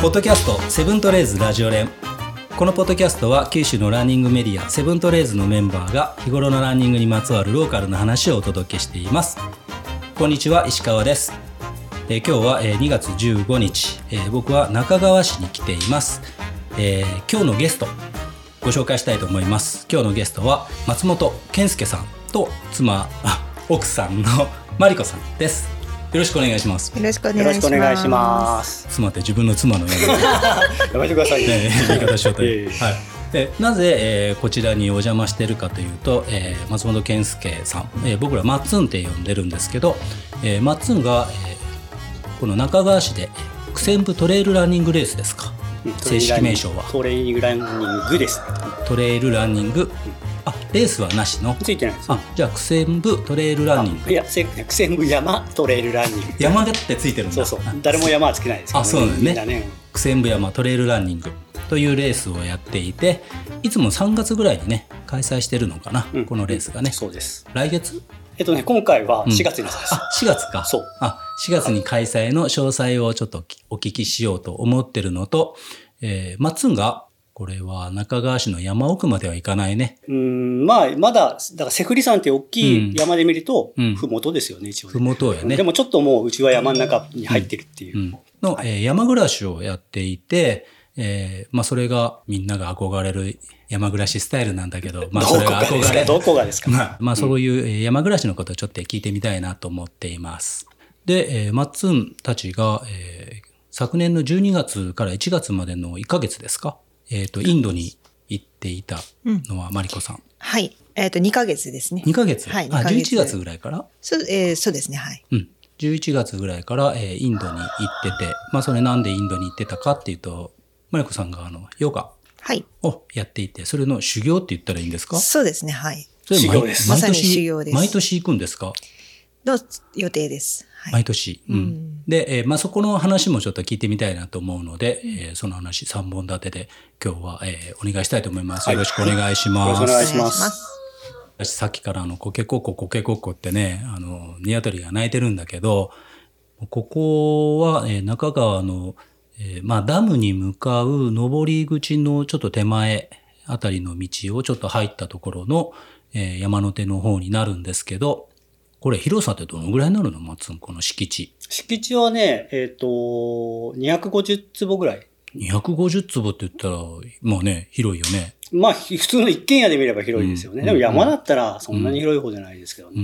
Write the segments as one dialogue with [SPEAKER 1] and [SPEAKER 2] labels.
[SPEAKER 1] ポッドキャストセブントレーズラジオ連このポッドキャストは九州のランニングメディアセブントレーズのメンバーが日頃のランニングにまつわるローカルな話をお届けしていますこんにちは石川です、えー今日は、えー2月15日、えー僕は中川市に来ています、えー今日のゲストご紹介したいと思います今日のゲストは松本健介さんと妻あ奥さんの マリコさんですよろしくお願いします
[SPEAKER 2] よろしくお願いします。
[SPEAKER 3] よろしくお願いします。
[SPEAKER 1] 妻って自分の妻のような
[SPEAKER 3] やめてくださ い
[SPEAKER 1] え
[SPEAKER 3] ね。
[SPEAKER 1] ー言い方しようと
[SPEAKER 3] いえい
[SPEAKER 1] い
[SPEAKER 3] え
[SPEAKER 1] う。はい。でなぜ、えーこちらにお邪魔してるかというと、えー松本健介さん、えー僕らマッツンって呼んでるんですけど、えーマッツンが、えーこの中川市で苦戦部トレイルランニングレースですか、正式名称は
[SPEAKER 3] トレインランニングです。
[SPEAKER 1] トレイルランニングあレースはなしの
[SPEAKER 3] ついてないです。
[SPEAKER 1] あじゃあ苦戦部トレイルランニング
[SPEAKER 3] いや、せ苦戦部山トレイルランニング。
[SPEAKER 1] 山だってついてるんだ
[SPEAKER 3] そうそう。誰も山はつけないですけど、
[SPEAKER 1] あそうなんだね
[SPEAKER 3] みなね。
[SPEAKER 1] 苦戦部山トレイルランニングというレースをやっていていつも3月ぐらいにね開催してるのかな、
[SPEAKER 3] うん
[SPEAKER 1] このレースがね
[SPEAKER 3] そうです。
[SPEAKER 1] 来月
[SPEAKER 3] えっとね、今回は
[SPEAKER 1] ん
[SPEAKER 3] 4月になさです。
[SPEAKER 1] あ4月か
[SPEAKER 3] そう
[SPEAKER 1] あ4月に開催の詳細をちょっときお聞きしようと思ってるのと、えー、マッツンがこれは中川市の山奥までは行かないね
[SPEAKER 3] うーん、まあ、まだ、だからセフリ山って大きい山で見ると、
[SPEAKER 1] うん
[SPEAKER 3] ふもとですよね、一応ね、
[SPEAKER 1] 麓やね
[SPEAKER 3] でもちょっともう、うちは山の中に入ってるっていう。
[SPEAKER 1] うんの、えー山暮らしをやっていて、えーまあ、それがみんなが憧れる山暮らしスタイルなんだけど、まあ、
[SPEAKER 3] ど
[SPEAKER 1] そ
[SPEAKER 3] こ
[SPEAKER 1] れが
[SPEAKER 3] がです
[SPEAKER 1] 憧れ
[SPEAKER 3] かどこがですか、
[SPEAKER 1] まあ、まあ、そういうえー山暮らしのことをちょっと聞いてみたいなと思っています。で、えーマッツンたちが、えー昨年の12月から1月までの1ヶ月ですか、えっ、と、インドに行っていたのはマリコさん。
[SPEAKER 2] はい。えっ、と、2ヶ月ですね。
[SPEAKER 1] 2ヶ月
[SPEAKER 2] はい。
[SPEAKER 1] あ、
[SPEAKER 2] 2ヶ月
[SPEAKER 1] 11月ぐらいから
[SPEAKER 2] そう、えーそうですね。はい。
[SPEAKER 1] うん。11月ぐらいから、えーインドに行ってて、まあ、それなんでインドに行ってたかっていうと、マリコさんがあの、ヨガ
[SPEAKER 2] はい。
[SPEAKER 1] をやっていて、それの修行って言ったらいいんですか
[SPEAKER 2] そうですね。はい。
[SPEAKER 1] それ毎
[SPEAKER 3] 修行です
[SPEAKER 1] 毎
[SPEAKER 2] まさに
[SPEAKER 1] 年
[SPEAKER 2] 修行です
[SPEAKER 1] 毎年行くんですか
[SPEAKER 2] の予定です。は
[SPEAKER 1] 毎
[SPEAKER 2] い。
[SPEAKER 1] 年。う
[SPEAKER 2] うんん
[SPEAKER 1] で、えーまあ、そこの話もちょっと聞いてみたいなと思うので、えーその話3本立てで今日は、えーお願いしたいと思います。
[SPEAKER 3] はい
[SPEAKER 1] よろしくお願いします。
[SPEAKER 3] よろしくお願いします
[SPEAKER 1] 私さっきからあの、コケコッコ、コケコッコってね、あの、ニワトリが鳴いてるんだけど、ここは、えー中川の、えーまあ、ダムに向かう上り口のちょっと手前あたりの道をちょっと入ったところの、えー山の手の方になるんですけど、これ広さってどのぐらいになるの松んこの敷地。
[SPEAKER 3] 敷地はね、えっ、と、250坪ぐらい。
[SPEAKER 1] 250坪って言ったら、まあね、広いよね。
[SPEAKER 3] まあ、ひ普通の一軒家で見れば広いですよね。
[SPEAKER 1] うん
[SPEAKER 3] でも山だったらそんなに広い方じゃないですけどね。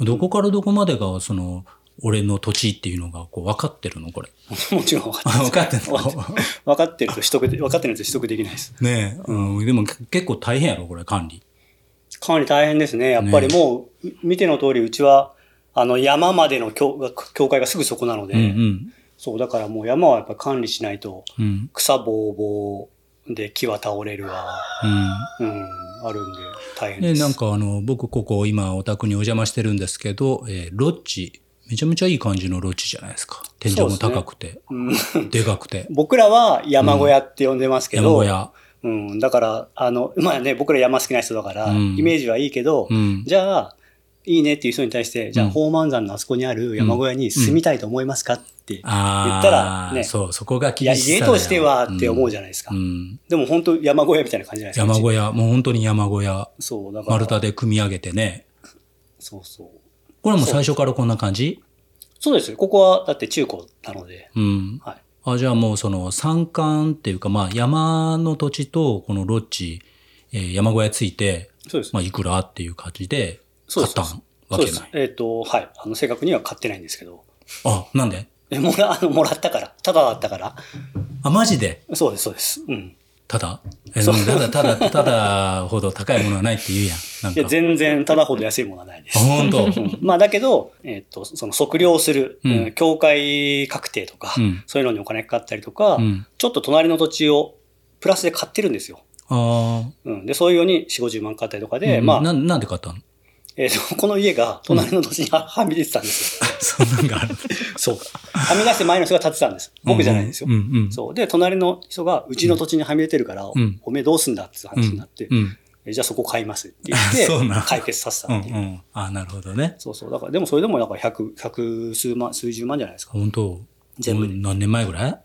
[SPEAKER 1] うん。どこからどこまでが、その、俺の土地っていうのが、こう、分かってるのこれ。
[SPEAKER 3] もちろ ん分かって
[SPEAKER 1] あ
[SPEAKER 3] る。
[SPEAKER 1] 分かってんの
[SPEAKER 3] 分かってると取 得で、分かってないと取得できないです。
[SPEAKER 1] ねえ、うん、でもけ結構大変やろ、これ、管理。
[SPEAKER 3] かなり大変ですね。やっぱりもう、み見ての通り、うちは、あの、山までの境境界がすぐそこなので、
[SPEAKER 1] うん
[SPEAKER 3] そう、だからもう山はやっぱ管理しないと、
[SPEAKER 1] うん。うん。
[SPEAKER 3] 草ぼうぼうで木は倒れるわ、うん、あるんで大
[SPEAKER 1] う
[SPEAKER 3] 変
[SPEAKER 1] ん。で、
[SPEAKER 3] です。
[SPEAKER 1] なんかあの、僕、ここ、今、お宅にお邪魔してるんですけど、えーロッジ、めちゃめちゃいい感じのロッジじゃないですか。天井も高くて、
[SPEAKER 3] うん、
[SPEAKER 1] でかくて、
[SPEAKER 3] 僕らは山小屋って呼んでますけ
[SPEAKER 1] 山
[SPEAKER 3] ど、
[SPEAKER 1] 小屋。
[SPEAKER 3] うん、だから、あの、まあね、僕ら山好きな人だから、
[SPEAKER 1] うん
[SPEAKER 3] イメージはいいけど、
[SPEAKER 1] うん。
[SPEAKER 3] じゃあ、いいねっていう人に対して、じゃ
[SPEAKER 1] う
[SPEAKER 3] あ、
[SPEAKER 1] ん
[SPEAKER 3] 宝満山のあそこにある山小屋に住みたいと思いますかって、い
[SPEAKER 1] ああ。
[SPEAKER 3] 言ったらね
[SPEAKER 1] そう、そこが
[SPEAKER 3] や、
[SPEAKER 1] 厳しさだよ
[SPEAKER 3] 家としてはって思うじゃないですか。
[SPEAKER 1] うんうん
[SPEAKER 3] でも本当山小屋みたいな感じじゃないですか。
[SPEAKER 1] 山小
[SPEAKER 3] 屋。
[SPEAKER 1] 屋、もう本当に山小屋、
[SPEAKER 3] そう、だから。
[SPEAKER 1] 丸太で組み上げてね。
[SPEAKER 3] そうそう。
[SPEAKER 1] これもう最初からこんな感じ
[SPEAKER 3] そうですよ。ここは、だって中古なので。
[SPEAKER 1] うん。
[SPEAKER 3] はい。
[SPEAKER 1] あ、じゃあもうその山間っていうか、まあ山の土地とこのロッジ、えー山小屋ついて、
[SPEAKER 3] そうです。
[SPEAKER 1] まあいくらっていう感じで、
[SPEAKER 3] そう
[SPEAKER 1] 買
[SPEAKER 3] で
[SPEAKER 1] っ
[SPEAKER 3] す
[SPEAKER 1] たんわ
[SPEAKER 3] そうで
[SPEAKER 1] け
[SPEAKER 3] す
[SPEAKER 1] ない。。
[SPEAKER 3] えっ、と、はい。あの、正確には買ってないんですけど。
[SPEAKER 1] あ、なんで
[SPEAKER 3] えもら、あの、もらったから。ただだったから。
[SPEAKER 1] あ、マジで
[SPEAKER 3] そうです、そうです。うん。
[SPEAKER 1] ただえ
[SPEAKER 3] そう
[SPEAKER 1] ただ、ただ、ただほど高いものはないって言うやん。なん
[SPEAKER 3] いや、
[SPEAKER 1] か。
[SPEAKER 3] 全然、ただほど安いものはないです
[SPEAKER 1] あ、。本当。
[SPEAKER 3] うんまあだけど、えっ、と、その測量する、
[SPEAKER 1] うん
[SPEAKER 3] うん境界確定とか、
[SPEAKER 1] うん
[SPEAKER 3] そういうのにお金かかったりとか、
[SPEAKER 1] うん。
[SPEAKER 3] ちょっと隣の土地をプラスで買ってるんですよ。
[SPEAKER 1] ああ。
[SPEAKER 3] うん、で、そういうように4、50万買ったりとかで、
[SPEAKER 1] うん
[SPEAKER 3] まあ、
[SPEAKER 1] な、なんで買ったの
[SPEAKER 3] えーと、この家が隣の土地にははみ出てたんです よ。
[SPEAKER 1] そんなんがある。
[SPEAKER 3] そう。はみ出して前の人が建てたんです。僕じゃないんですよ。
[SPEAKER 1] うんうんうん。
[SPEAKER 3] そう。で、隣の人が、うちの土地にはみ出てるから、
[SPEAKER 1] ん
[SPEAKER 3] おめえどうすんだって話になって、
[SPEAKER 1] うん。
[SPEAKER 3] えじゃあそこ買いますって言
[SPEAKER 1] そう
[SPEAKER 3] っ
[SPEAKER 1] なん
[SPEAKER 3] て、解決させ
[SPEAKER 1] うん
[SPEAKER 3] た
[SPEAKER 1] う
[SPEAKER 3] っていう。
[SPEAKER 1] ん。あ、なるほどね。
[SPEAKER 3] そうそう。だから、でもそれでも、だから100、100数万、数十万じゃないですか。
[SPEAKER 1] 本当
[SPEAKER 3] 全部で
[SPEAKER 1] もう何年前ぐらい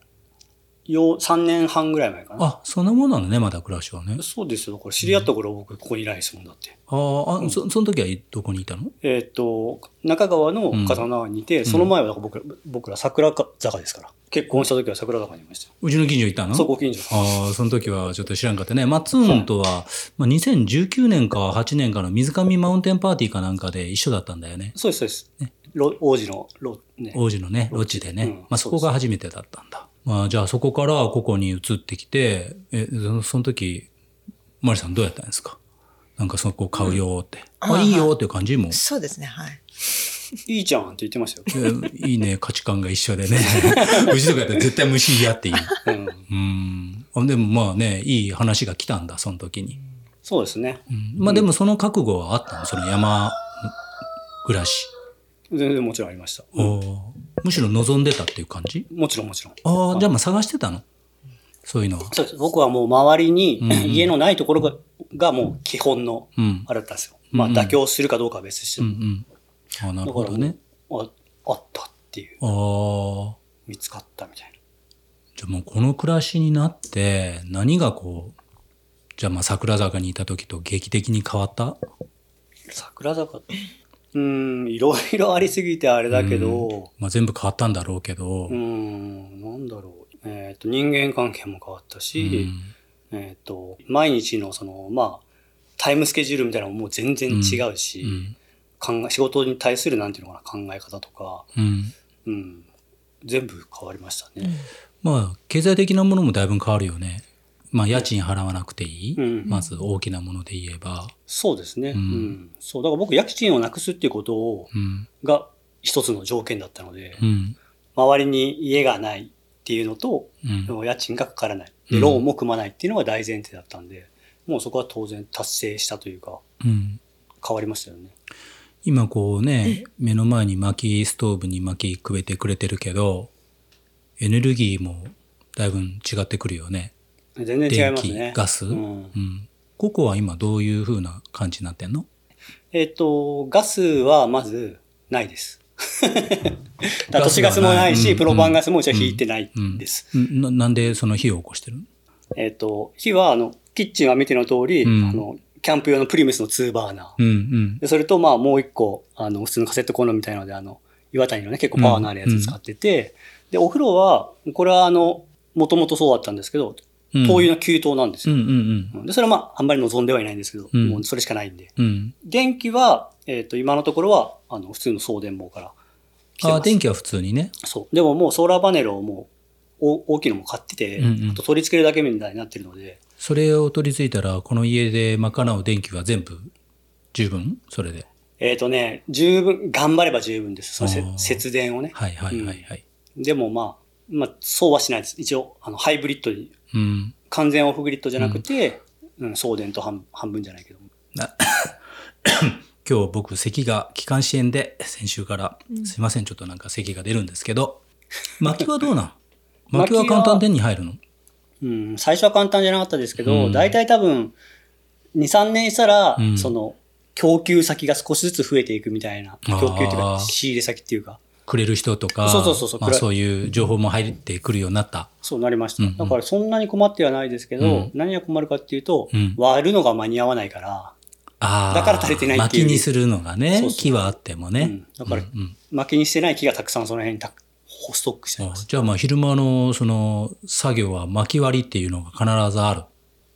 [SPEAKER 3] よう3年半ぐらい前かな。
[SPEAKER 1] あ、そんなもんなのね、まだ暮らしはね。
[SPEAKER 3] そうですよ。これ知り合った頃、僕ここにいないですもんだって。
[SPEAKER 1] あーあ、そその時はどこにいたの
[SPEAKER 3] えーっと、中川の刀川にいて、その前はだから僕ら、僕ら桜坂ですから。結婚した時は桜坂にいましたよ。
[SPEAKER 1] うちの近所にいたの
[SPEAKER 3] そこ近所。
[SPEAKER 1] ああ、その時はちょっと知らんかったね。マッツンとは、まあ、2019年か8年かの水上マウンテンパーティーかなんかで一緒だったんだよね。
[SPEAKER 3] そうです、そうです。ロ王子の、ロね。
[SPEAKER 1] 王子のね、ロッジでね。
[SPEAKER 3] うん
[SPEAKER 1] まあ、そこが初めてだったんだ。まあ、じゃあそこからここに移ってきて、え、そのその時、マリさんどうやったんですかなんかそこ買うよーって。
[SPEAKER 2] うん
[SPEAKER 1] あ、
[SPEAKER 2] あー
[SPEAKER 1] いいよーっていう感じも。
[SPEAKER 2] そうですね、はい。
[SPEAKER 3] いいじゃんって言ってまし たよ。
[SPEAKER 1] えいいね、価値観が一緒でね。 うちとかやったら絶対虫嫌っていう。
[SPEAKER 3] うん、
[SPEAKER 1] うん。あでもまあね、いい話が来たんだ、その時に。
[SPEAKER 3] そうですね。
[SPEAKER 1] うんまあでもその覚悟はあったのその山暮らし。
[SPEAKER 3] 全然もちろんありました。
[SPEAKER 1] おーむしろ望んでたっていう感じ
[SPEAKER 3] もちろんもちろん。
[SPEAKER 1] ああ、じゃあまあ探してたのそういうのは。
[SPEAKER 3] そうです。僕はもう周りに
[SPEAKER 1] うんうん
[SPEAKER 3] 家のないところががもう基本の
[SPEAKER 1] うん。
[SPEAKER 3] あれだったんですよ。まあ
[SPEAKER 1] うんうん
[SPEAKER 3] 妥協するかどうかは別にして、
[SPEAKER 1] うんうん。ああ、なるほどね。
[SPEAKER 3] ああったっていう、
[SPEAKER 1] ああ。
[SPEAKER 3] 見つかったみたいな。
[SPEAKER 1] じゃあもうこの暮らしになって、何がこう、じゃあまあ桜坂にいた時と劇的に変わった
[SPEAKER 3] 桜坂うん、いろいろありすぎてあれだけど、
[SPEAKER 1] まあ全部変わったんだろうけど。
[SPEAKER 3] うん、なんだろう。えっ、と、人間関係も変わったし、えっ、と、毎日のその、まあ、タイムスケジュールみたいなのももう全然違うし、
[SPEAKER 1] うん。
[SPEAKER 3] 考え仕事に対するなんていうのかな考え方とか、
[SPEAKER 1] うん。
[SPEAKER 3] うん、全部変わりましたね。
[SPEAKER 1] まあ、経済的なものもだいぶ変わるよね。まあ、家賃払わなくていい、
[SPEAKER 3] うん
[SPEAKER 1] まず大きなもので言えば。
[SPEAKER 3] そうですね、
[SPEAKER 1] う
[SPEAKER 3] うんんそうだから僕家賃をなくすっていうことを
[SPEAKER 1] うん。
[SPEAKER 3] が一つの条件だったので、
[SPEAKER 1] うん。
[SPEAKER 3] 周りに家がないっていうのと
[SPEAKER 1] うん。
[SPEAKER 3] 家賃がかからない
[SPEAKER 1] うん
[SPEAKER 3] でローンも組まないっていうのが大前提だったんでもうそこは当然達成したというか
[SPEAKER 1] うん
[SPEAKER 3] 変わりましたよね。
[SPEAKER 1] 今こうね、目の前に薪ストーブに薪くべてくれてるけど、エネルギーもだいぶ違ってくるよね。
[SPEAKER 3] 全然違い
[SPEAKER 1] 電
[SPEAKER 3] ます
[SPEAKER 1] 気、
[SPEAKER 3] ね。
[SPEAKER 1] ガス。
[SPEAKER 3] うん
[SPEAKER 1] うんここは今どういう風な感じになってんの
[SPEAKER 3] えっ、とガスはまずないです。 だから
[SPEAKER 1] ガ
[SPEAKER 3] 都
[SPEAKER 1] ス
[SPEAKER 3] 市
[SPEAKER 1] がない
[SPEAKER 3] ガスもないし、
[SPEAKER 1] うん
[SPEAKER 3] プロパンガスもうちは引いてない
[SPEAKER 1] うん
[SPEAKER 3] です。
[SPEAKER 1] んななんでその火を起こしてるの
[SPEAKER 3] えっ、と火はあのキッチンは見ての通り、
[SPEAKER 1] うん
[SPEAKER 3] あのキャンプ用のプリムスの2バーナ
[SPEAKER 1] う
[SPEAKER 3] ー。
[SPEAKER 1] んうん。
[SPEAKER 3] で、それと、まあ、もう一個、あの、普通のカセットコンロみたいなので、あの、岩谷のね、結構パワーのあるやつ使ってて、で、お風呂は、これは、あの、もともとそうだったんですけど、
[SPEAKER 1] うん
[SPEAKER 3] 灯油の給湯なんです
[SPEAKER 1] うん
[SPEAKER 3] よ。
[SPEAKER 1] うんうん。
[SPEAKER 3] で、それはまあ、あんまり望んではいないんですけど、
[SPEAKER 1] うん
[SPEAKER 3] もうそれしかないんで。
[SPEAKER 1] うん。
[SPEAKER 3] 電気は、えっ、と、今のところは、あの、普通の送電網から来て
[SPEAKER 1] あ
[SPEAKER 3] ま
[SPEAKER 1] あ、
[SPEAKER 3] す。
[SPEAKER 1] 電気は普通にね。
[SPEAKER 3] そう。でももうソーラーパネルをもう、お大きいのも買ってて、
[SPEAKER 1] うんうん
[SPEAKER 3] あと取り付けるだけみたいになってるので、
[SPEAKER 1] それを取り付いたら、この家で賄う電気は全部十分それで。
[SPEAKER 3] えっ、とね、十分、頑張れば十分です。そして
[SPEAKER 1] あー
[SPEAKER 3] 節電をね。
[SPEAKER 1] はいはいはいはい。
[SPEAKER 3] でもまあ、まあ、そうはしないです。一応、あの、ハイブリッドに、
[SPEAKER 1] うん。
[SPEAKER 3] 完全オフグリッドじゃなくて、うん、送電と半半分じゃないけど。
[SPEAKER 1] 今日僕咳が気管支炎で先週から、すいませんちょっとなんか咳が出るんですけど薪はど うなん薪
[SPEAKER 3] 薪は
[SPEAKER 1] は簡単手に入るの
[SPEAKER 3] うん、最初は簡単じゃなかったですけど、
[SPEAKER 1] うん
[SPEAKER 3] 大体多分、2、3年したら、
[SPEAKER 1] うん
[SPEAKER 3] その、供給先が少しずつ増えていくみたいな、
[SPEAKER 1] あー
[SPEAKER 3] 供給っていうか、仕入れ先っていうか、
[SPEAKER 1] くれる人とか
[SPEAKER 3] そうそうそうそう
[SPEAKER 1] まあ、
[SPEAKER 3] くれ
[SPEAKER 1] そういう情報も入ってくるようになった
[SPEAKER 3] そうなりました。
[SPEAKER 1] うんうん
[SPEAKER 3] だからそんなに困ってはないですけど、
[SPEAKER 1] うん
[SPEAKER 3] 何が困るかっていうと、
[SPEAKER 1] うん
[SPEAKER 3] 割るのが間に合わないから、
[SPEAKER 1] あー
[SPEAKER 3] だから足りてないっていう
[SPEAKER 1] 薪にするのがね
[SPEAKER 3] そうそう
[SPEAKER 1] 木はあってもね、
[SPEAKER 3] うんだから
[SPEAKER 1] うんうん
[SPEAKER 3] 負けにしてない木がたくさんその辺にたストックしてあ
[SPEAKER 1] あ
[SPEAKER 3] ります。
[SPEAKER 1] じゃあまあ昼間のその作業は薪割りっていうのが必ずあ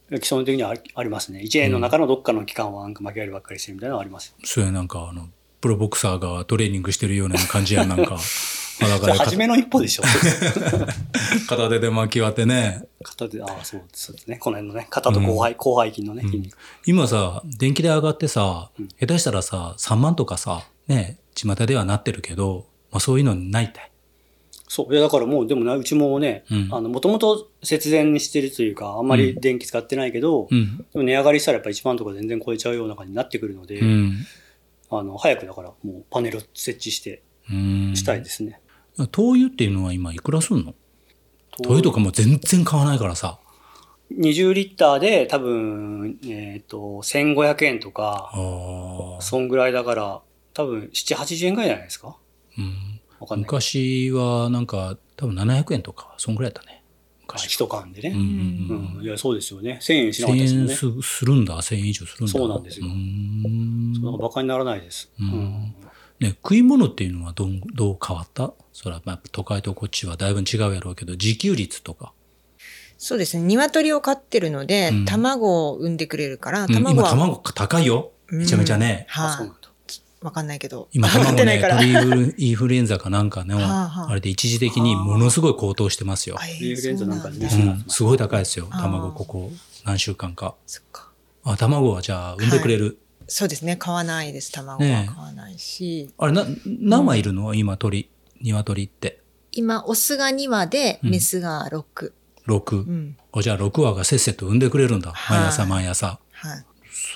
[SPEAKER 1] る
[SPEAKER 3] 基本的にはありありますね。1年の中のどっかの期間はなんか巻き割りばっかりしてるみたいなのはありますよ。
[SPEAKER 1] そういうなんかあのプロボクサーがトレーニングしてるような感じやんなん か
[SPEAKER 3] そ
[SPEAKER 1] 裸
[SPEAKER 3] れ
[SPEAKER 1] で
[SPEAKER 3] 初
[SPEAKER 1] 片
[SPEAKER 3] めの一歩でしょ。
[SPEAKER 1] 片手で薪割ってね
[SPEAKER 3] 肩で、ああ、そうそうですね。この辺のね、肩と後背、後背筋のね、筋肉。
[SPEAKER 1] 今さ、電気代上がってさ、下手したらさ、3万とかさ、ね、巷ではなってるけど、まあそういうのないって。
[SPEAKER 3] そう。いや、だからもう、でもな、うちもね、
[SPEAKER 1] うん
[SPEAKER 3] あの、もともと節電にしてるというか、あんまり電気使ってないけど、
[SPEAKER 1] うん。
[SPEAKER 3] でも値上がりしたらやっぱ1万とか全然超えちゃうような感じになってくるので、
[SPEAKER 1] うん。
[SPEAKER 3] あの、早くだからもうパネルを設置して、
[SPEAKER 1] うん。
[SPEAKER 3] したいですね。
[SPEAKER 1] 灯油っていうのは今いくらすんの灯油とかもう全然買わないからさ。
[SPEAKER 3] 20リッターで多分、えっ、と、1500円と
[SPEAKER 1] あ
[SPEAKER 3] か、
[SPEAKER 1] あ。
[SPEAKER 3] そんぐらいだから、多分7、80円ぐらいじゃないですか
[SPEAKER 1] うん。
[SPEAKER 3] わかんないけど。
[SPEAKER 1] 昔はなんか、多分700円とか、そんぐらいだったね。かし
[SPEAKER 3] 一缶で
[SPEAKER 1] ら。
[SPEAKER 3] ね。
[SPEAKER 1] うんう
[SPEAKER 3] うん
[SPEAKER 1] うん
[SPEAKER 3] ん。いや、そうですよね。1000円しなかったです
[SPEAKER 1] 1000
[SPEAKER 3] よ
[SPEAKER 1] 円
[SPEAKER 3] ね。
[SPEAKER 1] すするんだ、1000円以上するんだ。
[SPEAKER 3] そうなんですよ
[SPEAKER 1] うーん
[SPEAKER 3] なんかバカにならないです。
[SPEAKER 1] う
[SPEAKER 3] うんん。
[SPEAKER 1] ね、食い物っていうのはどんどう変わったそれはまあ都会とこっちはだいぶ違うやろうけど、自給率とか。
[SPEAKER 2] そうですね。鶏を飼ってるので、
[SPEAKER 1] うん
[SPEAKER 2] 卵を産んでくれるから、
[SPEAKER 1] うん
[SPEAKER 2] 卵
[SPEAKER 1] 今
[SPEAKER 2] は、
[SPEAKER 1] 卵高いよ。めちゃめちゃね。
[SPEAKER 3] あ、
[SPEAKER 2] は
[SPEAKER 3] そう
[SPEAKER 2] い、
[SPEAKER 3] なんだ。
[SPEAKER 2] わかんないけど。
[SPEAKER 1] 今
[SPEAKER 2] わか
[SPEAKER 1] 卵
[SPEAKER 2] ってな
[SPEAKER 1] ね
[SPEAKER 2] い、から。
[SPEAKER 1] 鳥インフル インフルエンザかなんかね、
[SPEAKER 2] はあはあ
[SPEAKER 1] あれで一時的にものすごい高騰してますよ。
[SPEAKER 2] あえー
[SPEAKER 3] リーグレンズなん
[SPEAKER 2] そ
[SPEAKER 3] か
[SPEAKER 2] う
[SPEAKER 3] ね
[SPEAKER 2] だ
[SPEAKER 1] うん、すごい高いですよ。
[SPEAKER 2] あー
[SPEAKER 1] 卵ここ何週間か。
[SPEAKER 2] そっか。
[SPEAKER 1] あ、卵はじゃあ産んでくれる。
[SPEAKER 2] そうですね。買わないです。卵は
[SPEAKER 1] ね
[SPEAKER 2] 買
[SPEAKER 1] え
[SPEAKER 2] わないし。
[SPEAKER 1] あれな、何羽いるの今鳥、鶏って。
[SPEAKER 2] 今、オスが2羽で、
[SPEAKER 1] うん
[SPEAKER 2] メスが6。
[SPEAKER 1] 6
[SPEAKER 2] う。ん。
[SPEAKER 1] あじゃあ6羽がせっせと産んでくれるんだ。
[SPEAKER 2] はい
[SPEAKER 1] 毎朝毎朝。
[SPEAKER 2] はい。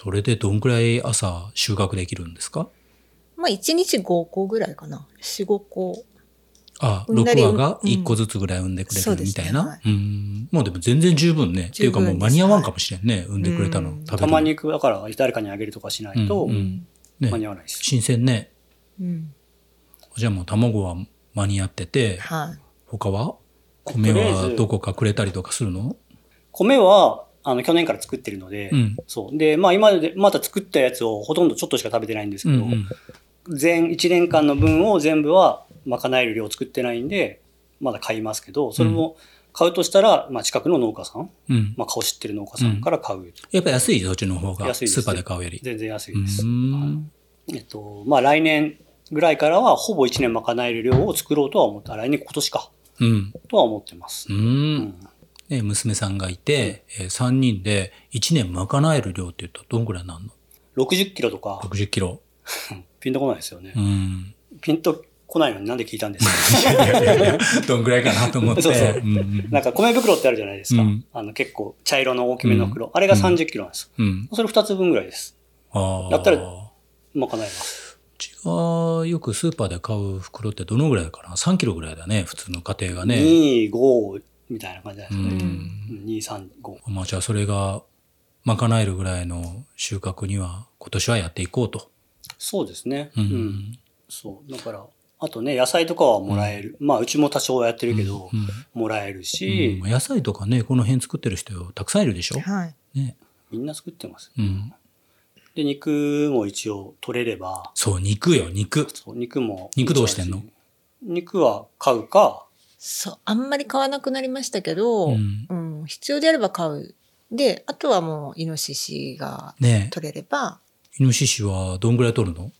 [SPEAKER 1] それでどんくらい朝収穫できるんですか
[SPEAKER 2] まあ、1日5個ぐらいかな。4、5個。
[SPEAKER 1] あ、
[SPEAKER 2] 産んだり
[SPEAKER 1] 6羽が
[SPEAKER 2] うん
[SPEAKER 1] 1個ずつぐらい産んでくれ
[SPEAKER 2] そう
[SPEAKER 1] る
[SPEAKER 2] で
[SPEAKER 1] み
[SPEAKER 2] す
[SPEAKER 1] た
[SPEAKER 2] ね
[SPEAKER 1] い
[SPEAKER 2] は。
[SPEAKER 1] ないうん。もうでも全然十分ね。っていうかもう
[SPEAKER 2] 十分です
[SPEAKER 1] 間に合わんかもしれんね。産んでくれたの
[SPEAKER 2] うん。
[SPEAKER 1] 食べる
[SPEAKER 3] たま。に行く、だから誰かにあげるとかしないと
[SPEAKER 1] う、ん
[SPEAKER 3] 間に
[SPEAKER 1] ね。
[SPEAKER 3] 合わないです。
[SPEAKER 1] 新鮮ね。
[SPEAKER 2] うん。
[SPEAKER 1] じゃあもう卵は間に合ってて、
[SPEAKER 2] はい。
[SPEAKER 1] 他は米
[SPEAKER 3] とりあえ
[SPEAKER 1] は
[SPEAKER 3] ず
[SPEAKER 1] どこかくれたりとかするの
[SPEAKER 3] 米は、あの、去年から作ってるので
[SPEAKER 1] う、ん。
[SPEAKER 3] そう。で、まあ今まで、また作ったやつをほとんどちょっとしか食べてないんです
[SPEAKER 1] う
[SPEAKER 3] け
[SPEAKER 1] ん
[SPEAKER 3] ど
[SPEAKER 1] う、ん。
[SPEAKER 3] 全1年間の分を全部は賄える量作ってないんで、まだ買いますけど、それも買うとしたら、まあ近くの農家さん、
[SPEAKER 1] うん。
[SPEAKER 3] まあ顔知ってる農家さんから買う。
[SPEAKER 1] やっぱ安いそっちの方が、
[SPEAKER 3] 安い
[SPEAKER 1] ス
[SPEAKER 3] です
[SPEAKER 1] ーパーで買うより。
[SPEAKER 3] 全然安
[SPEAKER 1] う
[SPEAKER 3] いです。
[SPEAKER 1] ん。
[SPEAKER 3] えっと、まあ来年ぐらいからはほぼ1年賄える量を作ろうとは思った。来年今年か。
[SPEAKER 1] うん。
[SPEAKER 3] とは思ってます
[SPEAKER 1] う。。
[SPEAKER 3] うんん。
[SPEAKER 1] ね、娘さんがいて、えー3人で1年賄える量って言うとどんぐらいなんの
[SPEAKER 3] 60キロとか、
[SPEAKER 1] ?60 キロ。
[SPEAKER 3] ピンとこないですよね
[SPEAKER 1] う。ん。
[SPEAKER 3] ピンとこないのになんで聞いたんですか
[SPEAKER 1] どんぐらいかなと思って。
[SPEAKER 3] そうそ
[SPEAKER 1] う
[SPEAKER 3] う
[SPEAKER 1] んうん
[SPEAKER 3] なんか米袋ってあるじゃないですか
[SPEAKER 1] うん。
[SPEAKER 3] あの結構茶色の大きめの袋。あれが30キロなんです
[SPEAKER 1] うん。
[SPEAKER 3] よ。それ2つ分ぐらいです。
[SPEAKER 1] ああ。
[SPEAKER 3] だったら賄えます。
[SPEAKER 1] うちがよくスーパーで買う袋ってどのぐらいかな ?3 キロぐらいだね、普通の家庭がね。
[SPEAKER 3] 2、5みたいな感じなん
[SPEAKER 1] う
[SPEAKER 3] ですよね。
[SPEAKER 1] ん。
[SPEAKER 3] うん2、3、5。
[SPEAKER 1] まあじゃあそれが賄えるぐらいの収穫には今年はやっていこうと。
[SPEAKER 3] そうですね。
[SPEAKER 1] う。
[SPEAKER 3] うんん。そう。だから、あとね、野菜とかはもらえる。まあ、うちも多少はやってるけど、
[SPEAKER 1] うん
[SPEAKER 3] もらえる
[SPEAKER 1] うん
[SPEAKER 3] し、
[SPEAKER 1] 野菜とかね、この辺作ってる人たくさんいるでしょ
[SPEAKER 2] はい。
[SPEAKER 1] ね。
[SPEAKER 3] みんな作ってます。
[SPEAKER 1] うん。
[SPEAKER 3] で、肉も一応取れれば、
[SPEAKER 1] そう、肉よ、肉。
[SPEAKER 3] そう肉も。
[SPEAKER 1] 肉どうしてんの
[SPEAKER 3] 肉は買うか、
[SPEAKER 2] そう。あんまり買わなくなりましたけ
[SPEAKER 1] う
[SPEAKER 2] ど、
[SPEAKER 1] ん
[SPEAKER 2] うん、必要であれば買う。で、あとはもう、イノシシが
[SPEAKER 1] ね
[SPEAKER 2] 取れれば、
[SPEAKER 1] イノシシはどんぐらい取るの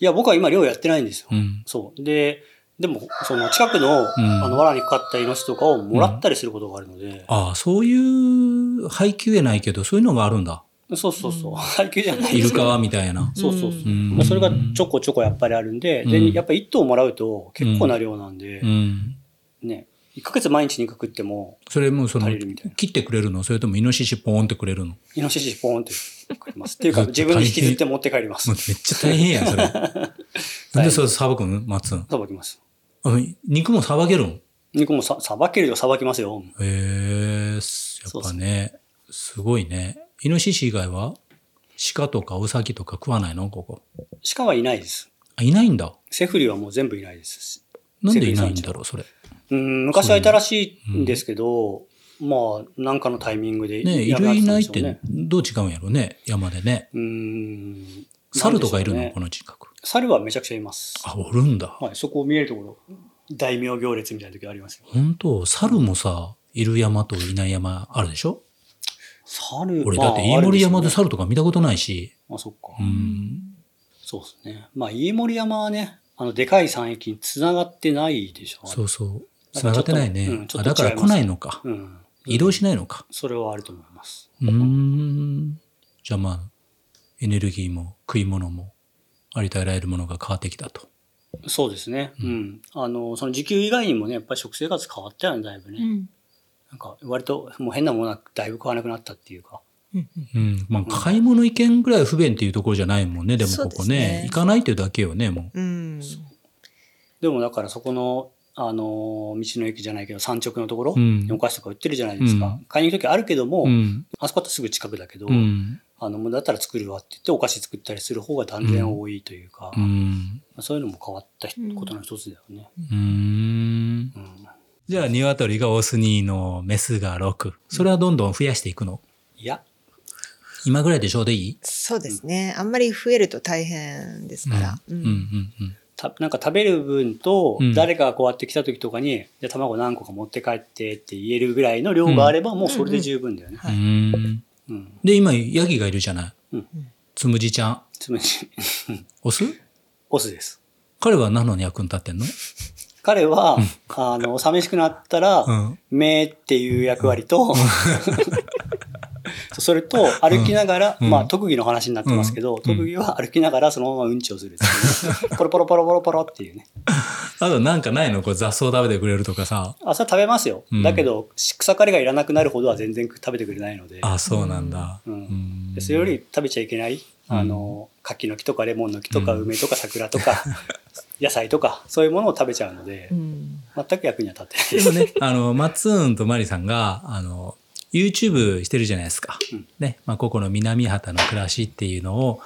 [SPEAKER 3] いや、僕は今、漁やってないんですよ。
[SPEAKER 1] うん。
[SPEAKER 3] そう。で、でも、その近くの、
[SPEAKER 1] ん
[SPEAKER 3] あの、藁にかかったイノシシとかをもらったりすることがあるので、
[SPEAKER 1] ああ、そういう配給やないけど、そういうのがあるん だ。
[SPEAKER 3] そうそうそう。配給じゃない
[SPEAKER 1] イ
[SPEAKER 3] です
[SPEAKER 1] ル
[SPEAKER 3] け
[SPEAKER 1] カ
[SPEAKER 3] ど
[SPEAKER 1] はみたいな。
[SPEAKER 3] そうそうそう。
[SPEAKER 1] うん
[SPEAKER 3] まあ、それがちょこちょこやっぱりあるんで、
[SPEAKER 1] うん
[SPEAKER 3] で、やっぱ1頭もらうと結構な量なんで、
[SPEAKER 1] うん。
[SPEAKER 3] ね、1ヶ月毎日肉食っても、
[SPEAKER 1] それもその
[SPEAKER 3] 足りるみたい、な
[SPEAKER 1] 切ってくれるのそれともイノシシポーンってくれるのも
[SPEAKER 3] イノシシポーンって食ります。っていうか、
[SPEAKER 1] ずっと
[SPEAKER 3] 自分で引きずって持って帰りま
[SPEAKER 1] うめ
[SPEAKER 3] す
[SPEAKER 1] っ。ちゃ大変やん、そ れ。なんでそれさばくの松ん。
[SPEAKER 3] さばきます。
[SPEAKER 1] あ肉もさばけるんへ
[SPEAKER 3] 肉もさ、さばけるよ、さばきますよ。
[SPEAKER 1] えやっぱね、すごいね。イノシシ以外は鹿とかウサギとか食わないのここ。
[SPEAKER 3] 鹿はいないです。
[SPEAKER 1] あ、いないんだ。
[SPEAKER 3] セフリはもう全部いないですし。
[SPEAKER 1] なんでいないんだろう、それ。
[SPEAKER 3] うん、昔はいたらしいんですけど、まあ、なんかのタイミングで
[SPEAKER 1] ねい
[SPEAKER 3] やめ
[SPEAKER 1] る
[SPEAKER 3] られ
[SPEAKER 1] い
[SPEAKER 3] てたん
[SPEAKER 1] な
[SPEAKER 3] で
[SPEAKER 1] いっ
[SPEAKER 3] しょう
[SPEAKER 1] てどう違うんやろうね、山でね。
[SPEAKER 3] うん。
[SPEAKER 1] 猿とかいるの、
[SPEAKER 3] なんでしょ
[SPEAKER 1] こ
[SPEAKER 3] うね
[SPEAKER 1] の近く。
[SPEAKER 3] 猿はめちゃくちゃいます。
[SPEAKER 1] あ、おるんだ。
[SPEAKER 3] はい、そこを見えるところ、大名行列みたいな時ありますよ。
[SPEAKER 1] 本当猿もさ、いる山といない山あるでしょ
[SPEAKER 3] 猿
[SPEAKER 1] 俺だって飯森山で
[SPEAKER 3] あ
[SPEAKER 1] 猿とか見たことないし。
[SPEAKER 3] あそっか。
[SPEAKER 1] うん。
[SPEAKER 3] そうですね。まあ、飯森山はね、あの、でかい山域に繋がってないでしょ。
[SPEAKER 1] そうそう。
[SPEAKER 3] なんか
[SPEAKER 1] 繋がってない
[SPEAKER 3] ちょっとう
[SPEAKER 1] ね
[SPEAKER 3] ん。ちょ
[SPEAKER 1] あ
[SPEAKER 3] っと
[SPEAKER 1] だから
[SPEAKER 3] 違い
[SPEAKER 1] 来
[SPEAKER 3] ます
[SPEAKER 1] ないのか。
[SPEAKER 3] うん。
[SPEAKER 1] 移動しないのか。
[SPEAKER 3] それはあると思います。
[SPEAKER 1] うーん。じゃあまあ、エネルギーも食い物も、ありとあらゆるものが変わってきたと。
[SPEAKER 3] そうですね。うん。あの、その時給以外にもね、やっぱり食生活変わったよね、だいぶね。
[SPEAKER 2] うん。
[SPEAKER 3] なんか、割と、もう変なものはだいぶ食わなくなったっていうか。
[SPEAKER 2] うん
[SPEAKER 1] うん。まあ、買い物行けんぐらい不便っていうところじゃないもんね。でも
[SPEAKER 2] そう
[SPEAKER 1] こ
[SPEAKER 2] で
[SPEAKER 1] こ
[SPEAKER 2] す
[SPEAKER 1] ね
[SPEAKER 2] ね。
[SPEAKER 1] 行かないっていうだけよね、も
[SPEAKER 2] うん。
[SPEAKER 3] でも、だからそこの、あの、道の駅じゃないけど、山直のところ、
[SPEAKER 1] うん
[SPEAKER 3] お菓子とか売ってるじゃないですか。
[SPEAKER 1] う
[SPEAKER 3] 買いに行く時あるけども、
[SPEAKER 1] う。うん。
[SPEAKER 3] あそこだったらすぐ近くだけど、
[SPEAKER 1] うん。
[SPEAKER 3] あの、もうだったら作るわって言ってお菓子作ったりする方が断然多いというか、
[SPEAKER 1] うん。
[SPEAKER 3] そういうのも変わったひ
[SPEAKER 2] うん
[SPEAKER 3] ことの一つだよね。
[SPEAKER 1] うーん。
[SPEAKER 3] うん
[SPEAKER 1] じゃあ、鶏がオス2のメスが6。それはどんどん増やしていくの
[SPEAKER 3] いや、
[SPEAKER 1] 今ぐらいでちょうどいい
[SPEAKER 2] そうですね。あんまり増えると大変ですから。
[SPEAKER 1] う、
[SPEAKER 2] うん
[SPEAKER 1] うんん、うん。
[SPEAKER 3] たなんか食べる分と
[SPEAKER 1] うん、
[SPEAKER 3] 誰かがこうやって来た時とかに、じゃあ卵何個か持って帰ってって言えるぐらいの量があれば、もうそれで十分だよね。
[SPEAKER 1] う
[SPEAKER 2] はい
[SPEAKER 1] ーん
[SPEAKER 3] うん。
[SPEAKER 1] で、今、ヤギがいるじゃない。
[SPEAKER 3] うん
[SPEAKER 1] つむじちゃん。
[SPEAKER 3] つまり、
[SPEAKER 1] オス
[SPEAKER 3] オスです。
[SPEAKER 1] 彼は何の役に立ってんの
[SPEAKER 3] 彼は、あの、寂しくなったら、
[SPEAKER 1] うん。
[SPEAKER 3] 目っていう役割 と、それと歩きながら、
[SPEAKER 1] うん
[SPEAKER 3] まあ特技の話になってますけど、
[SPEAKER 1] うん
[SPEAKER 3] 特技は歩きながらそのままうんちをするって いうねポロポロポロポロポロっていうね。
[SPEAKER 1] あとなんかないのこう雑草食べてくれるとかさ。
[SPEAKER 3] あ、それは食べますよ。
[SPEAKER 1] うん
[SPEAKER 3] だけど、草刈りがいらなくなるほどは全然食べてくれないので、
[SPEAKER 1] あ、そうなんだ。
[SPEAKER 3] う
[SPEAKER 1] うんん
[SPEAKER 3] でそれより食べちゃいけない、あの、柿の木とかレモンの木とか
[SPEAKER 1] うん
[SPEAKER 3] 梅とか桜と か、野菜とか、そういうものを食べちゃうので
[SPEAKER 2] う、ん。
[SPEAKER 3] 全く役には立ってないで。
[SPEAKER 1] ですもね、 あの、マッツンとマリさんが、あの、YouTube してるじゃないですか。
[SPEAKER 3] うん
[SPEAKER 1] ね。まあ、ここの南畑の暮らしっていうのを、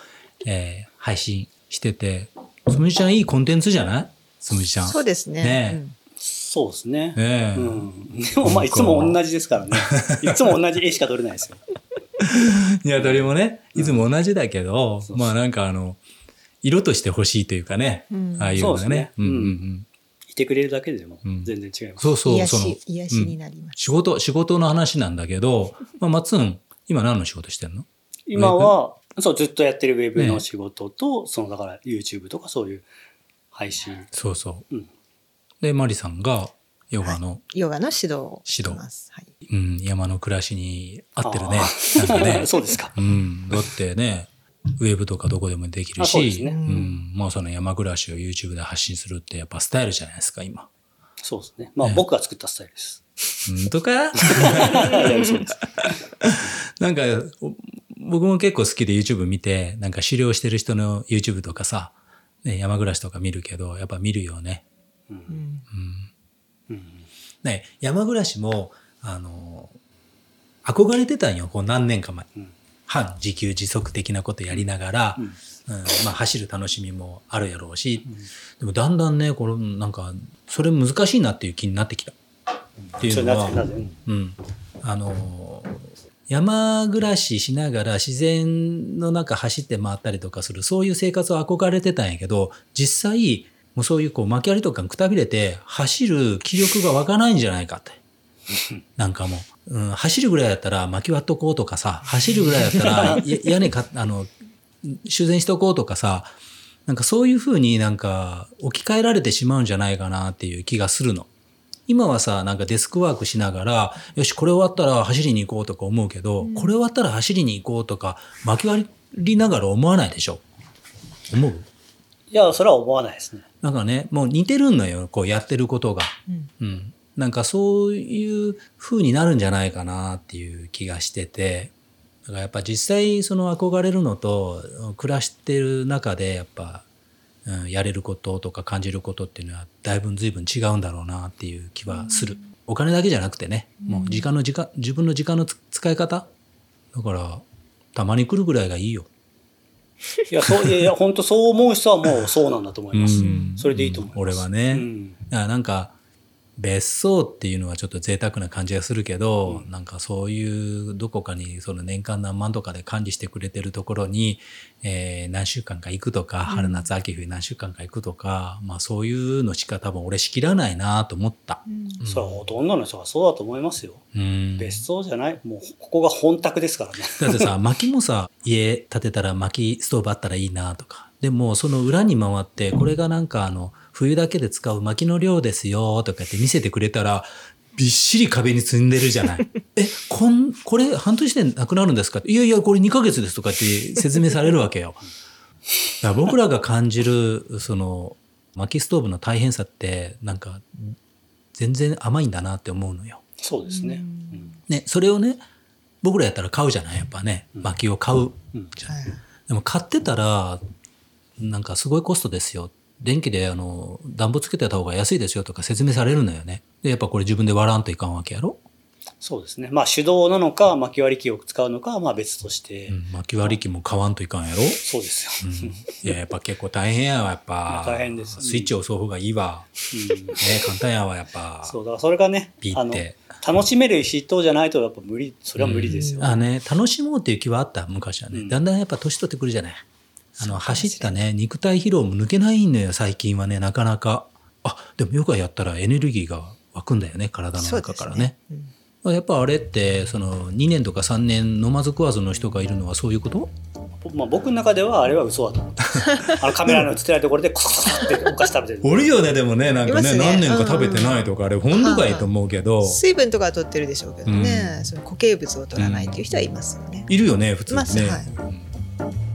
[SPEAKER 1] えー配信してて、つむじちゃんいいコンテンツじゃないつむじちゃん。
[SPEAKER 2] そうですね。
[SPEAKER 1] ねえ
[SPEAKER 2] うん
[SPEAKER 3] そうですね。
[SPEAKER 1] ねえ
[SPEAKER 3] うん、でもまあいつも同じですか らね。いつも同じ絵しか撮れないですよ。
[SPEAKER 1] 鶏もね、いつも同じだけど、
[SPEAKER 3] そうそう
[SPEAKER 1] まあなんかあの、色として欲しいというかね、
[SPEAKER 2] うん
[SPEAKER 1] ああいうのが
[SPEAKER 3] そうで
[SPEAKER 1] ね
[SPEAKER 3] すね。
[SPEAKER 1] うんうんう
[SPEAKER 3] うんいてくれるだけでも
[SPEAKER 1] うん
[SPEAKER 3] 全然違います。
[SPEAKER 1] そうそう、
[SPEAKER 2] 癒
[SPEAKER 1] その
[SPEAKER 2] し、、癒しになります。
[SPEAKER 1] 仕事、仕事の話なんだけど、まあ、マッツン、今何の仕事してんの
[SPEAKER 3] 今は、そう、ずっとやってるウェブの仕事と、そのだから YouTube とかそういう配信。
[SPEAKER 1] そうそう。
[SPEAKER 3] うん
[SPEAKER 1] で、マリさんがヨガの、
[SPEAKER 2] ヨガの指導をし
[SPEAKER 1] 指導
[SPEAKER 2] ます。はい。
[SPEAKER 1] うん、山の暮らしに合ってるね
[SPEAKER 3] あ。
[SPEAKER 1] なんか ね。
[SPEAKER 3] そうですか。
[SPEAKER 1] うん、だってね、ウェブとかどこでもできる
[SPEAKER 3] あそうで
[SPEAKER 1] し、
[SPEAKER 3] すね
[SPEAKER 1] ん、もうその山暮らしを YouTube で発信するってやっぱスタイルじゃないですか、今。
[SPEAKER 3] そうですね。まあ
[SPEAKER 1] ね
[SPEAKER 3] 僕が作ったスタイルです。
[SPEAKER 1] うん、とか なんか、お僕も結構好きで YouTube 見て、なんか狩猟してる人の YouTube とかさ、ね、山暮らしとか見るけど、やっぱ見るよね。
[SPEAKER 3] う
[SPEAKER 2] うんん。
[SPEAKER 3] うん
[SPEAKER 1] ね、山暮らしも、あの、憧れてたんよ、こう何年か前。
[SPEAKER 3] うん
[SPEAKER 1] 半自給自足的なことやりながら、
[SPEAKER 3] うん
[SPEAKER 1] うんまあ、走る楽しみもあるやろうし、でもだんだんねこれなんかそれ難しいなっていう気になってきたっていう
[SPEAKER 3] それ
[SPEAKER 1] の
[SPEAKER 3] な
[SPEAKER 1] は
[SPEAKER 3] ぜ、なぜ、うん
[SPEAKER 1] うん、あの山暮らししながら自然の中走って回ったりとかするそういう生活を憧れてたんやけど実際もうそういうこう巻き割りとかくたびれて走る気力が湧かないんじゃないかって。なんかもう、うん、走るぐらいだったら巻き割っとこうとかさ、走るぐらいだったらや屋根か、あの、修繕しとこうとかさ、なんかそういうふうになんか置き換えられてしまうんじゃないかなっていう気がするの。今はさ、なんかデスクワークしながら、よし、これ終わったら走りに行こうとか思うけど、これ終わったら走りに行こうとか、巻き割りながら思わないでしょ思う
[SPEAKER 3] いや、それは思わないですね。
[SPEAKER 1] なんかね、もう似てるんだよ、こうやってることが。
[SPEAKER 2] うん。
[SPEAKER 1] うん、なんかそういう風になるんじゃないかなっていう気がしててだからやっぱ実際その憧れるのとうん暮らしてる中でやっぱ、うん、やれることとか感じることっていうのはだいぶ随分違うんだろうなっていう気はする、お金だけじゃなくてねもう時間の時間自分の時間のつ使い方だからたまに来るぐらいがいいよ。
[SPEAKER 3] いや、そう、いやいや、本当そう思う人はもうそうなんだと思います。
[SPEAKER 1] うん
[SPEAKER 3] それでいいと思います。
[SPEAKER 1] 俺はね、
[SPEAKER 3] うん
[SPEAKER 1] だからなんか別荘っていうのはちょっと贅沢な感じがするけど、なんかそういうどこかにその年間何万とかで管理してくれてるところに、えー何週間か行くとか、春夏秋冬何週間か行くとか、まあそういうのしか多分俺しきらないなと思った。
[SPEAKER 3] それはほとんどの人がそうだと思いますよ。
[SPEAKER 1] うん
[SPEAKER 3] 別荘じゃないもうここが本宅ですからね。
[SPEAKER 1] だってさ、薪もさ、家建てたら薪ストーブあったらいいなとか。でも、その裏に回って、これがなんかあの、冬だけで使う薪の量ですよとかって見せてくれたら、びっしり壁に積んでるじゃない。え、こん、これ半年でなくなるんですかいやいや、これ2ヶ月ですとかって説明されるわけよ。だから僕らが感じる、その、薪ストーブの大変さって、なんか、全然甘いんだなって思うのよ。
[SPEAKER 3] そうですね。
[SPEAKER 1] ね、それをね、僕らやったら買うじゃないやっぱね、
[SPEAKER 3] ん
[SPEAKER 1] 薪を買う。
[SPEAKER 3] うん
[SPEAKER 1] じゃん
[SPEAKER 2] はい。
[SPEAKER 1] でも買ってたら、なんかすごいコストですよ。電気であの暖房つけてた方が安いですよとか説明されるのよね。で、やっぱこれ自分で割らんといかんわけやろ
[SPEAKER 3] そうですね。まあ手動なのか、巻き割り機を使うのかはまあ別として。
[SPEAKER 1] うん巻き割り機も買わんといかん やろ、
[SPEAKER 3] そうです
[SPEAKER 1] う
[SPEAKER 3] よ。
[SPEAKER 1] ん、いややっぱ結構大変やわやっぱ
[SPEAKER 3] 大変です
[SPEAKER 1] スイッチ押そう方がいいわ、
[SPEAKER 3] うん
[SPEAKER 1] ね、簡単やわやっぱ
[SPEAKER 3] そうだからそれがね
[SPEAKER 1] ピ、
[SPEAKER 3] あ
[SPEAKER 1] ーっ
[SPEAKER 3] の、
[SPEAKER 1] て
[SPEAKER 3] 楽しめる人じゃないとやっぱ無理、それは無理ですよ。
[SPEAKER 1] あね、楽しもうっていう気はあった昔はね、
[SPEAKER 3] うん
[SPEAKER 1] だんだんやっぱ年取ってくるじゃないあの
[SPEAKER 3] かもし
[SPEAKER 1] 走
[SPEAKER 3] れない
[SPEAKER 1] ったね肉体疲労も抜けないのよ最近はねなかなかあでもヨガやったらエネルギーが湧くんだよね体の中からね
[SPEAKER 2] そうですね
[SPEAKER 1] やっぱあれってその2年とか3年飲まず食わずの人がいるのはそういうこと
[SPEAKER 3] まあ、僕の中ではあれは嘘だと思ってあのカメラの映ってないところでコソコソコソってお菓子食べてる
[SPEAKER 1] るよねでもねなん
[SPEAKER 2] かねいますね何年か食べてない
[SPEAKER 1] とかあれ本
[SPEAKER 2] 度がいいと
[SPEAKER 1] 思うけど
[SPEAKER 2] 水分とかは取ってるでしょうけどね、その固形物を取らないっていう人はいますよね、
[SPEAKER 1] いるよね普
[SPEAKER 2] 通にねいますはい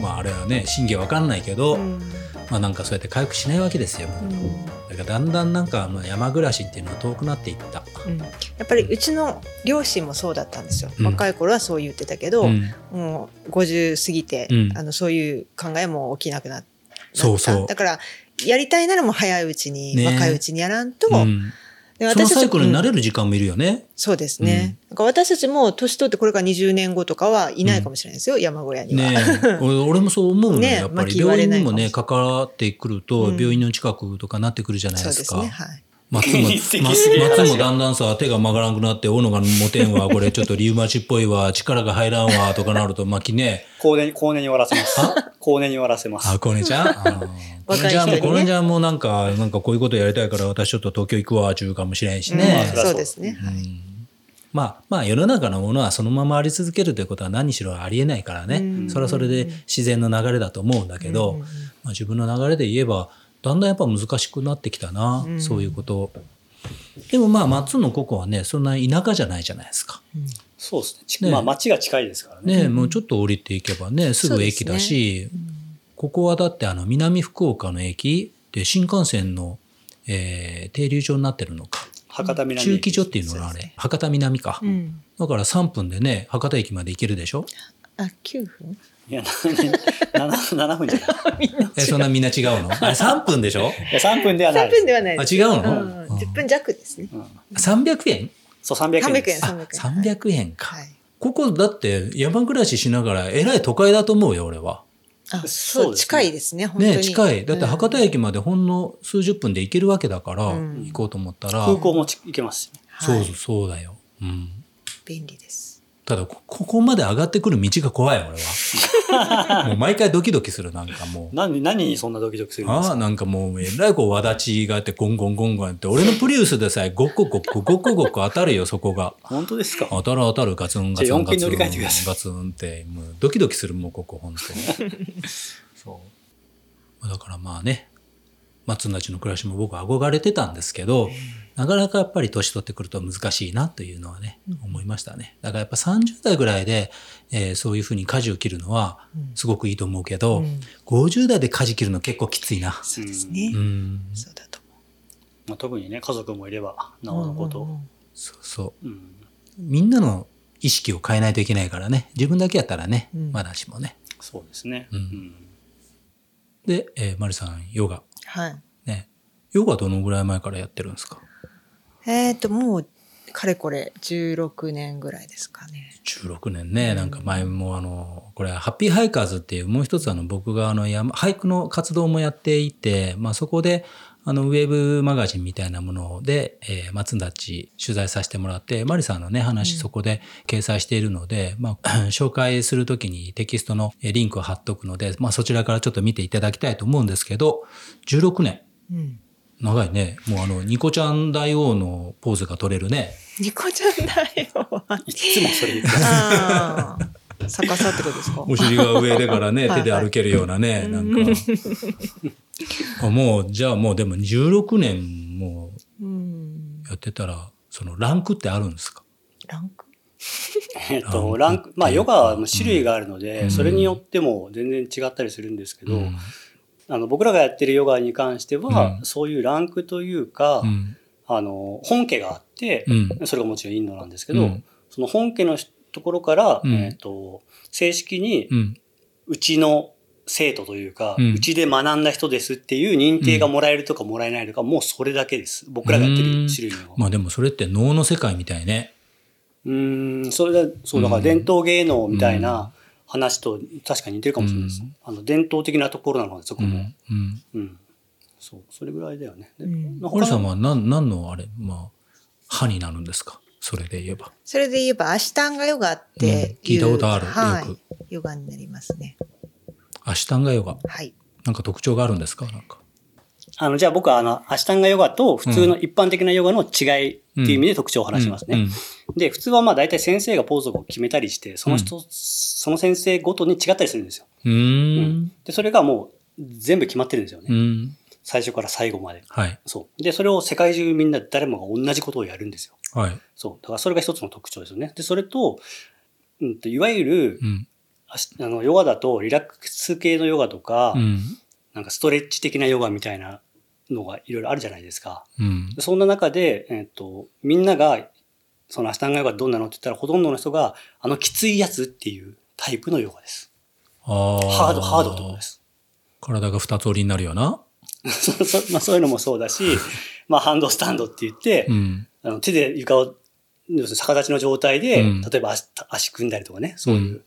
[SPEAKER 1] まああれはね真偽わかんないけど、
[SPEAKER 2] うん
[SPEAKER 1] まあなんかそうやって回復しないわけですよ
[SPEAKER 2] うん
[SPEAKER 1] だからだんだんなんかまあ山暮らしっていうのは遠くなっていった。
[SPEAKER 2] うんやっぱりうちの両親もそうだったんですよ、
[SPEAKER 1] うん
[SPEAKER 2] 若い頃はそう言ってたけど、
[SPEAKER 1] うん
[SPEAKER 2] もう50過ぎて、
[SPEAKER 1] うん
[SPEAKER 2] あのそういう考えも起きなくなった
[SPEAKER 1] そうそう
[SPEAKER 2] だからやりたいならもう早いうちに、
[SPEAKER 1] ね
[SPEAKER 2] 若いうちにやらんと、
[SPEAKER 1] うん
[SPEAKER 2] で
[SPEAKER 1] そのサイクルにな
[SPEAKER 2] うん
[SPEAKER 1] れる時間もいるよね。
[SPEAKER 2] そうですね、だから私たちも年取ってこれから20年後とかはいないかもしれないですよ、山小屋には、
[SPEAKER 1] ね え俺俺もそう思うのよ、
[SPEAKER 2] ねえ
[SPEAKER 1] やっぱ
[SPEAKER 2] まあ
[SPEAKER 1] り
[SPEAKER 2] 気割
[SPEAKER 1] 病
[SPEAKER 2] れ
[SPEAKER 1] 院
[SPEAKER 2] ない
[SPEAKER 1] に
[SPEAKER 2] か
[SPEAKER 1] も
[SPEAKER 2] もしれな
[SPEAKER 1] ね
[SPEAKER 2] い
[SPEAKER 1] かかってくると、
[SPEAKER 2] うん
[SPEAKER 1] 病院の近くとかなってくるじゃない
[SPEAKER 2] そ
[SPEAKER 1] で
[SPEAKER 2] うですす
[SPEAKER 1] か。
[SPEAKER 2] ねはい
[SPEAKER 1] 松も
[SPEAKER 3] 一石
[SPEAKER 1] 松
[SPEAKER 3] 二鳥
[SPEAKER 1] 松もだんだんさ手が曲がらなくなって斧が持てんわこれちょっとリウマチっぽいわ力が入らんわとかなるとまきね
[SPEAKER 3] 高年に高年に終わらせます高年に終わらせます
[SPEAKER 1] あ、コネちゃんあのコ
[SPEAKER 2] 若
[SPEAKER 1] ネ
[SPEAKER 2] い
[SPEAKER 1] ちゃんも、
[SPEAKER 2] 人にね
[SPEAKER 1] コネちゃんもなんか、なんかこういうことやりたいから私ちょっと東京行くわ、ちゅうかもしれんし
[SPEAKER 2] うん
[SPEAKER 1] ね。
[SPEAKER 2] そうですね、
[SPEAKER 1] う
[SPEAKER 2] はい
[SPEAKER 1] んまあ、まあ世の中のものはそのままあり続けるということは何しろありえないからね、
[SPEAKER 2] うん
[SPEAKER 1] それはそれで自然の流れだと思うんだけど、
[SPEAKER 2] うん
[SPEAKER 1] まあ、自分の流れで言えばだんだんやっぱ難しくなってきたな、
[SPEAKER 2] うん
[SPEAKER 1] そういうことでもまあ松のここはねそんな田舎じゃないじゃないですか、
[SPEAKER 3] そうですねち
[SPEAKER 1] ねえ
[SPEAKER 3] まあ町が近いですからね
[SPEAKER 1] ねもうちょっと降りていけばねすぐ駅だし、ここはだってあの南福岡の駅で新幹線の、えー停留所になってるのか
[SPEAKER 3] 博多南
[SPEAKER 1] 中
[SPEAKER 3] 駅
[SPEAKER 1] 期所っていうのがあ
[SPEAKER 2] そうです
[SPEAKER 1] れ
[SPEAKER 2] ね
[SPEAKER 1] 博多南か、
[SPEAKER 2] うん
[SPEAKER 1] だから3分でね博多駅まで行けるでしょ
[SPEAKER 2] あ9分
[SPEAKER 3] いや7 7分じゃない
[SPEAKER 1] えそんなみんな違う のあれ3分でしょ
[SPEAKER 3] いや3分ではない
[SPEAKER 2] 3
[SPEAKER 3] です
[SPEAKER 2] 分ではない
[SPEAKER 1] あ
[SPEAKER 2] です
[SPEAKER 1] 違う
[SPEAKER 2] う
[SPEAKER 1] の、
[SPEAKER 2] ん10分弱ですね
[SPEAKER 1] 300円
[SPEAKER 3] そう300円です
[SPEAKER 2] 300円
[SPEAKER 1] あ300円か、
[SPEAKER 2] はい
[SPEAKER 1] ここだって山暮らししながらえらい都会だと思うよ俺は
[SPEAKER 2] あ
[SPEAKER 3] そう
[SPEAKER 2] そう
[SPEAKER 3] ですね
[SPEAKER 2] 近いですね本当に
[SPEAKER 1] ね近いだって博多
[SPEAKER 2] うん
[SPEAKER 1] 駅までほんの数十分で行けるわけだから、
[SPEAKER 2] うん
[SPEAKER 1] 行こうと思ったら
[SPEAKER 3] 空港もち行けますし
[SPEAKER 1] そう
[SPEAKER 2] はい
[SPEAKER 1] そうそうだよ、うん、
[SPEAKER 2] 便利です
[SPEAKER 1] ただこここまで上がってくる道が怖い俺 はもう毎回ドキドキするなんかもう
[SPEAKER 3] 何何にそんなドキドキするんです
[SPEAKER 1] ああ、
[SPEAKER 3] か
[SPEAKER 1] なんかもう、えらいこう、わだちがあって、ゴンゴンゴンゴンやって、俺のプリウスでさえ、ごっこごっこ、ごっこごっこ当たるよ、そこが。
[SPEAKER 3] 本当ですか
[SPEAKER 1] 当たる当たる、ガツンガツ
[SPEAKER 3] じゃあ
[SPEAKER 1] ン
[SPEAKER 3] 四
[SPEAKER 1] ガ
[SPEAKER 3] 件
[SPEAKER 1] ツ
[SPEAKER 3] 乗
[SPEAKER 1] ン、
[SPEAKER 3] り換えてください
[SPEAKER 1] ガツンって、もうドキドキする、もうここ、本当 に。そう。だからまあね、松たちの暮らしも僕は憧れてたんですけど、なかなかやっぱり年取ってくると難しいなというのはね、思いましたね。だからやっぱ30代ぐらいで、えーそういうふうに舵を切るのはすごくいいと思うけど、
[SPEAKER 2] うん
[SPEAKER 1] 50代で舵切るの結構きついな。
[SPEAKER 2] そうですね
[SPEAKER 1] うん、
[SPEAKER 2] そうだと
[SPEAKER 3] まあ、特にね家族もいればな
[SPEAKER 2] 思う
[SPEAKER 3] おのこと、
[SPEAKER 2] うんうんうん
[SPEAKER 1] そうそう。
[SPEAKER 3] うん
[SPEAKER 1] みんなの意識を変えないといけないからね。自分だけやったらね、
[SPEAKER 2] うん
[SPEAKER 1] まだしもね。
[SPEAKER 3] そうですね、
[SPEAKER 1] うん
[SPEAKER 3] うん
[SPEAKER 1] で、えー、まるさん、ヨガ。
[SPEAKER 2] はい
[SPEAKER 1] ね。ヨガどのぐらい前からやってるんですか
[SPEAKER 2] えっともうかれこれ16年ぐらいですかね
[SPEAKER 1] ?16 年ね。なんか前もあの、これ、ハッピーハイカーズっていう、もう一つあの、僕があの、山俳句の活動もやっていて、まあそこで、あの、ウェブマガジンみたいなもので、えー、松田ち取材させてもらって、マリさんのね、話そこで掲載しているので、まあ、 紹介するときにテキストのえーリンクを貼っとくので、まあそちらからちょっと見ていただきたいと思うんですけど、16年。
[SPEAKER 2] うん
[SPEAKER 1] 長いね。もうあの、ニコちゃん大王のポーズが取れるね。
[SPEAKER 2] ニコちゃんだよ
[SPEAKER 3] いつもそれ言っ てます
[SPEAKER 2] あー逆さってことですか
[SPEAKER 1] お尻が上だからね、
[SPEAKER 2] はい
[SPEAKER 1] 手で歩けるようなね、なん か。あもう、じゃあもうでも16年も
[SPEAKER 2] うん
[SPEAKER 1] うやってたら、そのランクってあるんですか
[SPEAKER 2] ランク
[SPEAKER 3] えっと、ランク、まあ、ヨガは種類があるので、
[SPEAKER 1] うん
[SPEAKER 3] それによっても全然違ったりするんですけど、
[SPEAKER 1] うん
[SPEAKER 3] あの僕らがやってるヨガに関しては、
[SPEAKER 1] うん
[SPEAKER 3] そういうランクというか、
[SPEAKER 1] うん
[SPEAKER 3] あの本家があって、
[SPEAKER 1] うん
[SPEAKER 3] それがもちろんインドなんですけど、
[SPEAKER 1] うん
[SPEAKER 3] その本家のところから、
[SPEAKER 1] うん
[SPEAKER 3] えー、と正式に
[SPEAKER 1] うん
[SPEAKER 3] うちの生徒というか、
[SPEAKER 1] う
[SPEAKER 3] うんちで学んだ人ですっていう認定がもらえるとかもらえないとか、もうそれだけです。僕らがやってる種類の。
[SPEAKER 1] まあでもそれって能の世界みたいね
[SPEAKER 3] うーん、それだ、そう、だから伝統芸能みたいな話と確かに似てるかもしれないです。
[SPEAKER 1] うん
[SPEAKER 3] あの、伝統的なところなので、そこ
[SPEAKER 1] う
[SPEAKER 3] も
[SPEAKER 1] ん。、うん、
[SPEAKER 3] うん。そう、それぐらいだよね。で
[SPEAKER 2] うん
[SPEAKER 3] まあ他
[SPEAKER 1] 堀
[SPEAKER 3] の
[SPEAKER 1] さんは何何のあれまあ歯になるんですかそれで言えば
[SPEAKER 2] それで言えば、アシュタンガヨガっていう、
[SPEAKER 1] うん聞いたことある
[SPEAKER 2] は
[SPEAKER 1] よく
[SPEAKER 2] い。ヨガになりますね。
[SPEAKER 1] アシュタンガヨガ
[SPEAKER 2] はい。
[SPEAKER 1] なんか特徴があるんですかなんか
[SPEAKER 3] あの、じゃあ僕は、あの、アシュタンガヨガと普通の一般的なヨガの違いっていう意味で特徴を話しますね。
[SPEAKER 1] うん
[SPEAKER 3] で、普通はまあ大体先生がポーズを決めたりして、その人、その先生ごとに違ったりするんですよ。
[SPEAKER 1] うんうん
[SPEAKER 3] で、それがもう全部決まってるんですよね。
[SPEAKER 1] うん
[SPEAKER 3] 最初から最後まで。
[SPEAKER 1] はい
[SPEAKER 3] そう。で、それを世界中みんな誰もが同じことをやるんですよ。
[SPEAKER 1] はい
[SPEAKER 3] そう。だからそれが一つの特徴ですよね。で、それと、うんと、いわゆる
[SPEAKER 1] う、ん
[SPEAKER 3] あしあの、ヨガだとリラックス系のヨガとか、
[SPEAKER 1] うん
[SPEAKER 3] なんかストレッチ的なヨガみたいなのがいろいろあるじゃないですか。
[SPEAKER 1] うん
[SPEAKER 3] でそんな中で、えっ、と、みんなが、そのアシュタンガヨガどんなのって言ったら、ほとんどの人が、あのきついやつっていうタイプのヨガです。
[SPEAKER 1] あー
[SPEAKER 3] ハード、ハードってことです。
[SPEAKER 1] 体が二つ折りになるよな
[SPEAKER 3] そうそうまあ、そういうのもそうだし、まあ、ハンドスタンドって言って、
[SPEAKER 1] うん
[SPEAKER 3] あの手で床を、要するに逆立ちの状態で、
[SPEAKER 1] うん
[SPEAKER 3] 例えば足足組んだりとかね、そういう、
[SPEAKER 1] うん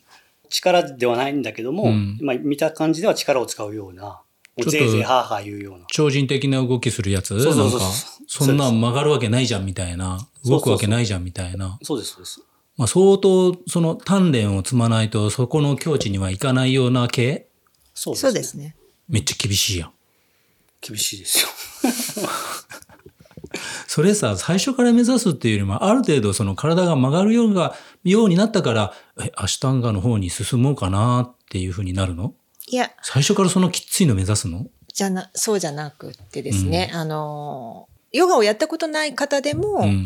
[SPEAKER 3] 力ではないんだけども、
[SPEAKER 1] うん
[SPEAKER 3] まあ、見た感じでは力を使うような、
[SPEAKER 1] ちょっ
[SPEAKER 3] も
[SPEAKER 1] と
[SPEAKER 3] うぜいぜいハーハー言うような。
[SPEAKER 1] 超人的な動きするやつ
[SPEAKER 3] そうそう
[SPEAKER 1] なん
[SPEAKER 3] そ
[SPEAKER 1] か
[SPEAKER 3] うそう
[SPEAKER 1] そんなん曲がるわけないじゃんみたいな
[SPEAKER 3] そうそうそう
[SPEAKER 1] 動くわけないじゃんみたいな
[SPEAKER 3] そうです、そうです。
[SPEAKER 1] まあ相当その鍛錬を積まないとそこの境地にはいかないような系
[SPEAKER 3] そうです、
[SPEAKER 2] そうですね。
[SPEAKER 1] めっちゃ厳しいやん
[SPEAKER 3] 厳しいですよ。
[SPEAKER 1] それさ最初から目指すっていうよりもある程度その体が曲がるようがようになったからえアシュタンガの方に進もうかなっていうふうになるの
[SPEAKER 2] いや、
[SPEAKER 1] 最初からそのきっついの目指すの
[SPEAKER 2] じゃな、そうじゃなくってですね、あのー、ヨガをやったことない方で
[SPEAKER 1] う
[SPEAKER 2] も
[SPEAKER 1] ん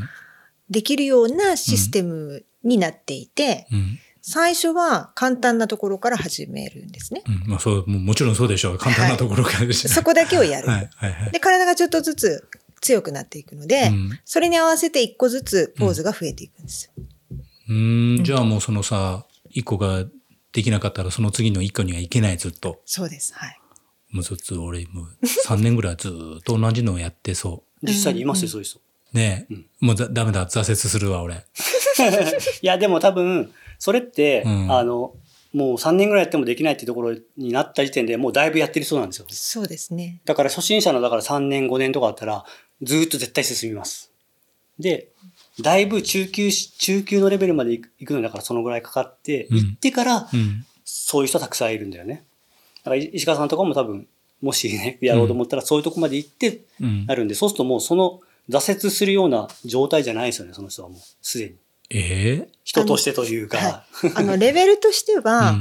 [SPEAKER 2] できるようなシステムになっていて、
[SPEAKER 1] うん
[SPEAKER 2] 最初は簡単なところから始めるんですね。
[SPEAKER 1] うんまあそうもうもちろんそうでしょう簡単なところからでしょ、
[SPEAKER 2] そこだけをやる。
[SPEAKER 1] はいはいはい
[SPEAKER 2] で、体がちょっとずつ強くなっていくので、
[SPEAKER 1] うん
[SPEAKER 2] それに合わせて一個ずつポーズが増えていくんですよ。
[SPEAKER 1] うーんじゃあもうそのさ一個ができなかったらその次の一個にはいけないずっと
[SPEAKER 2] そうです。はい。
[SPEAKER 1] もうずっと俺もう3年ぐらいずっと同じのをやってそ
[SPEAKER 3] 実際にいますよ、そういう人。
[SPEAKER 1] うねえ、もうだダメだ挫折するわ俺
[SPEAKER 3] いや、でも多分、それって、
[SPEAKER 1] うん
[SPEAKER 3] あの、もう3年ぐらいやってもできないっていうところになった時点でもうだいぶやってる人なんですよ。
[SPEAKER 2] そうですね。
[SPEAKER 3] だから初心者のだから3年5年とかだったら、ずーっと絶対進みます。で、だいぶ中級し、中級のレベルまで行く行くのにだからそのぐらいかかって、
[SPEAKER 1] うん
[SPEAKER 3] 行ってから
[SPEAKER 1] う、ん
[SPEAKER 3] そういう人たくさんいるんだよね。だからい石川さんとかも多分、もしね、やろうと思ったらそういうとこまで行って
[SPEAKER 1] うん
[SPEAKER 3] なるんで、そうするともうその挫折するような状態じゃないですよね、その人はもう、すでに。
[SPEAKER 1] ええ
[SPEAKER 3] 人としてというか。
[SPEAKER 2] はい。あの、レベルとしては、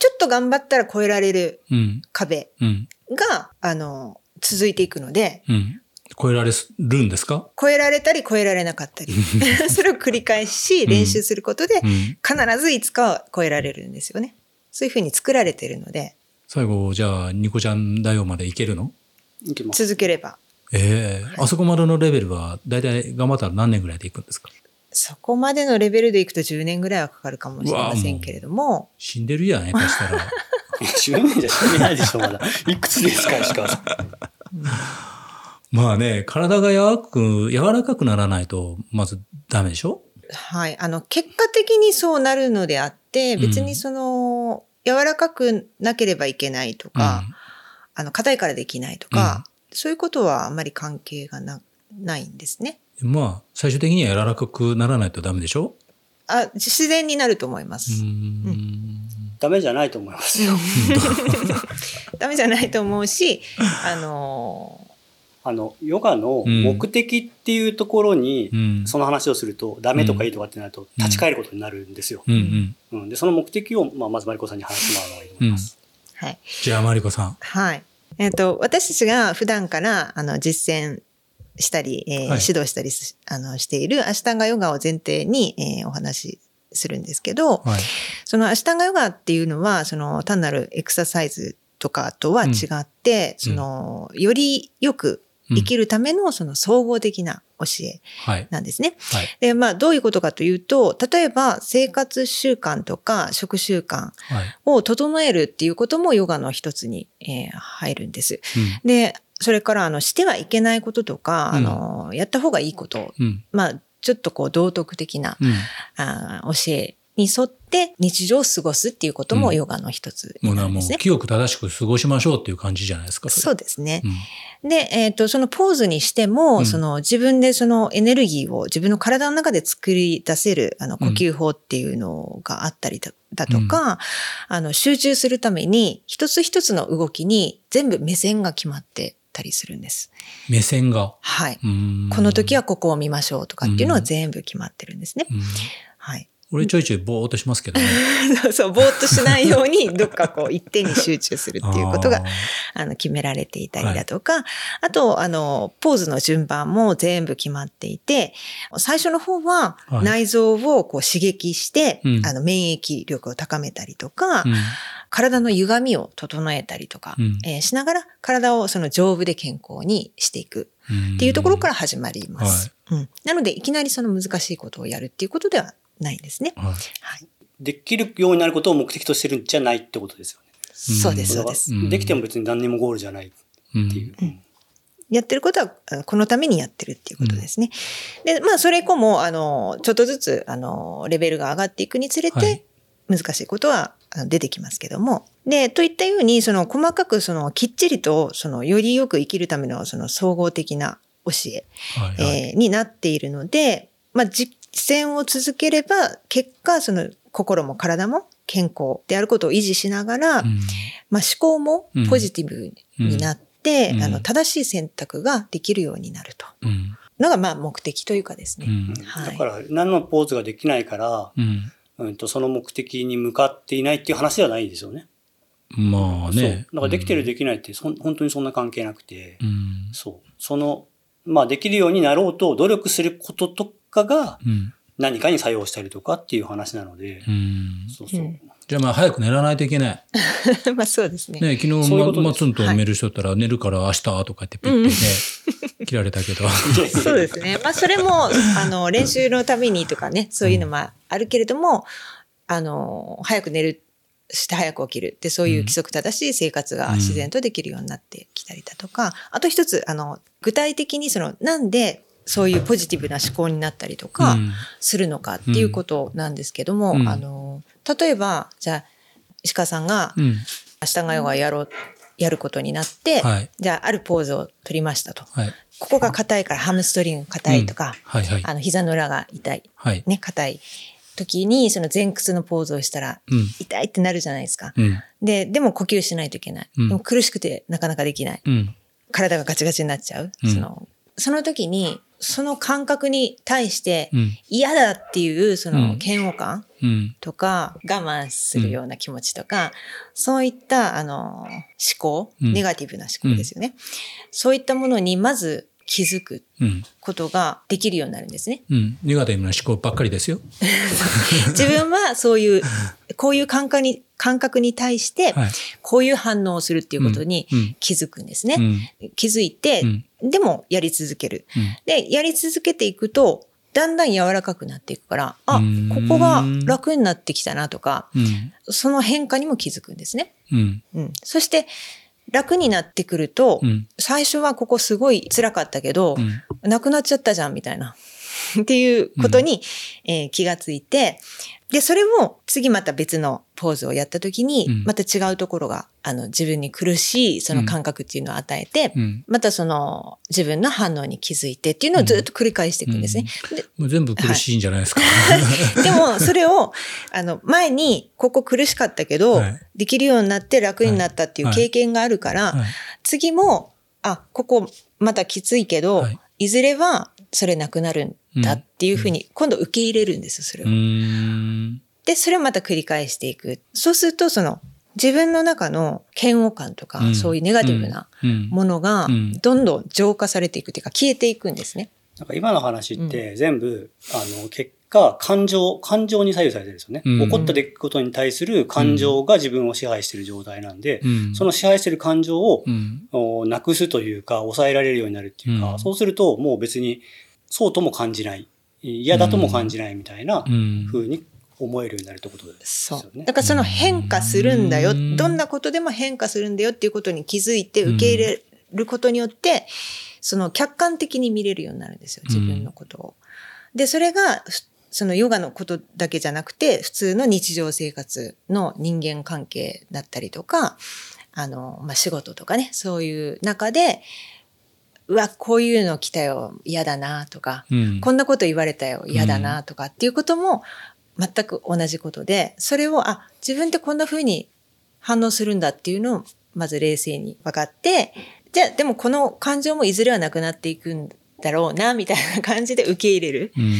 [SPEAKER 2] ちょっと頑張ったら超えられる
[SPEAKER 1] うんうん
[SPEAKER 2] 壁
[SPEAKER 1] うん
[SPEAKER 2] が、あの、続いていくので、
[SPEAKER 1] うん超えられるんですか、
[SPEAKER 2] 超えられたり超えられな かったり、 それを繰り返し練習することで
[SPEAKER 1] う、ん、
[SPEAKER 2] 必ずいつかは超えられるんですよね。そういうふうに作られてるので、
[SPEAKER 1] 最後じゃあニコちゃんだよまでいけるの
[SPEAKER 3] いきます。
[SPEAKER 2] 続ければ。
[SPEAKER 1] ええあそこまでのレベルは大体頑張ったら何年ぐらいでいくんですか
[SPEAKER 2] そこまでのレベルでいくと10年ぐらいはかかるかもしれませんけれども、
[SPEAKER 1] 死んでるやん下手したら
[SPEAKER 3] 死ぬんじゃ死ねないでしょ、ま だ。いくつですか、石川さん。
[SPEAKER 1] まあね、体が柔らかく、柔らかくならないと、まずダメでしょ
[SPEAKER 2] はい。あの、結果的にそうなるのであって、
[SPEAKER 1] うん
[SPEAKER 2] 別にその、柔らかくなければいけないとか、あの、硬いからできないとか、そういうことはあまり関係がな、ないんですね。
[SPEAKER 1] うんまあ、最終的には柔らかくならないとダメでしょ
[SPEAKER 2] あ、自然になると思いま
[SPEAKER 1] うー
[SPEAKER 2] す。
[SPEAKER 1] ん。
[SPEAKER 3] ダメじゃないと思いますよ。
[SPEAKER 2] ダメじゃないと思うし、あの
[SPEAKER 3] あの、ヨガの目的っていうところに
[SPEAKER 1] う、ん。
[SPEAKER 3] その話をすると、ダメとかいいとかってなると、立ち返ることになるんですよ。
[SPEAKER 1] うんうん。
[SPEAKER 3] うん、で、その目的を、まあ、まずマリコさんに話してもらうのがいいと思います。
[SPEAKER 2] はい。
[SPEAKER 1] じゃあ、マリコさん。
[SPEAKER 2] はい。えっ、と、私たちが普段から、あの、実践したり、えー
[SPEAKER 1] はい
[SPEAKER 2] 指導したりすあの、しているアシュタンガヨガを前提に、えーお話しするんですけど、
[SPEAKER 1] はい。
[SPEAKER 2] そのアシュタンガヨガっていうのは、その単なるエクササイズとかとは違って、
[SPEAKER 1] うん
[SPEAKER 2] その、よりよく生きるためのその総合的な教え
[SPEAKER 1] はい。
[SPEAKER 2] なんですね。
[SPEAKER 1] はい。
[SPEAKER 2] で、まあどういうことかというと、例えば生活習慣とか食習慣
[SPEAKER 1] はい。
[SPEAKER 2] を整えるっていうこともヨガの一つに、えー入るんです。で、それからあのしてはいけないこととか、あの、やった方がいいこと、
[SPEAKER 1] うん。うん。
[SPEAKER 2] まあちょっとこう道徳的な
[SPEAKER 1] うん。
[SPEAKER 2] あー教えに沿って日常を過ごすっていうこと
[SPEAKER 1] う
[SPEAKER 2] も
[SPEAKER 1] ん
[SPEAKER 2] ヨガの一つ
[SPEAKER 1] もう
[SPEAKER 2] な
[SPEAKER 1] な、
[SPEAKER 2] ん
[SPEAKER 1] もう
[SPEAKER 2] ですね。
[SPEAKER 1] 清く正しく過ごしましょうっていう感じじゃないですか。。
[SPEAKER 2] そううですね
[SPEAKER 1] う。ん。
[SPEAKER 2] で、えっ、と、そのポーズにしても、
[SPEAKER 1] うん
[SPEAKER 2] その自分でそのエネルギーを自分の体の中で作り出せるあの
[SPEAKER 1] う
[SPEAKER 2] 呼
[SPEAKER 1] ん
[SPEAKER 2] 吸法っていうのがあったりだだとか、あの集中するために一つ一つの動きに全部目線が決まってたりするんです。
[SPEAKER 1] 目線が。
[SPEAKER 2] はい。こ
[SPEAKER 1] こ
[SPEAKER 2] の時は、ここを見ましょうとかっていうのは全部決まってるんですね。
[SPEAKER 1] うん、
[SPEAKER 2] はい。
[SPEAKER 1] 俺ちょいちょいぼーっとしますけどね。
[SPEAKER 2] そう、ぼーっとしないように、どっかこう、一点に集中す るっていうこと
[SPEAKER 1] あ
[SPEAKER 2] が
[SPEAKER 1] ー、
[SPEAKER 2] あの、決められていたりだとか、あと、あの、ポーズの順番も全部決まっていて、最初の方は
[SPEAKER 1] はい、
[SPEAKER 2] 内臓をこう刺激して、
[SPEAKER 1] うん
[SPEAKER 2] あの、免疫力を高めたりとか、
[SPEAKER 1] うん
[SPEAKER 2] 体の歪みを整えたりとか、
[SPEAKER 1] うん
[SPEAKER 2] えーしながら、体をその丈夫で健康にしていく
[SPEAKER 1] ん
[SPEAKER 2] っていうところから始まります。うんなので、いきなりその難しいことをやるっていうことではないんですね。
[SPEAKER 1] はい
[SPEAKER 2] はい。
[SPEAKER 3] できるようになることを目的としてるんじゃないってことですよね。
[SPEAKER 2] そうです、そうです。
[SPEAKER 1] うん
[SPEAKER 3] できても別に何にもゴールじゃないっ
[SPEAKER 1] うん
[SPEAKER 3] ていう。うん
[SPEAKER 2] やってることは、あのこのためにやってるっていうことですね。で、まあ、それ以降も、あの、ちょっとずつ、あの、レベルが上がっていくにつれて、
[SPEAKER 1] はい
[SPEAKER 2] 難しいことはあの出てきますけども。で、といったように、その、細かく、その、きっちりと、その、よりよく生きるための、その、総合的な教え、
[SPEAKER 1] はいはい
[SPEAKER 2] えーになっているので、まあ、実践を続ければ、結果、その、心も体も健康であることを維持しながら、
[SPEAKER 1] うん
[SPEAKER 2] まあ、思考もポジティブになって、
[SPEAKER 1] うんうん
[SPEAKER 2] あの正しい選択ができるようになると。
[SPEAKER 1] うん
[SPEAKER 2] のがまあ目的というかです
[SPEAKER 1] う
[SPEAKER 2] ね。
[SPEAKER 1] ん
[SPEAKER 2] はい
[SPEAKER 3] だから何のポーズができないから、
[SPEAKER 1] うん
[SPEAKER 3] うん、とその目的に向かっていないっていう話ではないですよね。
[SPEAKER 1] まあね。
[SPEAKER 3] そうだからできてるできないってそん本当にそんな関係なくて、
[SPEAKER 1] うん
[SPEAKER 3] そうそのまあできるようになろうと努力することとかが
[SPEAKER 1] うん
[SPEAKER 3] 何かに作用したりとかっていう話なので、
[SPEAKER 1] うん
[SPEAKER 3] そうそう、
[SPEAKER 2] うん
[SPEAKER 1] じゃあまあ早く寝らないといけない。
[SPEAKER 2] まあそうですね。
[SPEAKER 1] ね昨日
[SPEAKER 3] そういうこと
[SPEAKER 1] ま
[SPEAKER 3] です
[SPEAKER 1] まつんとメールしとったら寝るから明日とかってピッてね、切られたけど。
[SPEAKER 2] そうですね。まあそれも、あの、練習のためにとかね、そういうのもあるけれども、あの、早く寝る、して早く起きるって、そういう規則正しい生活が自然とできるようになってきたりだとか、あと一つ、あの、具体的にその、なんで、そういうポジティブな思考になったりとか、
[SPEAKER 1] うん
[SPEAKER 2] するのかっていうことなんですけども、
[SPEAKER 1] うん
[SPEAKER 2] あの例えばじゃあ石川さんが
[SPEAKER 1] うん
[SPEAKER 2] 「明日がヨガやろう」やることになって、
[SPEAKER 1] はい
[SPEAKER 2] じゃああるポーズを取りましたと
[SPEAKER 1] はい。
[SPEAKER 2] ここが硬いからハムストリングが硬いとか、
[SPEAKER 1] はいはい。
[SPEAKER 2] あの膝の裏が痛い
[SPEAKER 1] はい。
[SPEAKER 2] ね硬い時にその前屈のポーズをしたら
[SPEAKER 1] うん
[SPEAKER 2] 痛いってなるじゃないですか。
[SPEAKER 1] うん
[SPEAKER 2] ででも呼吸しないといけない、
[SPEAKER 1] うん
[SPEAKER 2] でも苦しくてなかなかできない
[SPEAKER 1] うん
[SPEAKER 2] 体がガチガチになっちゃう、
[SPEAKER 1] うん
[SPEAKER 2] そのその時にその感覚に対して
[SPEAKER 1] うん
[SPEAKER 2] 嫌だっていうその
[SPEAKER 1] うん
[SPEAKER 2] 嫌悪感
[SPEAKER 1] うん
[SPEAKER 2] とか、我慢するような気持ちとか、そういったあの思考、
[SPEAKER 1] うん
[SPEAKER 2] ネガティブな思考ですよね、そういったものにまず気づく
[SPEAKER 1] うん
[SPEAKER 2] ことができるようになるんですね
[SPEAKER 1] うんネガティブな思考ばっかりですよ。
[SPEAKER 2] 自分はそ ういうこういう感覚に感覚に対して
[SPEAKER 1] はい。
[SPEAKER 2] こういう反応をするっていうことに
[SPEAKER 1] うん
[SPEAKER 2] 気づくんです
[SPEAKER 1] う
[SPEAKER 2] ね、
[SPEAKER 1] ん
[SPEAKER 2] 気づいて
[SPEAKER 1] う、ん
[SPEAKER 2] でもやり続ける
[SPEAKER 1] うん
[SPEAKER 2] で、やり続けていくと、だんだん柔らかくなっていくから、あ、
[SPEAKER 1] う
[SPEAKER 2] こ
[SPEAKER 1] ーん
[SPEAKER 2] こが楽になってきたなとか、
[SPEAKER 1] うん
[SPEAKER 2] その変化にも気づくんですね。
[SPEAKER 1] うん
[SPEAKER 2] うん。そして、楽になってくると、
[SPEAKER 1] うん
[SPEAKER 2] 最初はここすごい辛かったけど
[SPEAKER 1] う、ん
[SPEAKER 2] なくなっちゃったじゃん、みたいな。 っていうことに、えー気がついて、で、それを次また別のポーズをやった時に、
[SPEAKER 1] うん
[SPEAKER 2] また違うところが、あの、自分に苦しい、その感覚っていうのを与えて、
[SPEAKER 1] うん
[SPEAKER 2] またその自分の反応に気づいてっていうのをずっと繰り返していくんですね。で
[SPEAKER 1] もう全部苦しいんじゃないですか。
[SPEAKER 2] でもそれをあの前にここ苦しかったけど、
[SPEAKER 1] はい
[SPEAKER 2] できるようになって楽になったっていう
[SPEAKER 1] はい
[SPEAKER 2] 経験があるから、
[SPEAKER 1] はい
[SPEAKER 2] 次もあここまたきついけど、
[SPEAKER 1] はい
[SPEAKER 2] い、ずれはそれなくなるんだっていうふうに今度受け入れるんですよそれを。
[SPEAKER 1] うーん
[SPEAKER 2] でそれをまた繰り返していく。そうするとその自分の中の嫌悪感とか、
[SPEAKER 1] ん
[SPEAKER 2] そういうネガティブな
[SPEAKER 1] うんうん
[SPEAKER 2] ものが
[SPEAKER 1] うん
[SPEAKER 2] どんどん浄化されていくというか消えていくんですね。
[SPEAKER 3] なんか今の話って全部、あの結が感情、感情に左右されてるんですよね。
[SPEAKER 1] うん
[SPEAKER 3] 起こった出来事に対する感情が自分を支配してる状態なんで、
[SPEAKER 1] うん
[SPEAKER 3] その支配してる感情を
[SPEAKER 1] うん
[SPEAKER 3] おなくすというか、抑えられるようになるっていうか、
[SPEAKER 1] うん
[SPEAKER 3] そうするともう別にそうとも感じない、嫌だとも感じないみたいな
[SPEAKER 1] うん
[SPEAKER 3] 風に思えるようになるってことです
[SPEAKER 2] そ
[SPEAKER 3] よ
[SPEAKER 2] う。
[SPEAKER 3] ね
[SPEAKER 2] だ。からその変化するんだよ。
[SPEAKER 1] うん
[SPEAKER 2] どんなことでも変化するんだよっていうことに気づいて受け入れることによって、その客観的に見れるようになるんですよ。自分のことを。で、それが、ふそのヨガのことだけじゃなくて、普通の日常生活の人間関係だったりとか、あの、まあ、仕事とかね、そういう中で、うわ、こういうの来たよ、嫌だなとか、
[SPEAKER 1] うん
[SPEAKER 2] こんなこと言われたよ、嫌だなとかっていうことも全く同じことで、それを、あ、自分ってこんな風に反応するんだっていうのを、まず冷静に分かって、じゃあでもこの感情もいずれはなくなっていくんだろうな、みたいな感じで受け入れる。
[SPEAKER 1] うん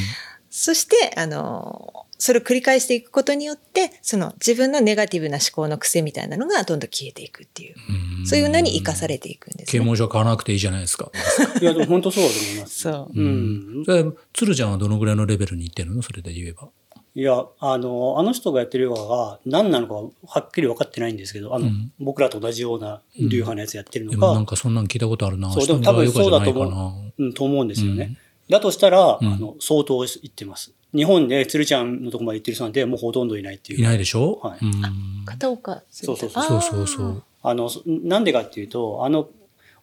[SPEAKER 2] そして、あの、それを繰り返していくことによって、その自分のネガティブな思考の癖みたいなのがどんどん消えていくっていう、
[SPEAKER 1] ん
[SPEAKER 2] そういうのに生かされていくんです
[SPEAKER 1] 啓
[SPEAKER 2] ね。
[SPEAKER 1] 蒙書買わなくていいじゃないですか。
[SPEAKER 3] いや、でも本当そうだと思います。
[SPEAKER 2] そう。
[SPEAKER 3] うん。
[SPEAKER 1] それ鶴ちゃんはどのぐらいのレベルにいってるのそれで言えば。
[SPEAKER 3] いや、あの、あの人がやってるヨガが何なのかはっきり分かってないんですけど、あの、
[SPEAKER 1] うん
[SPEAKER 3] 僕らと同じような流派のやつやってる
[SPEAKER 1] で
[SPEAKER 3] の
[SPEAKER 1] も
[SPEAKER 3] か、
[SPEAKER 1] なんかそんなん聞いたことあるな。
[SPEAKER 3] そう
[SPEAKER 1] 人に
[SPEAKER 3] でも多分
[SPEAKER 1] よくじゃない
[SPEAKER 3] そうだと
[SPEAKER 1] かな
[SPEAKER 3] うん、と思うんですよね。だとしたら、
[SPEAKER 1] うん
[SPEAKER 3] あの、相当言ってます。日本で鶴ちゃんのとこまで行ってる人なんてもうほとんどいないっていう。
[SPEAKER 1] いないでしょ、
[SPEAKER 3] はい
[SPEAKER 1] うん
[SPEAKER 2] 片岡鶴太
[SPEAKER 3] そうそう
[SPEAKER 1] そうそうそう。
[SPEAKER 3] あの、そなんでかっていうと、あの、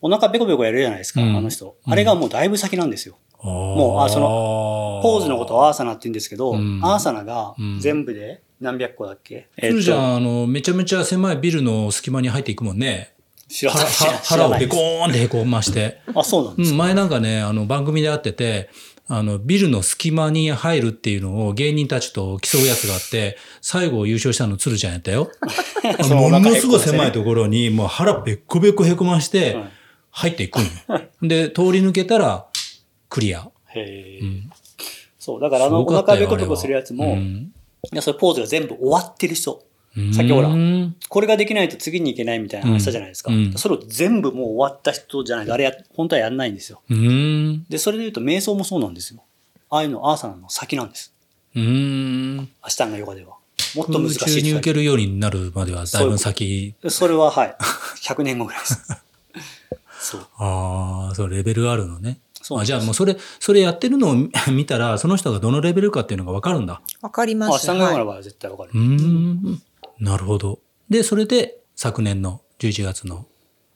[SPEAKER 3] お腹ペコペコやるじゃないですか、
[SPEAKER 1] うん
[SPEAKER 3] あの人。
[SPEAKER 1] うん
[SPEAKER 3] あれがもうだいぶ先なんですよ。
[SPEAKER 1] も
[SPEAKER 3] あそ
[SPEAKER 1] の
[SPEAKER 3] ポーズのことをアーサナって言うんですけど、
[SPEAKER 1] うん
[SPEAKER 3] アーサナが
[SPEAKER 1] うん
[SPEAKER 3] 全部で何百個だっけ、えっ
[SPEAKER 1] 鶴
[SPEAKER 3] と
[SPEAKER 1] ちゃん、あの、めちゃめちゃ狭いビルの隙間に入っていくもんね。
[SPEAKER 3] 知ら
[SPEAKER 1] は
[SPEAKER 3] ない。
[SPEAKER 1] は
[SPEAKER 3] 知らない
[SPEAKER 1] 腹を
[SPEAKER 3] 知
[SPEAKER 1] ペ
[SPEAKER 3] ら
[SPEAKER 1] コ
[SPEAKER 3] ない
[SPEAKER 1] ーンってへこまして。
[SPEAKER 3] あ、そうなん
[SPEAKER 1] う
[SPEAKER 3] です
[SPEAKER 1] ん、
[SPEAKER 3] か。
[SPEAKER 1] 前なんかね、あの、番組で会ってて、あの、ビルの隙間に入るっていうのを芸人たちと競うやつがあって、最後優勝したの鶴ちゃんやった よ。あ
[SPEAKER 3] そ
[SPEAKER 1] の
[SPEAKER 3] う
[SPEAKER 1] も
[SPEAKER 3] お腹へこませね
[SPEAKER 1] のすごい狭いところに、もう腹べっこべっこへこまして
[SPEAKER 3] うん、
[SPEAKER 1] 入っていくんよ。 で、通り抜けたら、クリア。
[SPEAKER 3] へえ、
[SPEAKER 1] ん
[SPEAKER 3] そう、だからあの、
[SPEAKER 1] す
[SPEAKER 3] お
[SPEAKER 1] ごかった
[SPEAKER 3] 腹
[SPEAKER 1] よ
[SPEAKER 3] ペコペコするやつ
[SPEAKER 1] あれ
[SPEAKER 3] も、
[SPEAKER 1] は
[SPEAKER 3] いや、それポーズが全部終わってる人。
[SPEAKER 1] うん
[SPEAKER 3] 先ほら
[SPEAKER 1] うん
[SPEAKER 3] これができないと次に行けないみたいな話したじゃないですか。
[SPEAKER 1] うんうん
[SPEAKER 3] それを全部もう終わった人じゃないと、あれや、本当はやんないんですよ。
[SPEAKER 1] うん。
[SPEAKER 3] で、それで言うと瞑想もそうなんですよ。ああいうの、アーサナの先なんです。
[SPEAKER 1] うん。
[SPEAKER 3] アシタンガヨガでは。もっと難
[SPEAKER 1] 空中に
[SPEAKER 3] しいって書
[SPEAKER 1] 受
[SPEAKER 3] いて
[SPEAKER 1] けるようになるまではだいぶ先。
[SPEAKER 3] あるそれははい。100年後ぐらいです。 そう。
[SPEAKER 1] ああ、そう、レベルあるのね。
[SPEAKER 3] そう
[SPEAKER 1] あじゃあもうそれ、それやってるのを見たら、その人がどのレベルかっていうのがわかるんだ。
[SPEAKER 2] わかりま
[SPEAKER 3] まあ、アシ
[SPEAKER 2] す。
[SPEAKER 3] タンガヨガ
[SPEAKER 2] はい
[SPEAKER 3] の場合は絶対わかる。
[SPEAKER 1] うーん。なるほど。で、それで昨年の11月の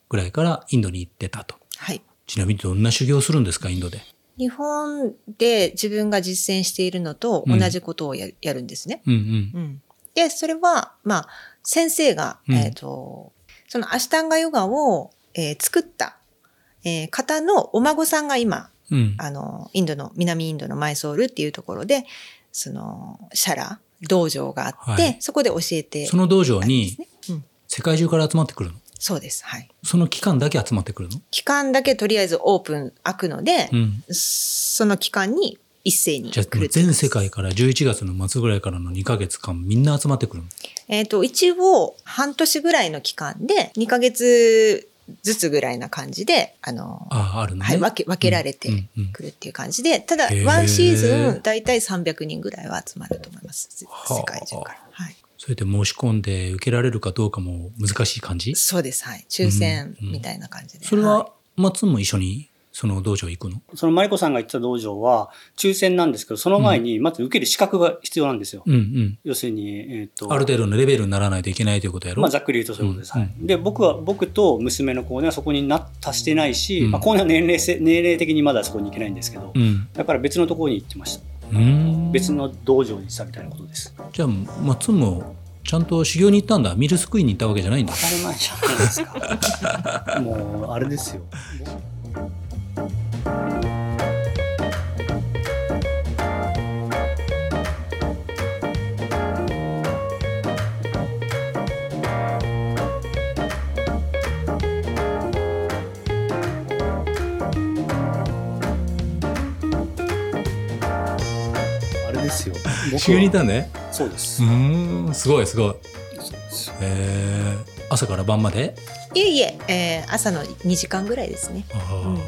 [SPEAKER 1] ぐらいからインドに行ってたと。
[SPEAKER 2] はい。
[SPEAKER 1] ちなみにどんな修行するんですか、インドで。
[SPEAKER 2] 日本で自分が実践しているのと同じことをや,、やるんですね。
[SPEAKER 1] うんうん。
[SPEAKER 2] うん、で、それは、まあ、先生が、
[SPEAKER 1] うん
[SPEAKER 2] えっ、と、そのアシタンガヨガを、えー作った、えー方のお孫さんが今、
[SPEAKER 1] うん。
[SPEAKER 2] あの、インドの、南インドのマイソールっていうところで、その、シャラ、道場があって、
[SPEAKER 1] はい
[SPEAKER 2] そこで教えて
[SPEAKER 1] その道場
[SPEAKER 2] たんです
[SPEAKER 1] に
[SPEAKER 2] ね、うん。
[SPEAKER 1] 世界中から集まってくるの
[SPEAKER 2] そうです。はい。
[SPEAKER 1] その期間だけ集まってくるの
[SPEAKER 2] 期間だけとりあえずオープン開くので、
[SPEAKER 1] うん。
[SPEAKER 2] その期間に一斉に
[SPEAKER 1] じゃ
[SPEAKER 2] 来
[SPEAKER 1] あも
[SPEAKER 2] る
[SPEAKER 1] う
[SPEAKER 2] っていう
[SPEAKER 1] 全世界から11月の末ぐらいからの2ヶ月間みんな集まってくるの
[SPEAKER 2] えっ、と、一応、半年ぐらいの期間で、2ヶ月ずつぐらいな感じで、あの、
[SPEAKER 1] ああ、あるのね。
[SPEAKER 2] はい、分け、分けられ
[SPEAKER 1] う
[SPEAKER 2] て
[SPEAKER 1] んうんうん
[SPEAKER 2] くるっていう感じで、ただ
[SPEAKER 1] へー、
[SPEAKER 2] ワンシーズン、だいたい300人ぐらいは集まると思います。世
[SPEAKER 1] はあ
[SPEAKER 2] 界中から。はい。
[SPEAKER 1] それで申し込んで受けられるかどうかも難しい感じ
[SPEAKER 2] そうです。はい。抽選みたいな感じで。
[SPEAKER 1] それ
[SPEAKER 2] はい
[SPEAKER 1] は松も一緒にその道場行くの
[SPEAKER 3] そのマリコさんが言ってた道場は、抽選なんですけど、その前に、まず受ける資格が必要なんですよ。
[SPEAKER 1] うんうん。
[SPEAKER 3] 要するに、えっ、と。
[SPEAKER 1] ある程度のレベルにならないといけないということやろ、
[SPEAKER 3] まあ、ざっくり言うとそういうことです。
[SPEAKER 1] うん
[SPEAKER 3] はいで、僕は、僕と娘のコーネはそこにな達してないし、
[SPEAKER 1] うん
[SPEAKER 3] まあ、コーネは年齢せ、年齢的にまだそこに行けないんですけど、
[SPEAKER 1] うん。
[SPEAKER 3] だから別のところに行ってました。
[SPEAKER 1] うん。
[SPEAKER 3] 別の道場にしたみたいなことです。当
[SPEAKER 1] じゃあ松もちゃんと修行に行ったんだ。ミルスクイーンに行ったわけじゃないんだ。
[SPEAKER 3] たり前じゃないですか。もう、あれですよ。あれですよ。僕
[SPEAKER 1] 修行に行っ
[SPEAKER 3] は
[SPEAKER 1] たんだね。
[SPEAKER 3] そうです
[SPEAKER 1] う。ーん。すごいすごい。
[SPEAKER 3] そうです
[SPEAKER 1] えー、朝から晩まで
[SPEAKER 2] いえいえ、えー朝の2時間ぐらいですね。
[SPEAKER 1] あー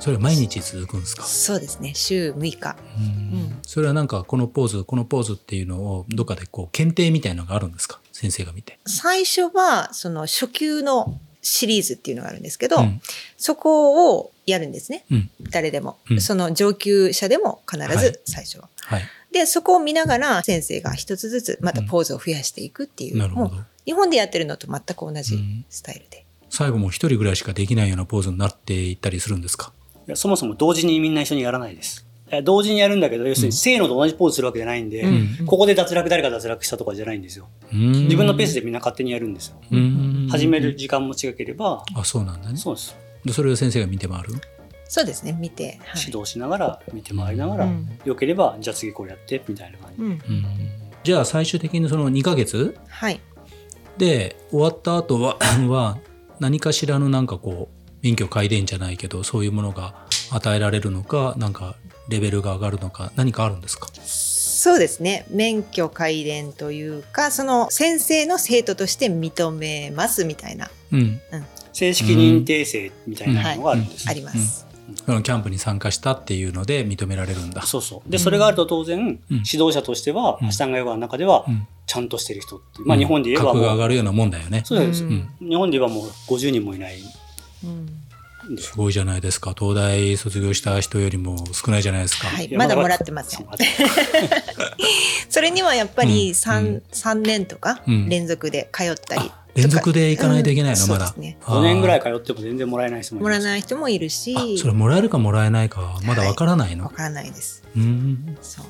[SPEAKER 1] それは毎日続くんですか、
[SPEAKER 2] そうですね週6日
[SPEAKER 1] うん
[SPEAKER 2] うん
[SPEAKER 1] それはなんかこのポーズこのポーズっていうのをどっかでこう検定みたいのがあるんですか先生が見て。
[SPEAKER 2] 最初はその初級のシリーズっていうのがあるんですけど、
[SPEAKER 1] うん
[SPEAKER 2] そこをやるんですね
[SPEAKER 1] うん
[SPEAKER 2] 誰でも、
[SPEAKER 1] うん
[SPEAKER 2] その上級者でも必
[SPEAKER 1] はい
[SPEAKER 2] ず最初は、
[SPEAKER 1] はい、
[SPEAKER 2] でそこを見ながら先生が一つずつまたポーズを増やしていくっていう、
[SPEAKER 1] なるほ
[SPEAKER 2] もう
[SPEAKER 1] ど
[SPEAKER 2] 日本でやってるのと全く同
[SPEAKER 1] う
[SPEAKER 2] じ
[SPEAKER 1] ん
[SPEAKER 2] スタイルで、
[SPEAKER 1] 最後も一人ぐらいしかできないようなポーズになっていったりするんですか
[SPEAKER 3] いやそもそも同時にみんな一緒にやらないです。いや同時にやるんだけど、要するにせーのと同じポーズするわけじゃないんで、
[SPEAKER 1] ん
[SPEAKER 3] ここで脱落、誰か脱落したとかじゃないんですよ。
[SPEAKER 1] 自
[SPEAKER 3] 自分のペースでみんな勝手にやるんですよ。始める時間も違ければ、
[SPEAKER 1] あそうなんだね
[SPEAKER 3] そうです。
[SPEAKER 1] でそれを先生が見て回る
[SPEAKER 2] そうですね見て、はい
[SPEAKER 3] 指導しながら、見て回りながら、
[SPEAKER 2] うん
[SPEAKER 3] 良ければ、じゃあ次これやって、みたいな感じ。
[SPEAKER 2] うん
[SPEAKER 1] うんじゃあ最終的にその2ヶ月
[SPEAKER 2] はい、
[SPEAKER 1] で終わった後は は何かしらのなんかこう免許改伝じゃないけどそういうものが与えられるのかなんかレベルが上がるのか何かあるんですか
[SPEAKER 2] そうですね免許改伝というかその先生の生徒として認めますみたいな
[SPEAKER 1] うん
[SPEAKER 3] 正式認定生みたいなのがあるんです。
[SPEAKER 2] あります、
[SPEAKER 1] そのキャンプに参加したっていうので認められるんだ
[SPEAKER 3] そうそう。で、それがあると当然、指導者としては、
[SPEAKER 1] うん
[SPEAKER 3] 資産がヨガの中では
[SPEAKER 1] うん、
[SPEAKER 3] ちゃんとしてる人っていう。まあ、日本で言えば
[SPEAKER 1] 格が上
[SPEAKER 3] もう、
[SPEAKER 1] がるようなもんだよね
[SPEAKER 3] そうです。
[SPEAKER 2] う
[SPEAKER 1] うんん
[SPEAKER 3] 日本で言えばもう50人もいない
[SPEAKER 2] うん
[SPEAKER 3] んです
[SPEAKER 1] ごいじゃないですか東大卒業した人よりも少ないじゃないですか、、
[SPEAKER 2] はいい、まだもらってません。それにはやっぱり
[SPEAKER 1] う
[SPEAKER 2] 3,
[SPEAKER 1] ん
[SPEAKER 2] 三年とか
[SPEAKER 1] うん
[SPEAKER 2] 連続で通ったりとか、
[SPEAKER 1] あ連続で行かないといけないの
[SPEAKER 2] うん
[SPEAKER 1] まだ
[SPEAKER 2] そうですね
[SPEAKER 3] 5年ぐらい
[SPEAKER 1] か
[SPEAKER 3] 通っても全然もらえない人もい
[SPEAKER 2] もらえ
[SPEAKER 3] い
[SPEAKER 2] ない人もいるし
[SPEAKER 1] あそれもらえるかもらえないかはまだわからないの、
[SPEAKER 2] わからないです
[SPEAKER 1] うん
[SPEAKER 2] そう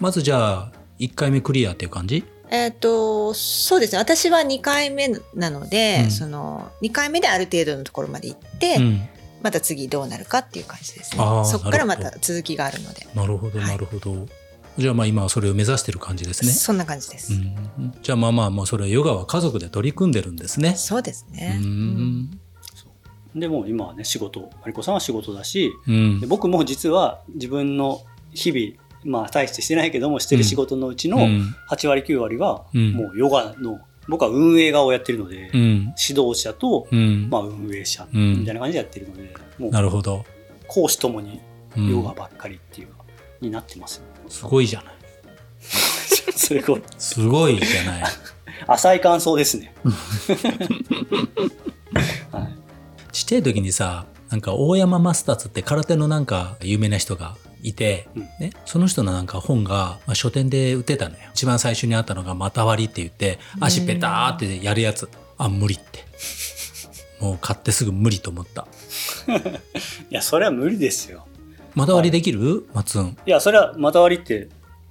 [SPEAKER 1] まずじゃあ1回目クリアっていう感じ
[SPEAKER 2] えっ、とそうですね私は2回目なので、
[SPEAKER 1] うん
[SPEAKER 2] その2回目である程度のところまで行って、
[SPEAKER 1] うん
[SPEAKER 2] また次どうなるかっていう感じですね
[SPEAKER 1] あー
[SPEAKER 2] そこから
[SPEAKER 1] な
[SPEAKER 2] ま
[SPEAKER 1] るほど
[SPEAKER 2] た続きがあるので
[SPEAKER 1] なるほど
[SPEAKER 2] はい
[SPEAKER 1] なるほど、じゃあまあ今はそれを目指してる感じですね
[SPEAKER 2] そんな感じです、
[SPEAKER 1] うんじゃあまあまあもうそれはヨガは家族で取り組んでるんですね
[SPEAKER 2] そうです
[SPEAKER 1] う
[SPEAKER 2] ね、
[SPEAKER 1] ん
[SPEAKER 3] でもう今はね仕事マリコさんは仕事だし
[SPEAKER 1] うん
[SPEAKER 3] で僕も実は自分の日々まあ大してしてないけどもしてる仕事のうちの
[SPEAKER 1] うん
[SPEAKER 3] 8割9割は
[SPEAKER 1] うん
[SPEAKER 3] もうヨガの僕は運営側をやってるので、
[SPEAKER 1] うん
[SPEAKER 3] 指導者と、
[SPEAKER 1] うん
[SPEAKER 3] まあ、運営者
[SPEAKER 1] うん
[SPEAKER 3] みたいな感じでやってるので、も
[SPEAKER 1] な
[SPEAKER 3] う
[SPEAKER 1] るほど、
[SPEAKER 3] 講師ともに
[SPEAKER 1] うん
[SPEAKER 3] ヨガばっかりっていうかになって ます、
[SPEAKER 1] すごいじゃない
[SPEAKER 3] すごい
[SPEAKER 1] すごいじゃない
[SPEAKER 3] 浅い感想ですね、はい
[SPEAKER 1] ちっちゃい時にさなんか大山マスターズって空手のなんか有名な人がいて、
[SPEAKER 3] うん
[SPEAKER 1] ね、その人のなんか本が、まあ、書店で売ってたのよ一番最初にあったのが「股割り」って言って足ペターってやるやつあ無理ってもう買ってすぐ無理と思った
[SPEAKER 3] いやそれは無理ですよ
[SPEAKER 1] 股割りできる松ん
[SPEAKER 3] いやそれは股割りって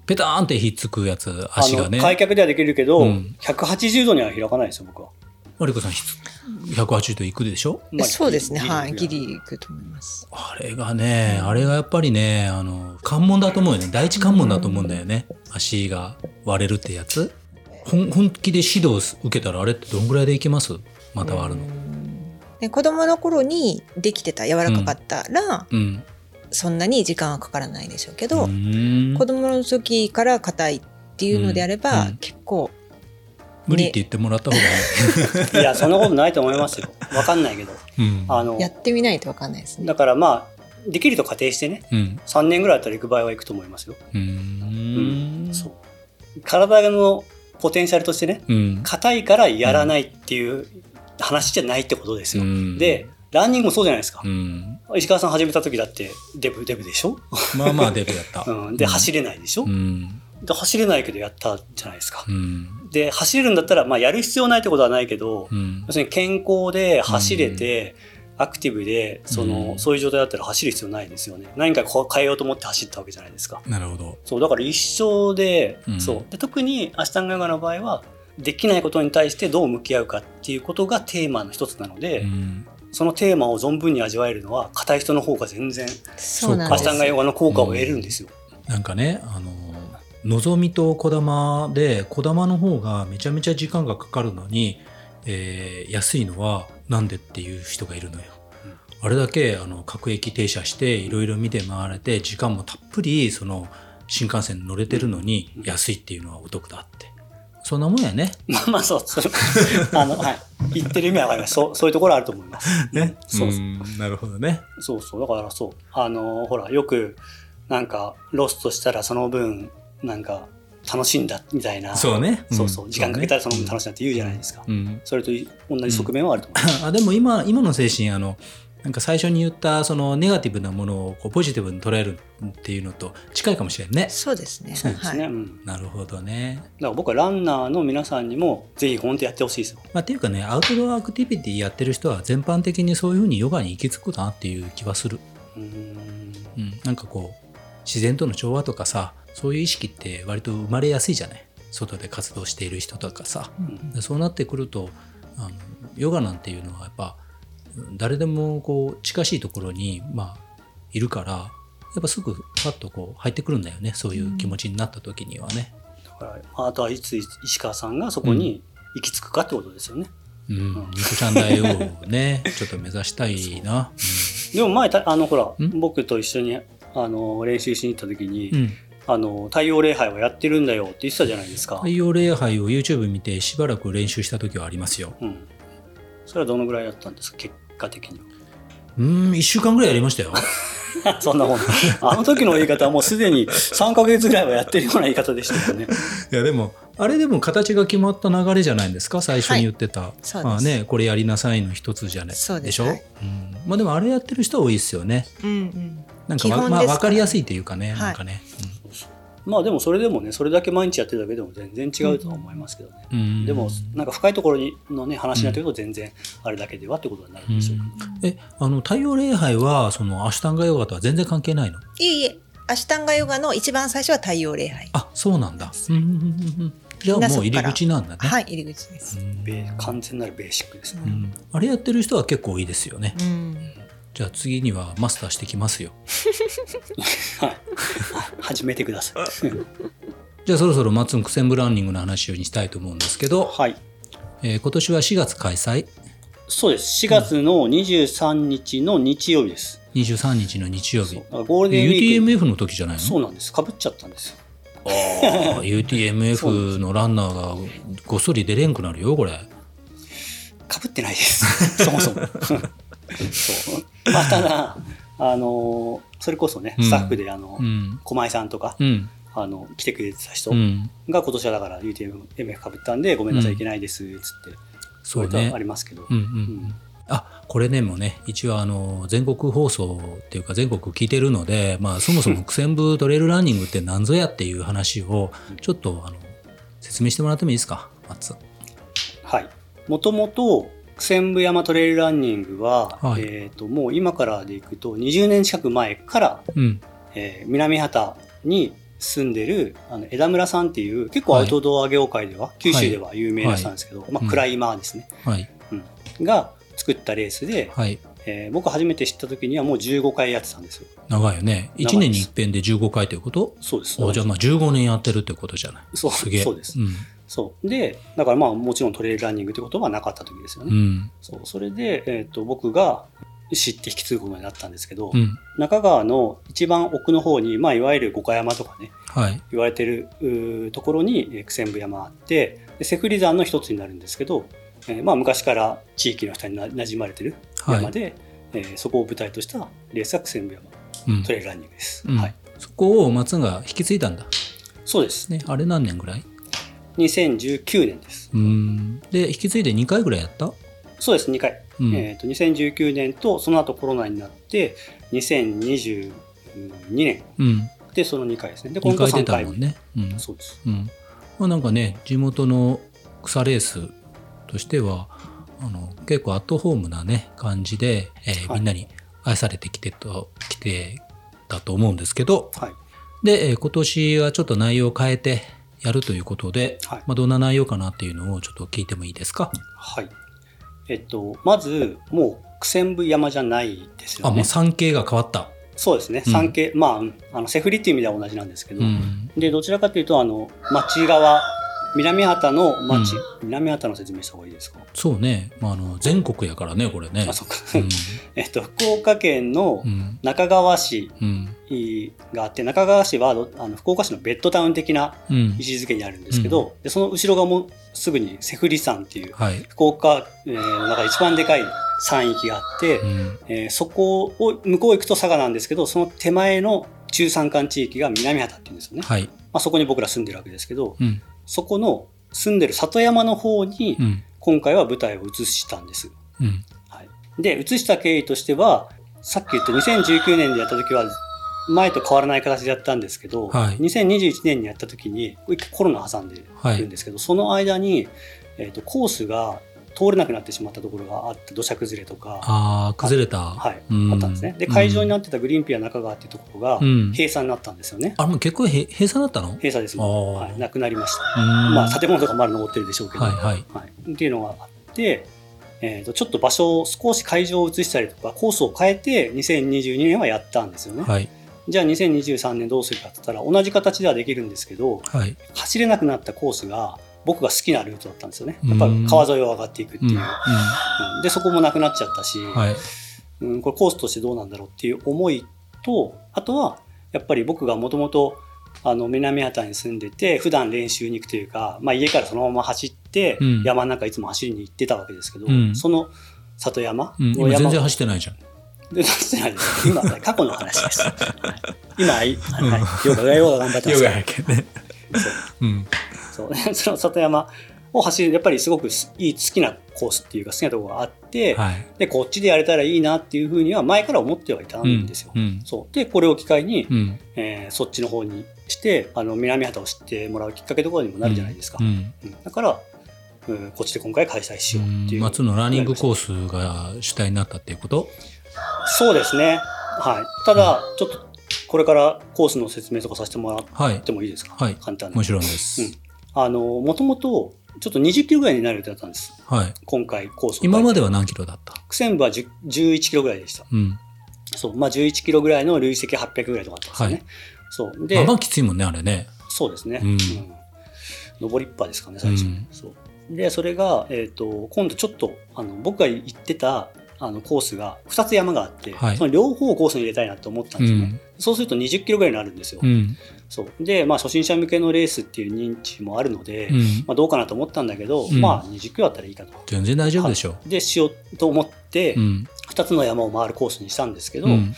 [SPEAKER 1] ペターンってひっつくやつ足がね
[SPEAKER 3] あの開脚ではできるけど、
[SPEAKER 1] うん
[SPEAKER 3] 180度には開かないですよ僕は、
[SPEAKER 1] マリコさんひつ180度いくでしょ
[SPEAKER 3] まあ
[SPEAKER 2] そうですねはいギ
[SPEAKER 3] い
[SPEAKER 2] リいくと思います
[SPEAKER 1] あれがねあれがやっぱりねあの関門だと思うよね第一関門だと思うんだよね足が割れるってやつほん本気で指導す受けたらあれってどんぐらいでいけますまた割るの
[SPEAKER 2] で子供の頃にできてた柔らかかったら、
[SPEAKER 1] うん
[SPEAKER 2] そんなに時間はかからないでしょうけ
[SPEAKER 1] う
[SPEAKER 2] ど、
[SPEAKER 1] ーん
[SPEAKER 2] 子供の時から硬いっていうのであれば、
[SPEAKER 1] うんうん
[SPEAKER 2] 結構
[SPEAKER 1] 無理って言ってもらった方がい
[SPEAKER 3] やいやそんなことないと思いま すよわかんないけど
[SPEAKER 1] い、うん
[SPEAKER 3] あの
[SPEAKER 2] やってみないとわかんないですね
[SPEAKER 3] だ。からまあできると仮定してね
[SPEAKER 1] うん
[SPEAKER 3] 3年ぐらいだったら行く場合は行くと思いますよ、
[SPEAKER 1] うーん
[SPEAKER 3] そう体のポテンシャルとしてね
[SPEAKER 1] うん
[SPEAKER 3] 硬いからやらないっていう話じゃないってことですよ、
[SPEAKER 1] うん
[SPEAKER 3] でランニングもそうじゃないですか
[SPEAKER 1] う、ん
[SPEAKER 3] 石川さん始めた時だってデブデブでしょ、
[SPEAKER 1] まあまあデブだった、
[SPEAKER 3] うん、で走れないでしょ、
[SPEAKER 1] うん
[SPEAKER 3] で走れないけどやったじゃないですか、
[SPEAKER 1] うん
[SPEAKER 3] で走れるんだったら、まあ、やる必要ないってことはないけど、
[SPEAKER 1] うん
[SPEAKER 3] 要するに健康で走れて、アクティブでその、
[SPEAKER 1] うん
[SPEAKER 3] そういう状態だったら走る必要ないですよね何かこう変えようと思って走ったわけじゃないですか
[SPEAKER 1] なるほど
[SPEAKER 3] そうだから一生で,、
[SPEAKER 1] うん
[SPEAKER 3] そうで特にアシタンガヨガの場合はできないことに対してどう向き合うかっていうことがテーマの一つなので、
[SPEAKER 1] うん
[SPEAKER 3] そのテーマを存分に味わえるのは硬い人の方が全然
[SPEAKER 2] そうなん
[SPEAKER 1] か
[SPEAKER 3] ア
[SPEAKER 2] で
[SPEAKER 3] シ
[SPEAKER 2] す
[SPEAKER 3] タンガヨガの効果を得るんですよ、
[SPEAKER 1] なんかね、あの、のぞみとこだまで、こだまの方がめちゃめちゃ時間がかかるのに、えー安いのはなんでっていう人がいるのよ。あれだけ、あの、各駅停車して、いろいろ見て回れて、時間もたっぷり、その、新幹線に乗れてるのに
[SPEAKER 3] うん、
[SPEAKER 1] 安いっていうのはお得だって。そんなもんや ね。
[SPEAKER 3] まあまあそう、そうあの、はい。言ってる意味はわかります。そう、そういうところあると思います。
[SPEAKER 1] ね。
[SPEAKER 3] そうそ
[SPEAKER 1] んなるほどね。
[SPEAKER 3] そうそう。だからそう。あの、ほら、よく、なんか、ロストしたらその分、なんか、楽しんだみたいな。
[SPEAKER 1] そうね。ん
[SPEAKER 3] そうそう。時間かけたらその分楽しんだって言うじゃないですか。
[SPEAKER 1] うん。
[SPEAKER 3] それとい同じ側面はあると思いま す。
[SPEAKER 1] あでも今今の精神あのなんか最初に言ったそのネガティブなものをこうポジティブに捉えるっていうのと近いかもしれんね。
[SPEAKER 2] そうですね。
[SPEAKER 3] そうですね。
[SPEAKER 2] はい。
[SPEAKER 3] うん。だ
[SPEAKER 1] なるほどね。
[SPEAKER 3] から僕はランナーの皆さんにも、ぜひ本当やってほしいですよ。
[SPEAKER 1] まあ、っていうかねアウトドアアクティビティやってる人は全般的にそういうふうにヨガに行き着くなっていう気はする。
[SPEAKER 3] うーん。
[SPEAKER 1] うん、なんかこう自然との調和とかさそういう意識って割と生まれやすいじゃない外で活動している人とかさ。
[SPEAKER 2] うん
[SPEAKER 1] でそうなってくるとあのヨガなんていうのはやっぱうん誰でもこう近しいところに、まあ、いるからやっぱすぐパッとこう入ってくるんだよねそういう気持ちになった時にはね。
[SPEAKER 3] だから、まああとはいつ石川さんがそこに行き着くかってことですよね。
[SPEAKER 1] うん、
[SPEAKER 3] ん
[SPEAKER 1] 肉ちゃん大王を ねちょっと目指したいな。
[SPEAKER 3] でも前、たあの、ほら、
[SPEAKER 1] ん
[SPEAKER 3] 僕と一緒に、あの、練習しに行った時に、
[SPEAKER 1] うんうん
[SPEAKER 3] あの、太陽礼拝はやってるんだよって言ってたじゃないですか
[SPEAKER 1] 太。陽礼拝を YouTube 見てしばらく練習した時はありますよ。
[SPEAKER 3] うん。それはどのぐらいやったんですか、結果的に
[SPEAKER 1] うん1週間ぐらいやりましたよ。
[SPEAKER 3] は。 そんなもん。あの時の言い方はもうすでに3ヶ月ぐらいはやってるような言い方でしたよね。
[SPEAKER 1] いやでもあれでも形が決まった流れじゃないですか最初に言ってた、
[SPEAKER 2] そうです
[SPEAKER 1] まあね、これやりなさいの一つじゃない
[SPEAKER 2] そうです
[SPEAKER 1] しょ、
[SPEAKER 2] はい
[SPEAKER 1] うん、まあでもあれやってる人多いですよね
[SPEAKER 2] うんうん。
[SPEAKER 1] なんかわ
[SPEAKER 2] 基本
[SPEAKER 1] まあ、
[SPEAKER 2] ですから
[SPEAKER 1] 分かりやすいというかね、
[SPEAKER 2] はい
[SPEAKER 1] なんかね、
[SPEAKER 3] まあでもそれでもね、それだけ毎日やってるだけでも全然違うとは思いますけどね。
[SPEAKER 1] うんうん
[SPEAKER 3] でも、なんか深いところにのね、話になってくると全然あれだけではってことになる
[SPEAKER 1] うん
[SPEAKER 3] でしょうけど。
[SPEAKER 1] んえあの太陽礼拝はそのアシュタンガヨガとは全然関係ないの
[SPEAKER 2] いえいえ、アシュタンガヨガの一番最初は太陽礼拝。
[SPEAKER 1] あそうなんだ、うんうんうんうん、じゃあ
[SPEAKER 2] みんな
[SPEAKER 1] も
[SPEAKER 2] そうっ
[SPEAKER 1] 入
[SPEAKER 2] か
[SPEAKER 1] り
[SPEAKER 2] ら
[SPEAKER 1] 口なんだね、
[SPEAKER 2] はい、入り口です。
[SPEAKER 3] ベー完全なるベーシックですね。
[SPEAKER 1] うん、あれやってる人は結構多いですよね、
[SPEAKER 2] うん。
[SPEAKER 1] じゃあ次にはマスターしてきますよ
[SPEAKER 3] はい。始めてくだ さい。
[SPEAKER 1] じゃあそろそろマッツンクセンブランニングの話にしたいと思うんですけど、
[SPEAKER 3] はい。
[SPEAKER 1] えー今年は4月開催
[SPEAKER 3] そうです。4月の23日の日曜日です。
[SPEAKER 1] 23日の日曜日
[SPEAKER 3] だからゴールデンウィークに。
[SPEAKER 1] UTMF の時じゃないの
[SPEAKER 3] そうなんです。かぶっちゃったんですよ。
[SPEAKER 1] あー UTMF のランナーがごっそり出れんくなるよこれ
[SPEAKER 3] かぶってないです。 そもそも。そう。まあ、ただ、あの、それこそね、
[SPEAKER 1] うん
[SPEAKER 3] スタッフで、あの
[SPEAKER 1] う、ん
[SPEAKER 3] 駒井さんとか、
[SPEAKER 1] うん
[SPEAKER 3] あの、来てくれてた人
[SPEAKER 1] う
[SPEAKER 3] が
[SPEAKER 1] ん
[SPEAKER 3] 今年はだから UTMF かぶったんで、ごめんなさい、いけないです、つって、
[SPEAKER 1] そ
[SPEAKER 3] そうういう
[SPEAKER 1] ね
[SPEAKER 3] とありますけど
[SPEAKER 1] うん。う
[SPEAKER 3] うんん
[SPEAKER 1] あこれねもうね一応あの全国放送っていうか全国聞いてるので、まあ、そも そも苦戦部トレイルランニングって何ぞやっていう話をちょっとあの説明してもらってもいいですかマッツン
[SPEAKER 3] はい。もともと、九千部山トレイルランニングは、
[SPEAKER 1] はい
[SPEAKER 3] えっ、と、もう今からでいくと、20年近く前から、
[SPEAKER 1] うん
[SPEAKER 3] えー南畑に住んでるあの枝村さんっていう結構アウトドア業界では、九州では有名な人なんですけど、ま
[SPEAKER 1] うん
[SPEAKER 3] あ、クライマーですね、
[SPEAKER 1] はい
[SPEAKER 3] が作ったレースで、
[SPEAKER 1] はい
[SPEAKER 3] えー僕初めて知った時にはもう15回やってたんですよ
[SPEAKER 1] 長いよね
[SPEAKER 3] 長いです
[SPEAKER 1] 1年に一遍で15回ということ
[SPEAKER 3] そうです
[SPEAKER 1] おじゃあまあ15年やってるってことじゃない
[SPEAKER 3] そう
[SPEAKER 1] すげえ
[SPEAKER 3] そうです、
[SPEAKER 1] ん
[SPEAKER 3] そうでだからまあもちろんトレイルランニングってことはなかった時ですよね、
[SPEAKER 1] うん
[SPEAKER 3] そうそれで、えー、と僕が知って引き継ぐことになったんですけど、
[SPEAKER 1] うん
[SPEAKER 3] 中川の一番奥の方に、まあ、いわゆる五箇山とかね
[SPEAKER 1] はい
[SPEAKER 3] 言われてるうーところにえー九千部山あってでセフリ山の一つになるんですけど、えーまあ、昔から地域の人にな馴染まれてる
[SPEAKER 1] はい
[SPEAKER 3] 山で、えーそこを舞台としたレースが九千部山
[SPEAKER 1] うん
[SPEAKER 3] トレイルランニングです、
[SPEAKER 1] うん
[SPEAKER 3] はい、
[SPEAKER 1] そこを松が引き継いだんだ、
[SPEAKER 3] そうです
[SPEAKER 1] ね、あれ何年ぐらい
[SPEAKER 3] 2019年です
[SPEAKER 1] うんで引き継いで2回ぐらいやった
[SPEAKER 3] そうです2回、
[SPEAKER 1] うん
[SPEAKER 3] えー、と2019年とその後コロナになって2022年
[SPEAKER 1] うん
[SPEAKER 3] でその2回ですねで今
[SPEAKER 1] 2
[SPEAKER 3] 度
[SPEAKER 1] 回出
[SPEAKER 3] 3
[SPEAKER 1] た
[SPEAKER 3] 回目
[SPEAKER 1] もんねうん、
[SPEAKER 3] そうです
[SPEAKER 1] うんまあ、なんかね地元の草レースとしてはあの結構アットホームなね感じで、えー
[SPEAKER 3] はい
[SPEAKER 1] みんなに愛されてきてときてだと思うんですけど
[SPEAKER 3] はい
[SPEAKER 1] で、えー今年はちょっと内容を変えてやるということで、
[SPEAKER 3] はい
[SPEAKER 1] まあ、どんな内容かなっていうのをちょっと聞いてもいいですか、
[SPEAKER 3] はいえっとまずもう九千部山じゃないですよ
[SPEAKER 1] あ
[SPEAKER 3] ね
[SPEAKER 1] もう産経が変わった
[SPEAKER 3] そうですね、
[SPEAKER 1] うん
[SPEAKER 3] 産経、まあうん、あのセフリっていう意味では同じなんですけど、
[SPEAKER 1] うん
[SPEAKER 3] でどちらかというとあの町側南畑の町、南畑の説明した方がいいですか、
[SPEAKER 1] そうね、まあ、あの全国やからねこれね
[SPEAKER 3] あそっか、
[SPEAKER 1] うん
[SPEAKER 3] えっと福岡県の
[SPEAKER 1] うん
[SPEAKER 3] 中川市
[SPEAKER 1] うん
[SPEAKER 3] があって中川市はどあの福岡市のベッドタウン的な
[SPEAKER 1] うん
[SPEAKER 3] 位置づけにあるんですけど、でその後ろがもうすぐにセフリ山っていう
[SPEAKER 1] はい、
[SPEAKER 3] 福岡えーの中で一番でかい山域があって、
[SPEAKER 1] うん
[SPEAKER 3] えーそこを向こう行くと佐賀なんですけどその手前の中山間地域が南畑っていうんですよね、
[SPEAKER 1] はい、
[SPEAKER 3] まあ、そこに僕ら住んでるわけですけど
[SPEAKER 1] うん
[SPEAKER 3] そこの住んでる里山の方に
[SPEAKER 1] うん
[SPEAKER 3] 今回は舞台を移したんです。
[SPEAKER 1] うん
[SPEAKER 3] はい、で移した経緯としてはさっき言った2019年でやった時は前と変わらない形でやったんですけど、
[SPEAKER 1] はい
[SPEAKER 3] 2021年にやった時に一回コロナ挟んで
[SPEAKER 1] はい
[SPEAKER 3] るんですけど、その間に、えー、とコースが通れなくなってしまったところがあって土砂崩れとか。
[SPEAKER 1] ああ崩れた、
[SPEAKER 3] はい、
[SPEAKER 1] うん
[SPEAKER 3] あったんですね。で、会場にな
[SPEAKER 1] っ
[SPEAKER 3] ってたグリーンピア中川っていうところが
[SPEAKER 1] うん
[SPEAKER 3] 閉鎖になったんですよね。
[SPEAKER 1] あれも結構へ閉鎖だったの
[SPEAKER 3] 閉鎖です
[SPEAKER 1] あ
[SPEAKER 3] も
[SPEAKER 1] ー
[SPEAKER 3] ん。はい、なくなりました。
[SPEAKER 1] ま
[SPEAKER 3] まあ、建物とかまだ残ってるでしょうけど、
[SPEAKER 1] はいはい
[SPEAKER 3] はい、っていうのがあって、えー、とちょっと場所を少し会場を移したりとかコースを変えて2022年はやったんですよね、
[SPEAKER 1] はい
[SPEAKER 3] じゃあ2023年どうするかって言ったら同じ形ではできるんですけど
[SPEAKER 1] はい
[SPEAKER 3] 走れなくなったコースが僕が好きなルートだったんですよね
[SPEAKER 1] うん
[SPEAKER 3] やっぱり川沿いを上がっていくって
[SPEAKER 1] う
[SPEAKER 3] い
[SPEAKER 1] んう
[SPEAKER 3] う、
[SPEAKER 1] ん
[SPEAKER 3] うんでそこもなくなっちゃったし、
[SPEAKER 1] はい
[SPEAKER 3] うん、これコースとしてどうなんだろうっていう思いとあとはやっぱり僕がもともとあの南畑に住んでて普段練習に行くというか、まあ、家からそのまま走って
[SPEAKER 1] うん
[SPEAKER 3] 山の中いつも走りに行ってたわけですけど、
[SPEAKER 1] うん
[SPEAKER 3] その里山
[SPEAKER 1] うん
[SPEAKER 3] の
[SPEAKER 1] 今
[SPEAKER 3] 山
[SPEAKER 1] 全然走 ってないじゃん
[SPEAKER 3] で走ってないです今過去の話 ですはい今はいはいヨガがヨガ頑張ってます
[SPEAKER 1] やけんね
[SPEAKER 3] そう
[SPEAKER 1] うん
[SPEAKER 3] そう その里山を走るやっぱりすごくいい好きなコースっていうか好きなところがあって、
[SPEAKER 1] はい
[SPEAKER 3] でこっちでやれたらいいなっていうふうには前から思ってはいたんですよ、
[SPEAKER 1] うん
[SPEAKER 3] そうでこれを機会に、
[SPEAKER 1] うん
[SPEAKER 3] えーそっちの方にしてあの南畑を知ってもらうきっかけとかにもなるじゃないですか、
[SPEAKER 1] う
[SPEAKER 3] うん
[SPEAKER 1] ん
[SPEAKER 3] だから、うん、こっちで今回開催しようっていう
[SPEAKER 1] 松のランニングコースが主体になったっていうこと
[SPEAKER 3] そうですねはいただちょっとこれからコースの説明とかさせてもらっ
[SPEAKER 1] はい
[SPEAKER 3] てもいいですか、
[SPEAKER 1] はい
[SPEAKER 3] 簡単に
[SPEAKER 1] もちろんです、
[SPEAKER 3] うんあのもともとちょっと20キロぐらいになる予定だったんです
[SPEAKER 1] はい
[SPEAKER 3] 今回コースを
[SPEAKER 1] 今ま
[SPEAKER 3] で
[SPEAKER 1] では何キロだった
[SPEAKER 3] 苦戦部は10 11キロぐらいでした
[SPEAKER 1] うん
[SPEAKER 3] そうまあ11キロぐらいの累積800ぐらいとかあったんですよね、そうで
[SPEAKER 1] まあきついもんねあれね
[SPEAKER 3] そうですね。
[SPEAKER 1] うん
[SPEAKER 3] うん上りっぱですかね、最初。
[SPEAKER 1] うん
[SPEAKER 3] そうで、それが、えっ、と、今度ちょっと、あの僕が行ってた、あのコースが2つ山があって、
[SPEAKER 1] はい
[SPEAKER 3] その両方をコースに入れたいなと思ったん
[SPEAKER 1] う
[SPEAKER 3] ですよね、
[SPEAKER 1] ん
[SPEAKER 3] そうすると20キロぐらいになるんですよ、
[SPEAKER 1] うん
[SPEAKER 3] そうでまあ初心者向けのレースっていう認知もあるので、
[SPEAKER 1] うん
[SPEAKER 3] まあ、どうかなと思ったんだけど、
[SPEAKER 1] うん
[SPEAKER 3] まあ20キロだったらいいかと
[SPEAKER 1] 全然大丈夫でしょ
[SPEAKER 3] でしようと思って、
[SPEAKER 1] ううん
[SPEAKER 3] 2つの山を回るコースにしたんですけど、
[SPEAKER 1] うん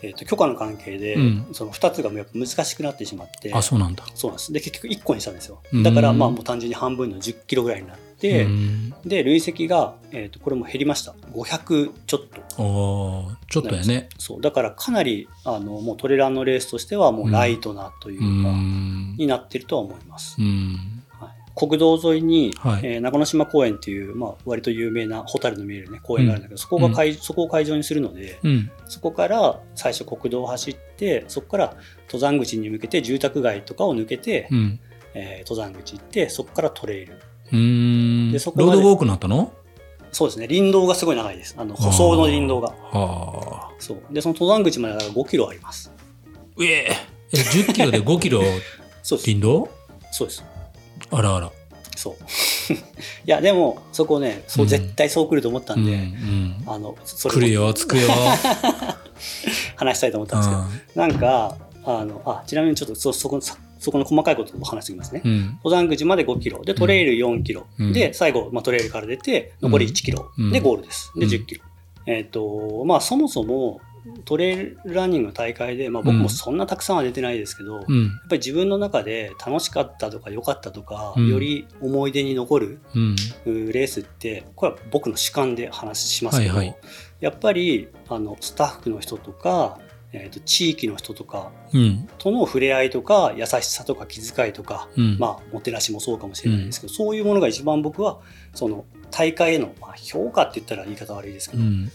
[SPEAKER 3] えー、と許可の関係で、
[SPEAKER 1] うん
[SPEAKER 3] その2つがやっぱ難しくなってしまって
[SPEAKER 1] あそうなんだ
[SPEAKER 3] そうなんです。で、結局1個にしたんですよ
[SPEAKER 1] うん。
[SPEAKER 3] だから、まあ、もう単純に半分の10キロぐらいになって、
[SPEAKER 1] うん
[SPEAKER 3] で、累積が、えっ、と、これも減りました。500ちょっと。
[SPEAKER 1] おーちょっとやね
[SPEAKER 3] そう。だから、かなり、あの、もうトレランのレースとしては、もうライトなという
[SPEAKER 1] う
[SPEAKER 3] か、
[SPEAKER 1] ん
[SPEAKER 3] になってるとは思います。
[SPEAKER 1] うん
[SPEAKER 3] はい、国道沿いに、
[SPEAKER 1] はい
[SPEAKER 3] えー中之島公園っていう、まあ、割と有名なホタルの見えるね、公園があるんだけど、そこが会、そこを会場にするので、
[SPEAKER 1] うん
[SPEAKER 3] そこから最初国道を走って、そこから登山口に向けて住宅街とかを抜けて、
[SPEAKER 1] うん
[SPEAKER 3] えー登山口行って、そこからトレイル。
[SPEAKER 1] うん
[SPEAKER 3] でそこ
[SPEAKER 1] ロ
[SPEAKER 3] ま
[SPEAKER 1] ー
[SPEAKER 3] で
[SPEAKER 1] ドウォークになったの
[SPEAKER 3] そうですね、林道がすごい長いです。あの舗装の林道が。
[SPEAKER 1] はあ
[SPEAKER 3] そうで、その登山口までだから5キロあります。
[SPEAKER 1] うええ10キロで5キロ
[SPEAKER 3] そうです。
[SPEAKER 1] 林道
[SPEAKER 3] そうです。
[SPEAKER 1] あらあら
[SPEAKER 3] そう。 いや、でも、そこね、そううん絶対そう来ると思った
[SPEAKER 1] うんんう
[SPEAKER 3] で、
[SPEAKER 1] ん
[SPEAKER 3] あの、そ
[SPEAKER 1] 来る
[SPEAKER 3] れも
[SPEAKER 1] よつくよ
[SPEAKER 3] 話したいと思ったんですけど、なんか、あの、あ、ちなみにちょっとそ、そこ、そそこの細かいことを話しておきますね。
[SPEAKER 1] うんうん
[SPEAKER 3] 登山口まで5キロ、で、トレイル4キロ、
[SPEAKER 1] うん
[SPEAKER 3] で、最後、まあ、トレイルから出て、残り1キロ、
[SPEAKER 1] うん
[SPEAKER 3] で、ゴールです。で、
[SPEAKER 1] うん
[SPEAKER 3] 10キロ。えっ、と、まあ、そもそも、トレイルランニングの大会で、まあ、僕もそんなたくさんは出てないですけど、
[SPEAKER 1] う
[SPEAKER 3] やっ
[SPEAKER 1] ん
[SPEAKER 3] ぱり自分の中で楽しかったとか良かったとか、
[SPEAKER 1] うん
[SPEAKER 3] より思い出に残る
[SPEAKER 1] うん
[SPEAKER 3] うーレースってこれは僕の主観で話しますけど、
[SPEAKER 1] はいはい
[SPEAKER 3] やっぱりあのスタッフの人とか、えー、と地域の人とか
[SPEAKER 1] うん
[SPEAKER 3] との触れ合いとか優しさとか気遣いとか、
[SPEAKER 1] うん
[SPEAKER 3] まあ、もてなしもそうかもしれないですけど、そういうものが一番僕はその大会への、まあ、評価って言ったら言い方悪いですけ
[SPEAKER 1] う
[SPEAKER 3] ど、
[SPEAKER 1] ん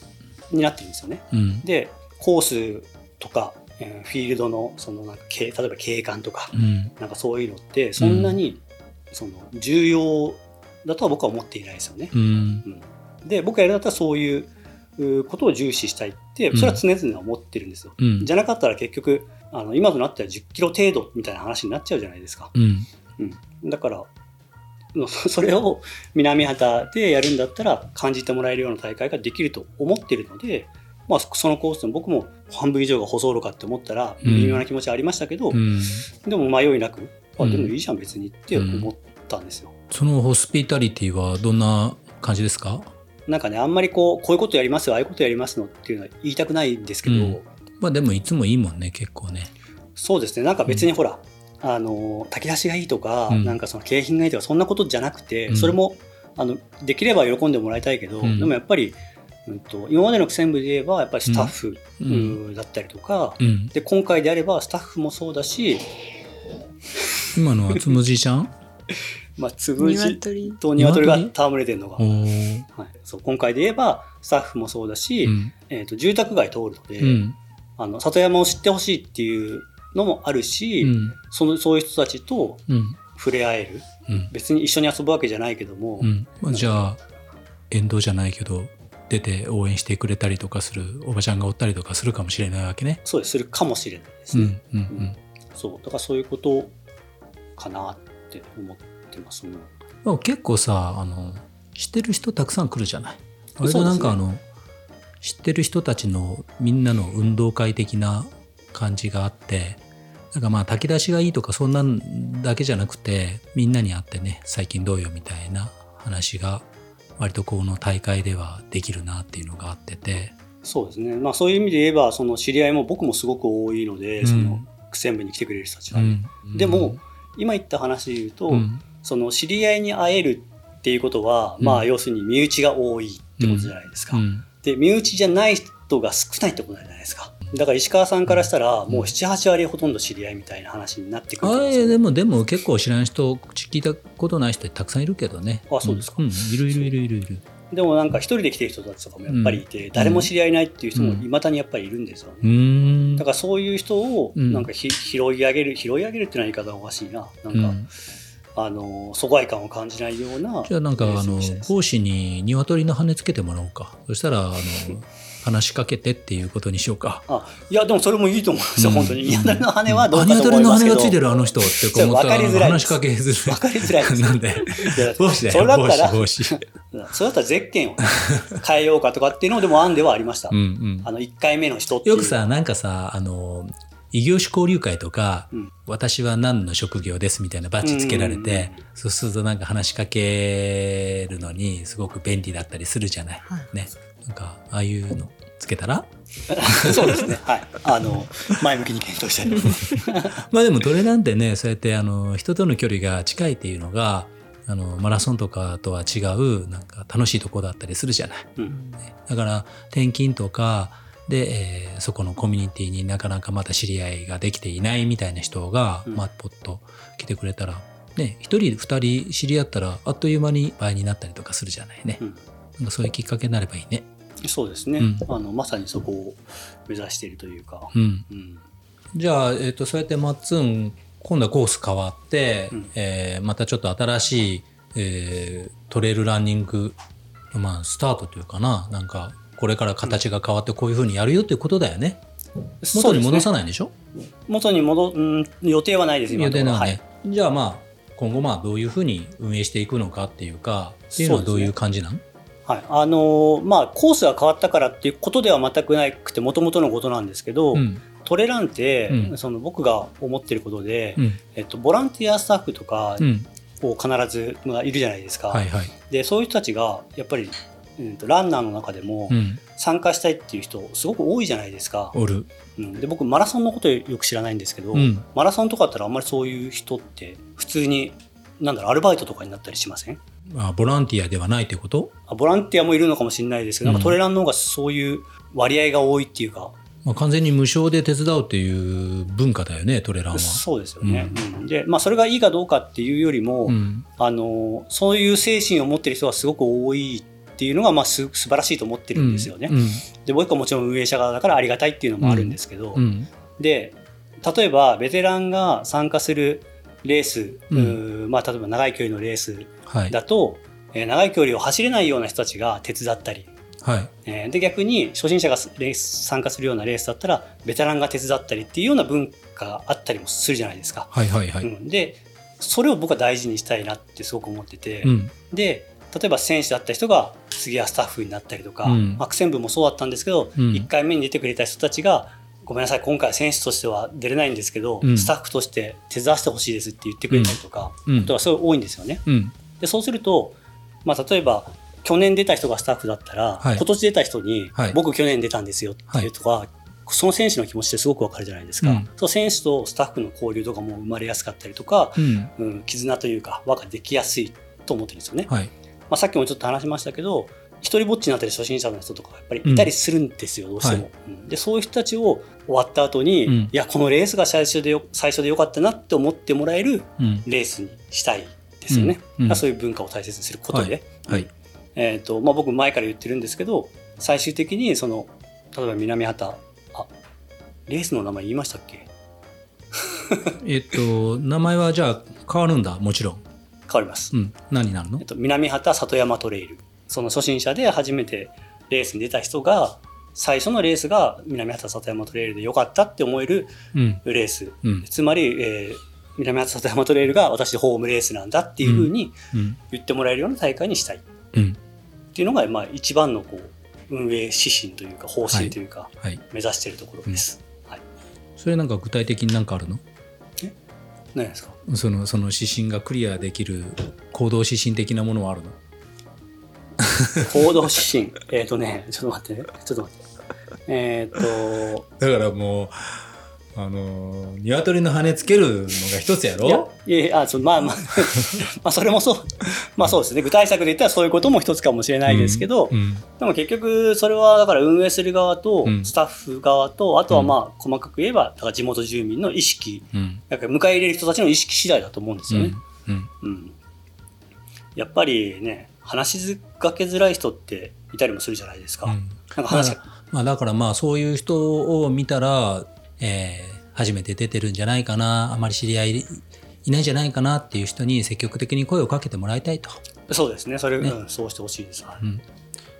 [SPEAKER 3] になってるんですよね。
[SPEAKER 1] うん
[SPEAKER 3] でコースとか、えーフィールドのそのなんかけ例えば景観とか、
[SPEAKER 1] うん
[SPEAKER 3] なんかそういうのってそんなに、その重要だとは僕は思っていないですよね。
[SPEAKER 1] うん
[SPEAKER 3] うんで僕がやるんだったらそういううことを重視したいってそれは常々思ってるんですよ。
[SPEAKER 1] うん
[SPEAKER 3] じゃなかったら結局あの今となっては10キロ程度みたいな話になっちゃうじゃないですか。
[SPEAKER 1] うん
[SPEAKER 3] うん、だからのそれを南畑でやるんだったら感じてもらえるような大会ができると思ってるので、まあ、そそのコースでも僕も半分以上が舗装路かって思ったら
[SPEAKER 1] うん
[SPEAKER 3] 微妙な気持ちありましたけど、
[SPEAKER 1] うん、
[SPEAKER 3] でも迷いなくあ
[SPEAKER 1] うん
[SPEAKER 3] でもいいじゃん別にって思ったんですよ。
[SPEAKER 1] そのホスピタリティはどんな感じですか
[SPEAKER 3] なんかねあんまりこうこういうことやりますよああいうことやりますのっていうのは言いたくないんですけど、
[SPEAKER 1] うんまあでもいつもいいもんね結構ね
[SPEAKER 3] そうですねなんか別にほら、あの炊き出しがいいとか、
[SPEAKER 1] うん
[SPEAKER 3] なんかその景品がいいとかそんなことじゃなくて、
[SPEAKER 1] うん
[SPEAKER 3] それもあのできれば喜んでもらいたいけど、
[SPEAKER 1] うん
[SPEAKER 3] でもやっぱり、うん、と今までの専務で言えばやっぱりスタッフ、
[SPEAKER 1] う
[SPEAKER 3] うんだったりとか、
[SPEAKER 1] うん
[SPEAKER 3] で今回であればスタッフもそうだし、
[SPEAKER 1] 今のはつむじちゃん
[SPEAKER 3] まあ、つぶじ
[SPEAKER 2] 鶏。
[SPEAKER 3] と鶏が戯れてるのが、
[SPEAKER 1] おー
[SPEAKER 3] はい、そう今回で言えばスタッフもそうだし、
[SPEAKER 1] うん
[SPEAKER 3] えー、と住宅街通るので、
[SPEAKER 1] うん
[SPEAKER 3] あの里山を知ってほしいっていうのもあるし、
[SPEAKER 1] うん
[SPEAKER 3] そのそういう人たちと
[SPEAKER 1] うん
[SPEAKER 3] 触れ合える
[SPEAKER 1] うん
[SPEAKER 3] 別に一緒に遊ぶわけじゃないけども、
[SPEAKER 1] うんまあ、じゃあ沿道じゃないけど出て応援してくれたりとかするおばちゃんがおったりとかするかもしれないわけね。
[SPEAKER 3] そうですするかもしれないです
[SPEAKER 1] う
[SPEAKER 3] ね、
[SPEAKER 1] んうんうん
[SPEAKER 3] そうだからそういうことかなって思ってますね
[SPEAKER 1] まあ、結構さあの知ってる人たくさん来るじゃない。割と
[SPEAKER 3] そう
[SPEAKER 1] な
[SPEAKER 3] です
[SPEAKER 1] ん
[SPEAKER 3] ね
[SPEAKER 1] かあの、知ってる人たちのみんなの運動会的な感じがあってなんかまあ炊き出しがいいとかそんなんだけじゃなくてみんなに会ってね最近どうよみたいな話が割とこの大会ではできるなっていうのがあってて。
[SPEAKER 3] そうですねまあそういう意味で言えばその知り合いも僕もすごく多いので、
[SPEAKER 1] うん
[SPEAKER 3] その苦戦部に来てくれる人たちが、
[SPEAKER 1] うん
[SPEAKER 3] でも今言った話で言うと、
[SPEAKER 1] うん
[SPEAKER 3] その知り合いに会えるっていうことは、
[SPEAKER 1] うん
[SPEAKER 3] まあ要するに身内が多いってことじゃないですか、
[SPEAKER 1] うん
[SPEAKER 3] で身内じゃない人が少ないってことじゃないですかだから石川さんからしたらもう78割ほとんど知り合いみたいな話になってくると
[SPEAKER 1] あ
[SPEAKER 3] 思うん
[SPEAKER 1] い
[SPEAKER 3] です
[SPEAKER 1] や
[SPEAKER 3] よ
[SPEAKER 1] でもでも結構知らん人口聞いたことない人たくさんいるけどね
[SPEAKER 3] あそうですか
[SPEAKER 1] んんいるいるいるいるいる
[SPEAKER 3] でもなんか一人で来てる人たちとかもやっぱりいて、誰も知り合いないっていう人もいまだにやっぱりいるんですよね、
[SPEAKER 1] うーん
[SPEAKER 3] だからそういう人を
[SPEAKER 1] うん
[SPEAKER 3] なんかひ、拾い上げる拾い上げるっていうのは言い方がおかしいななんか、
[SPEAKER 1] うん
[SPEAKER 3] あの疎外感を感じないような
[SPEAKER 1] じゃあなんかあの
[SPEAKER 3] レースにしたいです
[SPEAKER 1] 講師に鶏の羽つけてもらおうかそしたら あの話しかけてっていうことにしようか
[SPEAKER 3] あいやでもそれもいいと思うんですよ、
[SPEAKER 1] うん
[SPEAKER 3] 本当に鶏の羽はどうか
[SPEAKER 1] 何
[SPEAKER 3] と思
[SPEAKER 1] 鶏
[SPEAKER 3] い
[SPEAKER 1] の
[SPEAKER 3] ます
[SPEAKER 1] 羽
[SPEAKER 3] けど
[SPEAKER 1] がついてるあの人ってこう思ったら
[SPEAKER 3] ちょっと分かりづらいで
[SPEAKER 1] 話し
[SPEAKER 3] す
[SPEAKER 1] かけづら
[SPEAKER 3] 分かりづらいで
[SPEAKER 1] い
[SPEAKER 3] す
[SPEAKER 1] なんで
[SPEAKER 3] いやだって
[SPEAKER 1] 帽子だ
[SPEAKER 3] それ
[SPEAKER 1] よ
[SPEAKER 3] だ
[SPEAKER 1] 帽
[SPEAKER 3] ったら
[SPEAKER 1] 子帽子
[SPEAKER 3] それだったらゼッケ ンを変えようかとかっていうのでも案ではありました、
[SPEAKER 1] うんうん
[SPEAKER 3] あの1回目の人っていう
[SPEAKER 1] よくさなんかさあの異業種交流会とか、
[SPEAKER 3] うん
[SPEAKER 1] 私は何の職業ですみたいなバッジつけられて、そうするとなんか話しかけるのにすごく便利だったりするじゃない。
[SPEAKER 2] はい
[SPEAKER 1] ね。なんかああいうのつけたら
[SPEAKER 3] そうですねはい あの前向きに検討したいと思います
[SPEAKER 1] まあでもトレランってねそうやってあの人との距離が近いっていうのがあのマラソンとかとは違うなんか楽しいとこだったりするじゃない。
[SPEAKER 3] うん
[SPEAKER 1] だから転勤とかで、えーそこのコミュニティになかなかまた知り合いができていないみたいな人が、
[SPEAKER 3] うん
[SPEAKER 1] まあ、ポッと来てくれたら、ね、1人2人知り合ったらあっという間に倍になったりとかするじゃないね、
[SPEAKER 3] うん
[SPEAKER 1] なんかそういうきっかけになればいいね、
[SPEAKER 3] そうですね、
[SPEAKER 1] うん
[SPEAKER 3] あのまさにそこを目指しているというか、
[SPEAKER 1] うん、
[SPEAKER 3] うん
[SPEAKER 1] じゃあ、えー、とそうやってマッツン今度はコース変わって、
[SPEAKER 3] うん
[SPEAKER 1] えーまたちょっと新しい、えートレイルランニング、まあ、スタートというかななんかこれから形が変わってこういうふうにやるよっていうことだよね、元に戻さ
[SPEAKER 3] な
[SPEAKER 1] な
[SPEAKER 3] い
[SPEAKER 1] いんでしょ
[SPEAKER 3] 元に戻うん予定はないです今
[SPEAKER 1] 予
[SPEAKER 3] の
[SPEAKER 1] 定
[SPEAKER 3] ところ
[SPEAKER 1] なん
[SPEAKER 3] は
[SPEAKER 1] で、
[SPEAKER 3] い、
[SPEAKER 1] じゃあまあ今後まあどういうふうに運営していくのかっていうかっていうのはどういう感じなん
[SPEAKER 3] はい、あのーまあコースが変わったからっていうことでは全くなくてもともとのことなんですけど、
[SPEAKER 1] うん
[SPEAKER 3] トレランって、
[SPEAKER 1] うん
[SPEAKER 3] その僕が思ってることで、
[SPEAKER 1] うん
[SPEAKER 3] えっと、ボランティアスタッフとか
[SPEAKER 1] うん
[SPEAKER 3] を必ず、まあ、いるじゃないですか、
[SPEAKER 1] はいはい
[SPEAKER 3] でそういう人たちがやっぱり、うん、とランナーの中でも
[SPEAKER 1] うん
[SPEAKER 3] 参加したいっていう人すごく多いじゃないですか、
[SPEAKER 1] おる
[SPEAKER 3] うん、で僕マラソンのことよく知らないんですけど、
[SPEAKER 1] うん
[SPEAKER 3] マラソンとかだったらあんまりそういう人って普通になんだろうアルバイトとかになったりしません
[SPEAKER 1] まあボランティアではないってこと
[SPEAKER 3] あボランティアもいるのかもしれないですけど、なん
[SPEAKER 1] うん
[SPEAKER 3] かトレランの方がそういう割合が多いっていうか、
[SPEAKER 1] まあ完全に無償で手伝うっていう文化だよねトレランは
[SPEAKER 3] そうですよね、うんで、まあ、それがいいかどうかっていうよりも、
[SPEAKER 1] うん
[SPEAKER 3] あのそういう精神を持ってる人がすごく多いっていうのが、まあ、す素晴らしいと思ってるんですよね、
[SPEAKER 1] うん
[SPEAKER 3] で僕はもちろん運営者側だからありがたいっていうのもあるんですけど、
[SPEAKER 1] うん
[SPEAKER 3] で例えばベテランが参加するレース、
[SPEAKER 1] うん
[SPEAKER 3] うーまあ、例えば長い距離のレース
[SPEAKER 1] はい
[SPEAKER 3] だと、えー長い距離を走れないような人たちが手伝ったり、
[SPEAKER 1] はい
[SPEAKER 3] えーで逆に初心者がレース参加するようなレースだったらベテランが手伝ったりっていうような文化があったりもするじゃないですか。
[SPEAKER 1] はいはいは
[SPEAKER 3] う
[SPEAKER 1] い
[SPEAKER 3] ん、でそれを僕は大事にしたいなってすごく思ってて、
[SPEAKER 1] うん
[SPEAKER 3] で例えば選手だった人が次はスタッフになったりとか、
[SPEAKER 1] うん
[SPEAKER 3] まあ、苦戦部もそうだったんですけど、
[SPEAKER 1] うん
[SPEAKER 3] 1回目に出てくれた人たちがごめんなさい今回は選手としては出れないんですけど、
[SPEAKER 1] うん
[SPEAKER 3] スタッフとして手伝わせてほしいですって言ってくれたりとか、
[SPEAKER 1] うん
[SPEAKER 3] ことがすごい多いんですよね。
[SPEAKER 1] うん
[SPEAKER 3] でそうすると、まあ、例えば去年出た人がスタッフだったら、
[SPEAKER 1] はい
[SPEAKER 3] 今年出た人に、
[SPEAKER 1] はい
[SPEAKER 3] 僕去年出たんですよっていうとか、その選手の気持ちってすごくわかるじゃないですか、
[SPEAKER 1] うん
[SPEAKER 3] そう選手とスタッフの交流とかも生まれやすかったりとか、
[SPEAKER 1] うん
[SPEAKER 3] うん、絆というか輪ができやすいと思ってるんですよね、
[SPEAKER 1] はい
[SPEAKER 3] まあ、さっきもちょっと話しましたけど一人ぼっちになってる初心者の人とかやっぱりいたりするんですよ、どうしても、
[SPEAKER 1] は
[SPEAKER 3] うんでそういう人たちを終わった後に、
[SPEAKER 1] うん
[SPEAKER 3] いやこのレースが最初でよ最初でよかったなって思ってもらえる
[SPEAKER 1] うん
[SPEAKER 3] レースにしたいですよね、
[SPEAKER 1] うんうん
[SPEAKER 3] そういう文化を大切にすることで、
[SPEAKER 1] はい
[SPEAKER 3] えーとまあ、僕前から言ってるんですけど最終的にその例えば南畑あレースの名前言いましたっけ
[SPEAKER 1] えっと名前はじゃあ変わるんだもちろん
[SPEAKER 3] 変わります、
[SPEAKER 1] うん何になるの
[SPEAKER 3] えっと、南畑里山トレイルその初心者で初めてレースに出た人が最初のレースが南畑里山トレイルで良かったって思える
[SPEAKER 1] うん
[SPEAKER 3] レース
[SPEAKER 1] うん
[SPEAKER 3] つまり、えー南畑里山トレイルが私ホームレースなんだっていうふうに
[SPEAKER 1] うん
[SPEAKER 3] 言ってもらえるような大会にしたい
[SPEAKER 1] うん
[SPEAKER 3] っていうのが、まあ、一番のこう運営指針というか方針というか、
[SPEAKER 1] はい
[SPEAKER 3] 目指しているところです。はい、
[SPEAKER 1] それなんか具体的になんかあるの
[SPEAKER 3] 何ですか
[SPEAKER 1] そのその指針がクリアできる行動指針的なものはあるの
[SPEAKER 3] 行動指針えっとねちょっと待ってねちょっと待ってえっ、と
[SPEAKER 1] だからもうあの鶏の羽つけるのが一つや
[SPEAKER 3] いやいやいやあちょま あまあまあそれもそうまあそうですね具体策で言ったらそういうことも一つかもしれないですけど、
[SPEAKER 1] うん
[SPEAKER 3] でも結局それはだから運営する側と
[SPEAKER 1] うん
[SPEAKER 3] スタッフ側とあとはまあ細かく言えばだから地元住民の意識
[SPEAKER 1] うん
[SPEAKER 3] なんか迎え入れる人たちの意識次第だと思うんです
[SPEAKER 1] う
[SPEAKER 3] よね。
[SPEAKER 1] んうん
[SPEAKER 3] うん、やっぱりね話しかけづらい人っていたりもするじゃないですか、
[SPEAKER 1] う
[SPEAKER 3] なん
[SPEAKER 1] ん
[SPEAKER 3] か話し
[SPEAKER 1] まあまあだからまあそういう人を見たら、えー初めて出てるんじゃないかなあまり知り合いいないんじゃないかなっていう人に積極的に声をかけてもらいたいと、
[SPEAKER 3] そうですねそれ、
[SPEAKER 1] ね
[SPEAKER 3] うん、そうしてほしいです、は
[SPEAKER 1] う
[SPEAKER 3] い
[SPEAKER 1] ん、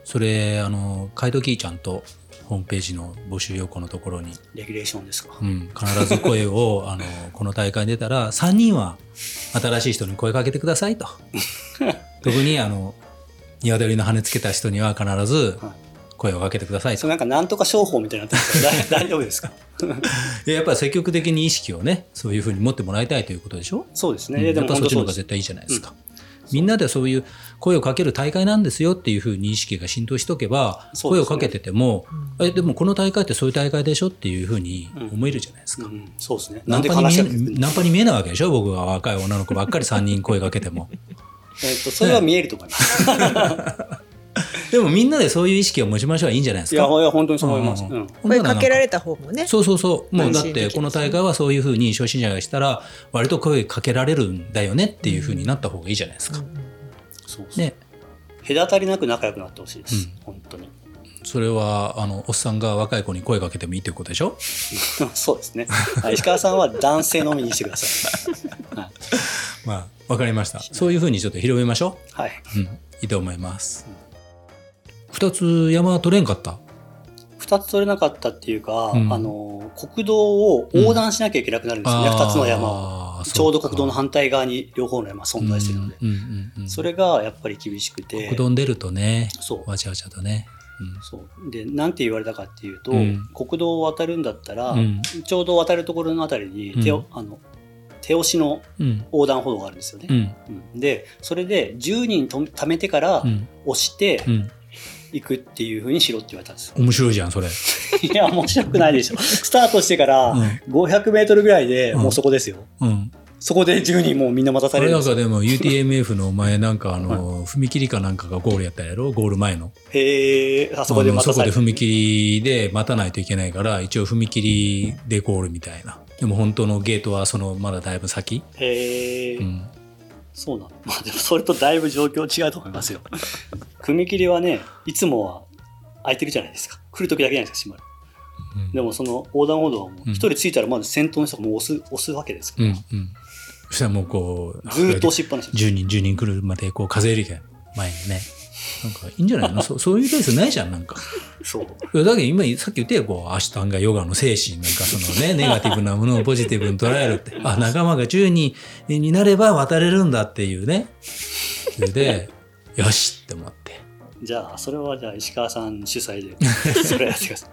[SPEAKER 1] それあのカイドキーちゃんとホームページの募集要項のところに、
[SPEAKER 3] レギュレーションですか、
[SPEAKER 1] うん、必ず声をあのこの大会に出たら3人は新しい人に声かけてください と特にあの鶏の羽つけた人には必ず
[SPEAKER 3] はい
[SPEAKER 1] 声をかけてください
[SPEAKER 3] そ
[SPEAKER 1] と
[SPEAKER 3] れなんかなんとか商法みたい になってるんですけど大大丈夫ですか
[SPEAKER 1] いややっぱり積極的に意識をねそういうふうに持ってもらいたいということでしょ、
[SPEAKER 3] そうです
[SPEAKER 1] う
[SPEAKER 3] ね、
[SPEAKER 1] んや
[SPEAKER 3] で
[SPEAKER 1] っ
[SPEAKER 3] も
[SPEAKER 1] ぱそっ
[SPEAKER 3] 本当
[SPEAKER 1] ちの
[SPEAKER 3] そう
[SPEAKER 1] 方
[SPEAKER 3] で
[SPEAKER 1] が
[SPEAKER 3] す
[SPEAKER 1] 絶対いいじゃないですか、みんなでそういう声をかける大会なんですよっていうふうに意識が浸透しとけば、
[SPEAKER 3] そう
[SPEAKER 1] 声
[SPEAKER 3] で
[SPEAKER 1] を
[SPEAKER 3] すね
[SPEAKER 1] かけてても、えでもこの大会ってそういう大会でしょっていうふうに思えるじゃないです
[SPEAKER 3] う
[SPEAKER 1] か、
[SPEAKER 3] ん、そうですねな
[SPEAKER 1] ナ
[SPEAKER 3] ん
[SPEAKER 1] ン
[SPEAKER 3] で
[SPEAKER 1] パに
[SPEAKER 3] 話
[SPEAKER 1] 見
[SPEAKER 3] し
[SPEAKER 1] え
[SPEAKER 3] かけてくる
[SPEAKER 1] ナンパに見えないわけでしょ僕が若い女の子ばっかり3人声かけても
[SPEAKER 3] えっとそれは見えると思います、
[SPEAKER 1] でもみんなでそういう意識を持ちましょうはいいんじゃないです
[SPEAKER 3] い
[SPEAKER 1] か
[SPEAKER 3] やいや本当にそう思います、
[SPEAKER 1] う
[SPEAKER 3] うんん
[SPEAKER 1] うんうん
[SPEAKER 2] 声かけられた方もね。
[SPEAKER 1] そうそうそう。もうだっ
[SPEAKER 2] 安心でき
[SPEAKER 1] て、
[SPEAKER 2] ます
[SPEAKER 1] この大会はそういうふうに初心者がしたら、割と声かけられるんだよねっていうふうになった方がいいじゃないです
[SPEAKER 2] う
[SPEAKER 1] か。
[SPEAKER 2] ん
[SPEAKER 3] そうですね
[SPEAKER 1] ね。
[SPEAKER 3] 隔たりなく仲良くなってほしいです、
[SPEAKER 1] うん
[SPEAKER 3] 本当に
[SPEAKER 1] それは、あの、おっさんが若い子に声かけてもいいということでしょ
[SPEAKER 3] そうですねはい石川さんは男性のみにしてください、はい
[SPEAKER 1] まあ、わかりました。そういうふうにちょっと広めましょ
[SPEAKER 3] はい、
[SPEAKER 1] う。うん。いいと思います。二つ山取れんかった。
[SPEAKER 3] 2つ取れなかったっていうか、
[SPEAKER 1] うん
[SPEAKER 3] あの国道を横断しなきゃいけなくなるんですよね、2つの山を
[SPEAKER 1] を
[SPEAKER 3] ちょうど国道の反対側に両方の山存在してるので、
[SPEAKER 1] うんうんうんうん。
[SPEAKER 3] それがやっぱり厳しくて
[SPEAKER 1] 国道に出るとね、
[SPEAKER 3] そう
[SPEAKER 1] わちゃわちゃとね。
[SPEAKER 3] そうでなんて言われたかっていうと、
[SPEAKER 1] うん
[SPEAKER 3] 国道を渡るんだったら、
[SPEAKER 1] うん
[SPEAKER 3] ちょうど渡るところのあたりに手
[SPEAKER 1] う
[SPEAKER 3] を、
[SPEAKER 1] ん
[SPEAKER 3] あの手押しの
[SPEAKER 1] うん。うん。
[SPEAKER 3] 横断歩道があるんですよね
[SPEAKER 1] う、ん。
[SPEAKER 3] うんでそれで10人と貯めてから
[SPEAKER 1] うん。
[SPEAKER 3] 押して
[SPEAKER 1] うん。
[SPEAKER 3] いくっていうふうにしろって言われたんですよ、
[SPEAKER 1] 面白いじゃん、それ。
[SPEAKER 3] いや面白くないでしょスタートしてから
[SPEAKER 1] うん。
[SPEAKER 3] 500メートルぐらいで
[SPEAKER 1] うん
[SPEAKER 3] もうそこですよ、
[SPEAKER 1] うん。
[SPEAKER 3] そこで10人もうみんな待たさ
[SPEAKER 1] あ
[SPEAKER 3] れ
[SPEAKER 1] れ
[SPEAKER 3] るん
[SPEAKER 1] な
[SPEAKER 3] で
[SPEAKER 1] ん
[SPEAKER 3] す
[SPEAKER 1] か
[SPEAKER 3] よ
[SPEAKER 1] でも UTMF のお前なんかあの踏切かなんかがゴールやったやろゴール前の
[SPEAKER 3] へえあ
[SPEAKER 1] あ
[SPEAKER 3] そこで
[SPEAKER 1] の
[SPEAKER 3] 待
[SPEAKER 1] そ
[SPEAKER 3] た
[SPEAKER 1] こ
[SPEAKER 3] さ
[SPEAKER 1] で
[SPEAKER 3] れる
[SPEAKER 1] 踏切で待たないといけないから一応踏切でゴールみたいなでも本当のゲートはそのまだだいぶ先、
[SPEAKER 3] へえ、
[SPEAKER 1] うん、
[SPEAKER 3] そうなの まあでもそれとだいぶ状況違うと思いますよ 踏切はねいつもは空いてるじゃないですか来る時だけじゃないですか閉まるでもその横断歩道はもう
[SPEAKER 1] うん
[SPEAKER 3] 一人着いたらまず先頭の人がもう押す押すわけですか
[SPEAKER 1] うんう
[SPEAKER 3] ら、
[SPEAKER 1] んそしたらもうこう
[SPEAKER 3] ずーっと押しっぱなし
[SPEAKER 1] 10人10人来るまでこう数えるけん前にねなんかいいんじゃないのそうそういうレースないじゃん、なんか。
[SPEAKER 3] そう。
[SPEAKER 1] いやだけど今さっき言ってこう、アシュタンガヨガの精神なんかそのね、ネガティブなものをポジティブに捉えるって、あ、仲間が10人になれば渡れるんだっていうね。それで、よしって思って。
[SPEAKER 3] じゃあ、それはじゃあ、石川さん主催で、 それやってくださ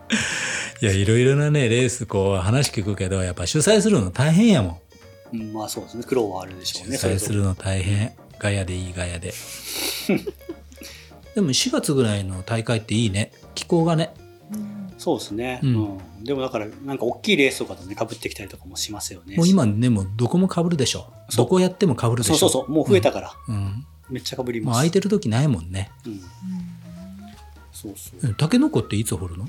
[SPEAKER 3] い。
[SPEAKER 1] いや、いろいろなね、レースこう話聞くけど、やっぱ主催するの大変やもん。
[SPEAKER 3] うん、まあそうですね。苦労はあるでしょう
[SPEAKER 1] 主
[SPEAKER 3] ね。
[SPEAKER 1] 催するの大変。ガヤでいいガヤ で。でも4月ぐらいの大会っていいね。気候がね。
[SPEAKER 3] そうですね、
[SPEAKER 1] う
[SPEAKER 3] うんんでもだから、なんか大きいレースとかとね、かぶってきたりとかもしますよね。
[SPEAKER 1] もう今ね、もうどこも被るでしょ。
[SPEAKER 3] そ
[SPEAKER 1] ど
[SPEAKER 3] う
[SPEAKER 1] こやっても被るでし
[SPEAKER 3] そ
[SPEAKER 1] ょ。
[SPEAKER 3] うそうそう、もう増えたから、
[SPEAKER 1] うん。
[SPEAKER 3] めっちゃかぶり
[SPEAKER 1] もう
[SPEAKER 3] ます。
[SPEAKER 1] 空いてる時ないもんね。
[SPEAKER 3] うん、そうそうう。
[SPEAKER 1] んタケノコっていつ掘るの？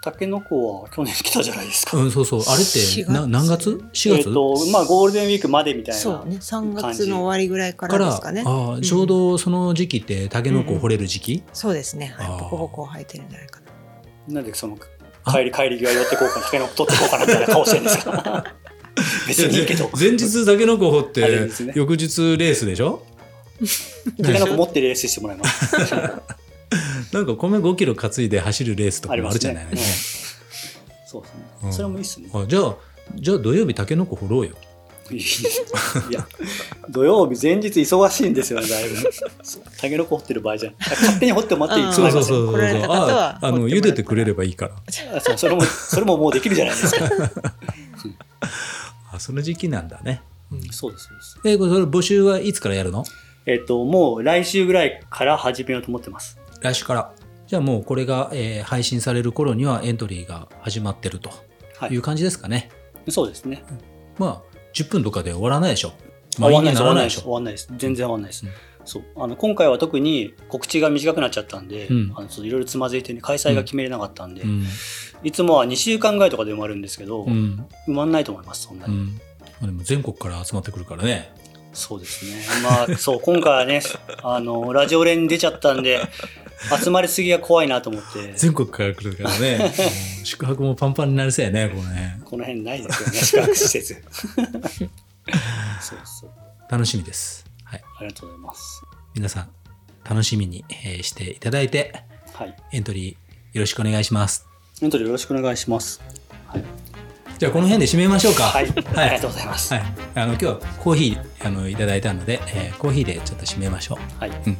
[SPEAKER 3] タケノコは去年来たじゃないですか。
[SPEAKER 1] うん、そうそう。あれってな
[SPEAKER 2] 4
[SPEAKER 1] 何月？4
[SPEAKER 3] えっ、
[SPEAKER 1] 月？
[SPEAKER 3] と、まあゴールデンウィークまでみたいな。
[SPEAKER 2] そうね、3
[SPEAKER 3] 感
[SPEAKER 2] 月
[SPEAKER 3] じ
[SPEAKER 2] の終わりぐらいか
[SPEAKER 1] からら、
[SPEAKER 2] ですかね。
[SPEAKER 1] ああちょうどその時期ってタケノコ掘れる時期？
[SPEAKER 2] そうですね、はい
[SPEAKER 1] あー
[SPEAKER 2] ボコボコ生えてるんじゃないかな。
[SPEAKER 3] なんでその、
[SPEAKER 1] あ
[SPEAKER 3] 帰り、帰り際寄ってこうかな、タケノコ取ってこうかなみたいな顔してる んですか別にいい けど。
[SPEAKER 1] 前日タケノコ掘っ
[SPEAKER 3] あれ
[SPEAKER 1] て
[SPEAKER 3] ですね
[SPEAKER 1] 翌日レースでしょ？
[SPEAKER 3] タケノコ持ってレースしてもらいます。
[SPEAKER 1] なんか米5キロ担いで走るレースとかもあるじゃない
[SPEAKER 3] ありますそうですね、
[SPEAKER 1] うん
[SPEAKER 3] それもいいっすね。
[SPEAKER 1] あじゃあじゃあ土曜日タケノコ掘ろうよ。
[SPEAKER 3] いいですいや、土曜日前日忙しいんですよね、だいぶ。そうタケノコ掘ってる場合じゃん。勝手に掘ってもらっていい
[SPEAKER 2] あー
[SPEAKER 3] つ
[SPEAKER 1] そう
[SPEAKER 3] ま
[SPEAKER 1] そう
[SPEAKER 3] り
[SPEAKER 1] そうそう。
[SPEAKER 2] 来られた方は
[SPEAKER 1] ああ
[SPEAKER 2] 掘
[SPEAKER 1] の
[SPEAKER 2] ってもらったら
[SPEAKER 1] 茹でてくれればいいから。
[SPEAKER 3] そうそれも、それももうできるじゃないですか。
[SPEAKER 1] あその時期なんだね。
[SPEAKER 3] そうです、そうです。
[SPEAKER 1] えこれそれ募集はいつからやるの？
[SPEAKER 3] えっ、と、もう来週ぐらいから始めようと思ってます。
[SPEAKER 1] 来週からじゃあもうこれが、えー配信される頃にはエントリーが始まってると。
[SPEAKER 3] はいいう
[SPEAKER 1] 感じですかね、
[SPEAKER 3] そうですね。
[SPEAKER 1] まあ10分とかで終わらないでしょ
[SPEAKER 3] 終わんない
[SPEAKER 1] 満
[SPEAKER 3] です、
[SPEAKER 1] 員にな
[SPEAKER 3] 終わんな
[SPEAKER 1] ら
[SPEAKER 3] い
[SPEAKER 1] ない
[SPEAKER 3] で。
[SPEAKER 1] ですし
[SPEAKER 3] 終
[SPEAKER 1] ょ
[SPEAKER 3] わんないです。全然終わんないです。
[SPEAKER 1] うん
[SPEAKER 3] そうあの今回は特に告知が短くなっちゃったんで、
[SPEAKER 1] うん
[SPEAKER 3] あのちょっといろいろつまずいてね、開催が決めれなかったんで、
[SPEAKER 1] うん
[SPEAKER 3] いつもは2週間ぐらいとかで埋まるんですけど、
[SPEAKER 1] うん
[SPEAKER 3] 埋まんないと思います、そんな
[SPEAKER 1] う
[SPEAKER 3] に。
[SPEAKER 1] んまあでも全国から集まってくるからね
[SPEAKER 3] そうですね。まあ、そう、今回はね、あの、ラジオ連に出ちゃったんで、集まりすぎが怖いなと思って、
[SPEAKER 1] 全国から来るからね もう宿泊もパンパンになりそうやねこれね
[SPEAKER 3] この辺ないですよね、宿泊施設。 そうそう。
[SPEAKER 1] 楽しみです、はい、
[SPEAKER 3] ありがとうございます。
[SPEAKER 1] 皆さん楽しみに、えーしていただいて
[SPEAKER 3] はい。
[SPEAKER 1] エントリーよろしくお願いします
[SPEAKER 3] エントリーよろしくお願いします。はい。
[SPEAKER 1] じゃあこの辺で締めましょうか
[SPEAKER 3] はい。ありがとうございます。
[SPEAKER 1] はい、あの今日はコーヒーあのいただいたので、えーコーヒーでちょっと締めましょう
[SPEAKER 3] はい。
[SPEAKER 1] あの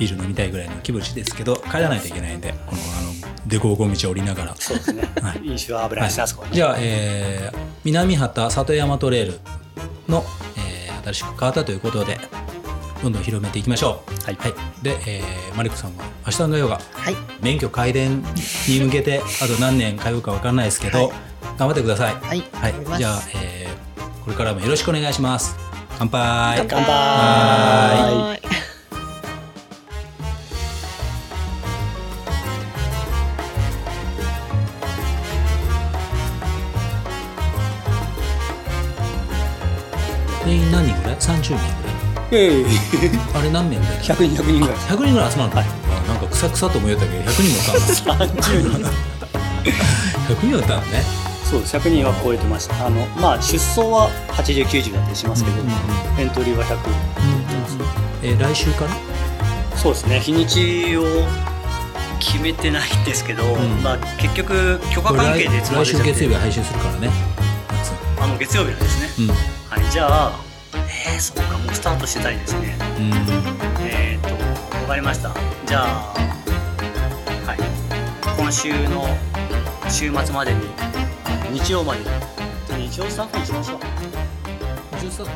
[SPEAKER 1] ビール飲みたいぐらいの気分ですけど帰らないといけないんでこのあの凸凹道を降りながら、
[SPEAKER 3] そうですね
[SPEAKER 1] は。
[SPEAKER 3] 飲酒は危ないですね、あそこはね
[SPEAKER 1] じゃあ、えー南畑里山トレールの、えー新しく変わったということでどんどん広めていきましょう
[SPEAKER 3] はい
[SPEAKER 1] で、えーマリコさんは明日のヨガ
[SPEAKER 2] はい、
[SPEAKER 1] 免許改善に向けてあと何年通うか分からないですけど、頑張ってください
[SPEAKER 2] はい、頑張ります
[SPEAKER 1] じゃあ、えーこれからもよろしくお願いします乾杯
[SPEAKER 3] 乾杯
[SPEAKER 2] はーい。
[SPEAKER 1] 全員何人ぐらい ?30 人ぐらい
[SPEAKER 3] いやいやいや
[SPEAKER 1] あれ何名ぐらいだ
[SPEAKER 3] 100人、100人ぐらい。
[SPEAKER 1] 100人ぐらい集まるの、あなんか草草と思えたけど100人もいたん だ
[SPEAKER 3] 30人。
[SPEAKER 1] 100人もいたのね
[SPEAKER 3] そうです、100人は超えてました。あの、まあ、出走は80、90だったりしますけど、
[SPEAKER 1] うんうん
[SPEAKER 3] エントリーは100。
[SPEAKER 1] えー来週から
[SPEAKER 3] そうですね日にちを決めてないんですけど、
[SPEAKER 1] ん
[SPEAKER 3] まあ、結局許可関係で
[SPEAKER 1] 来
[SPEAKER 3] つま
[SPEAKER 1] 来
[SPEAKER 3] ず
[SPEAKER 1] 週
[SPEAKER 3] いちゃって
[SPEAKER 1] 月曜日配信するからね
[SPEAKER 3] あの月曜日なんですね、
[SPEAKER 1] うん
[SPEAKER 3] はい、じゃあえー、そうかもうスタートしてたいですね
[SPEAKER 1] う
[SPEAKER 3] えっ、とわかりましたじゃあはい今週の週末までに日曜までに日曜スタートにしましょうん
[SPEAKER 1] 13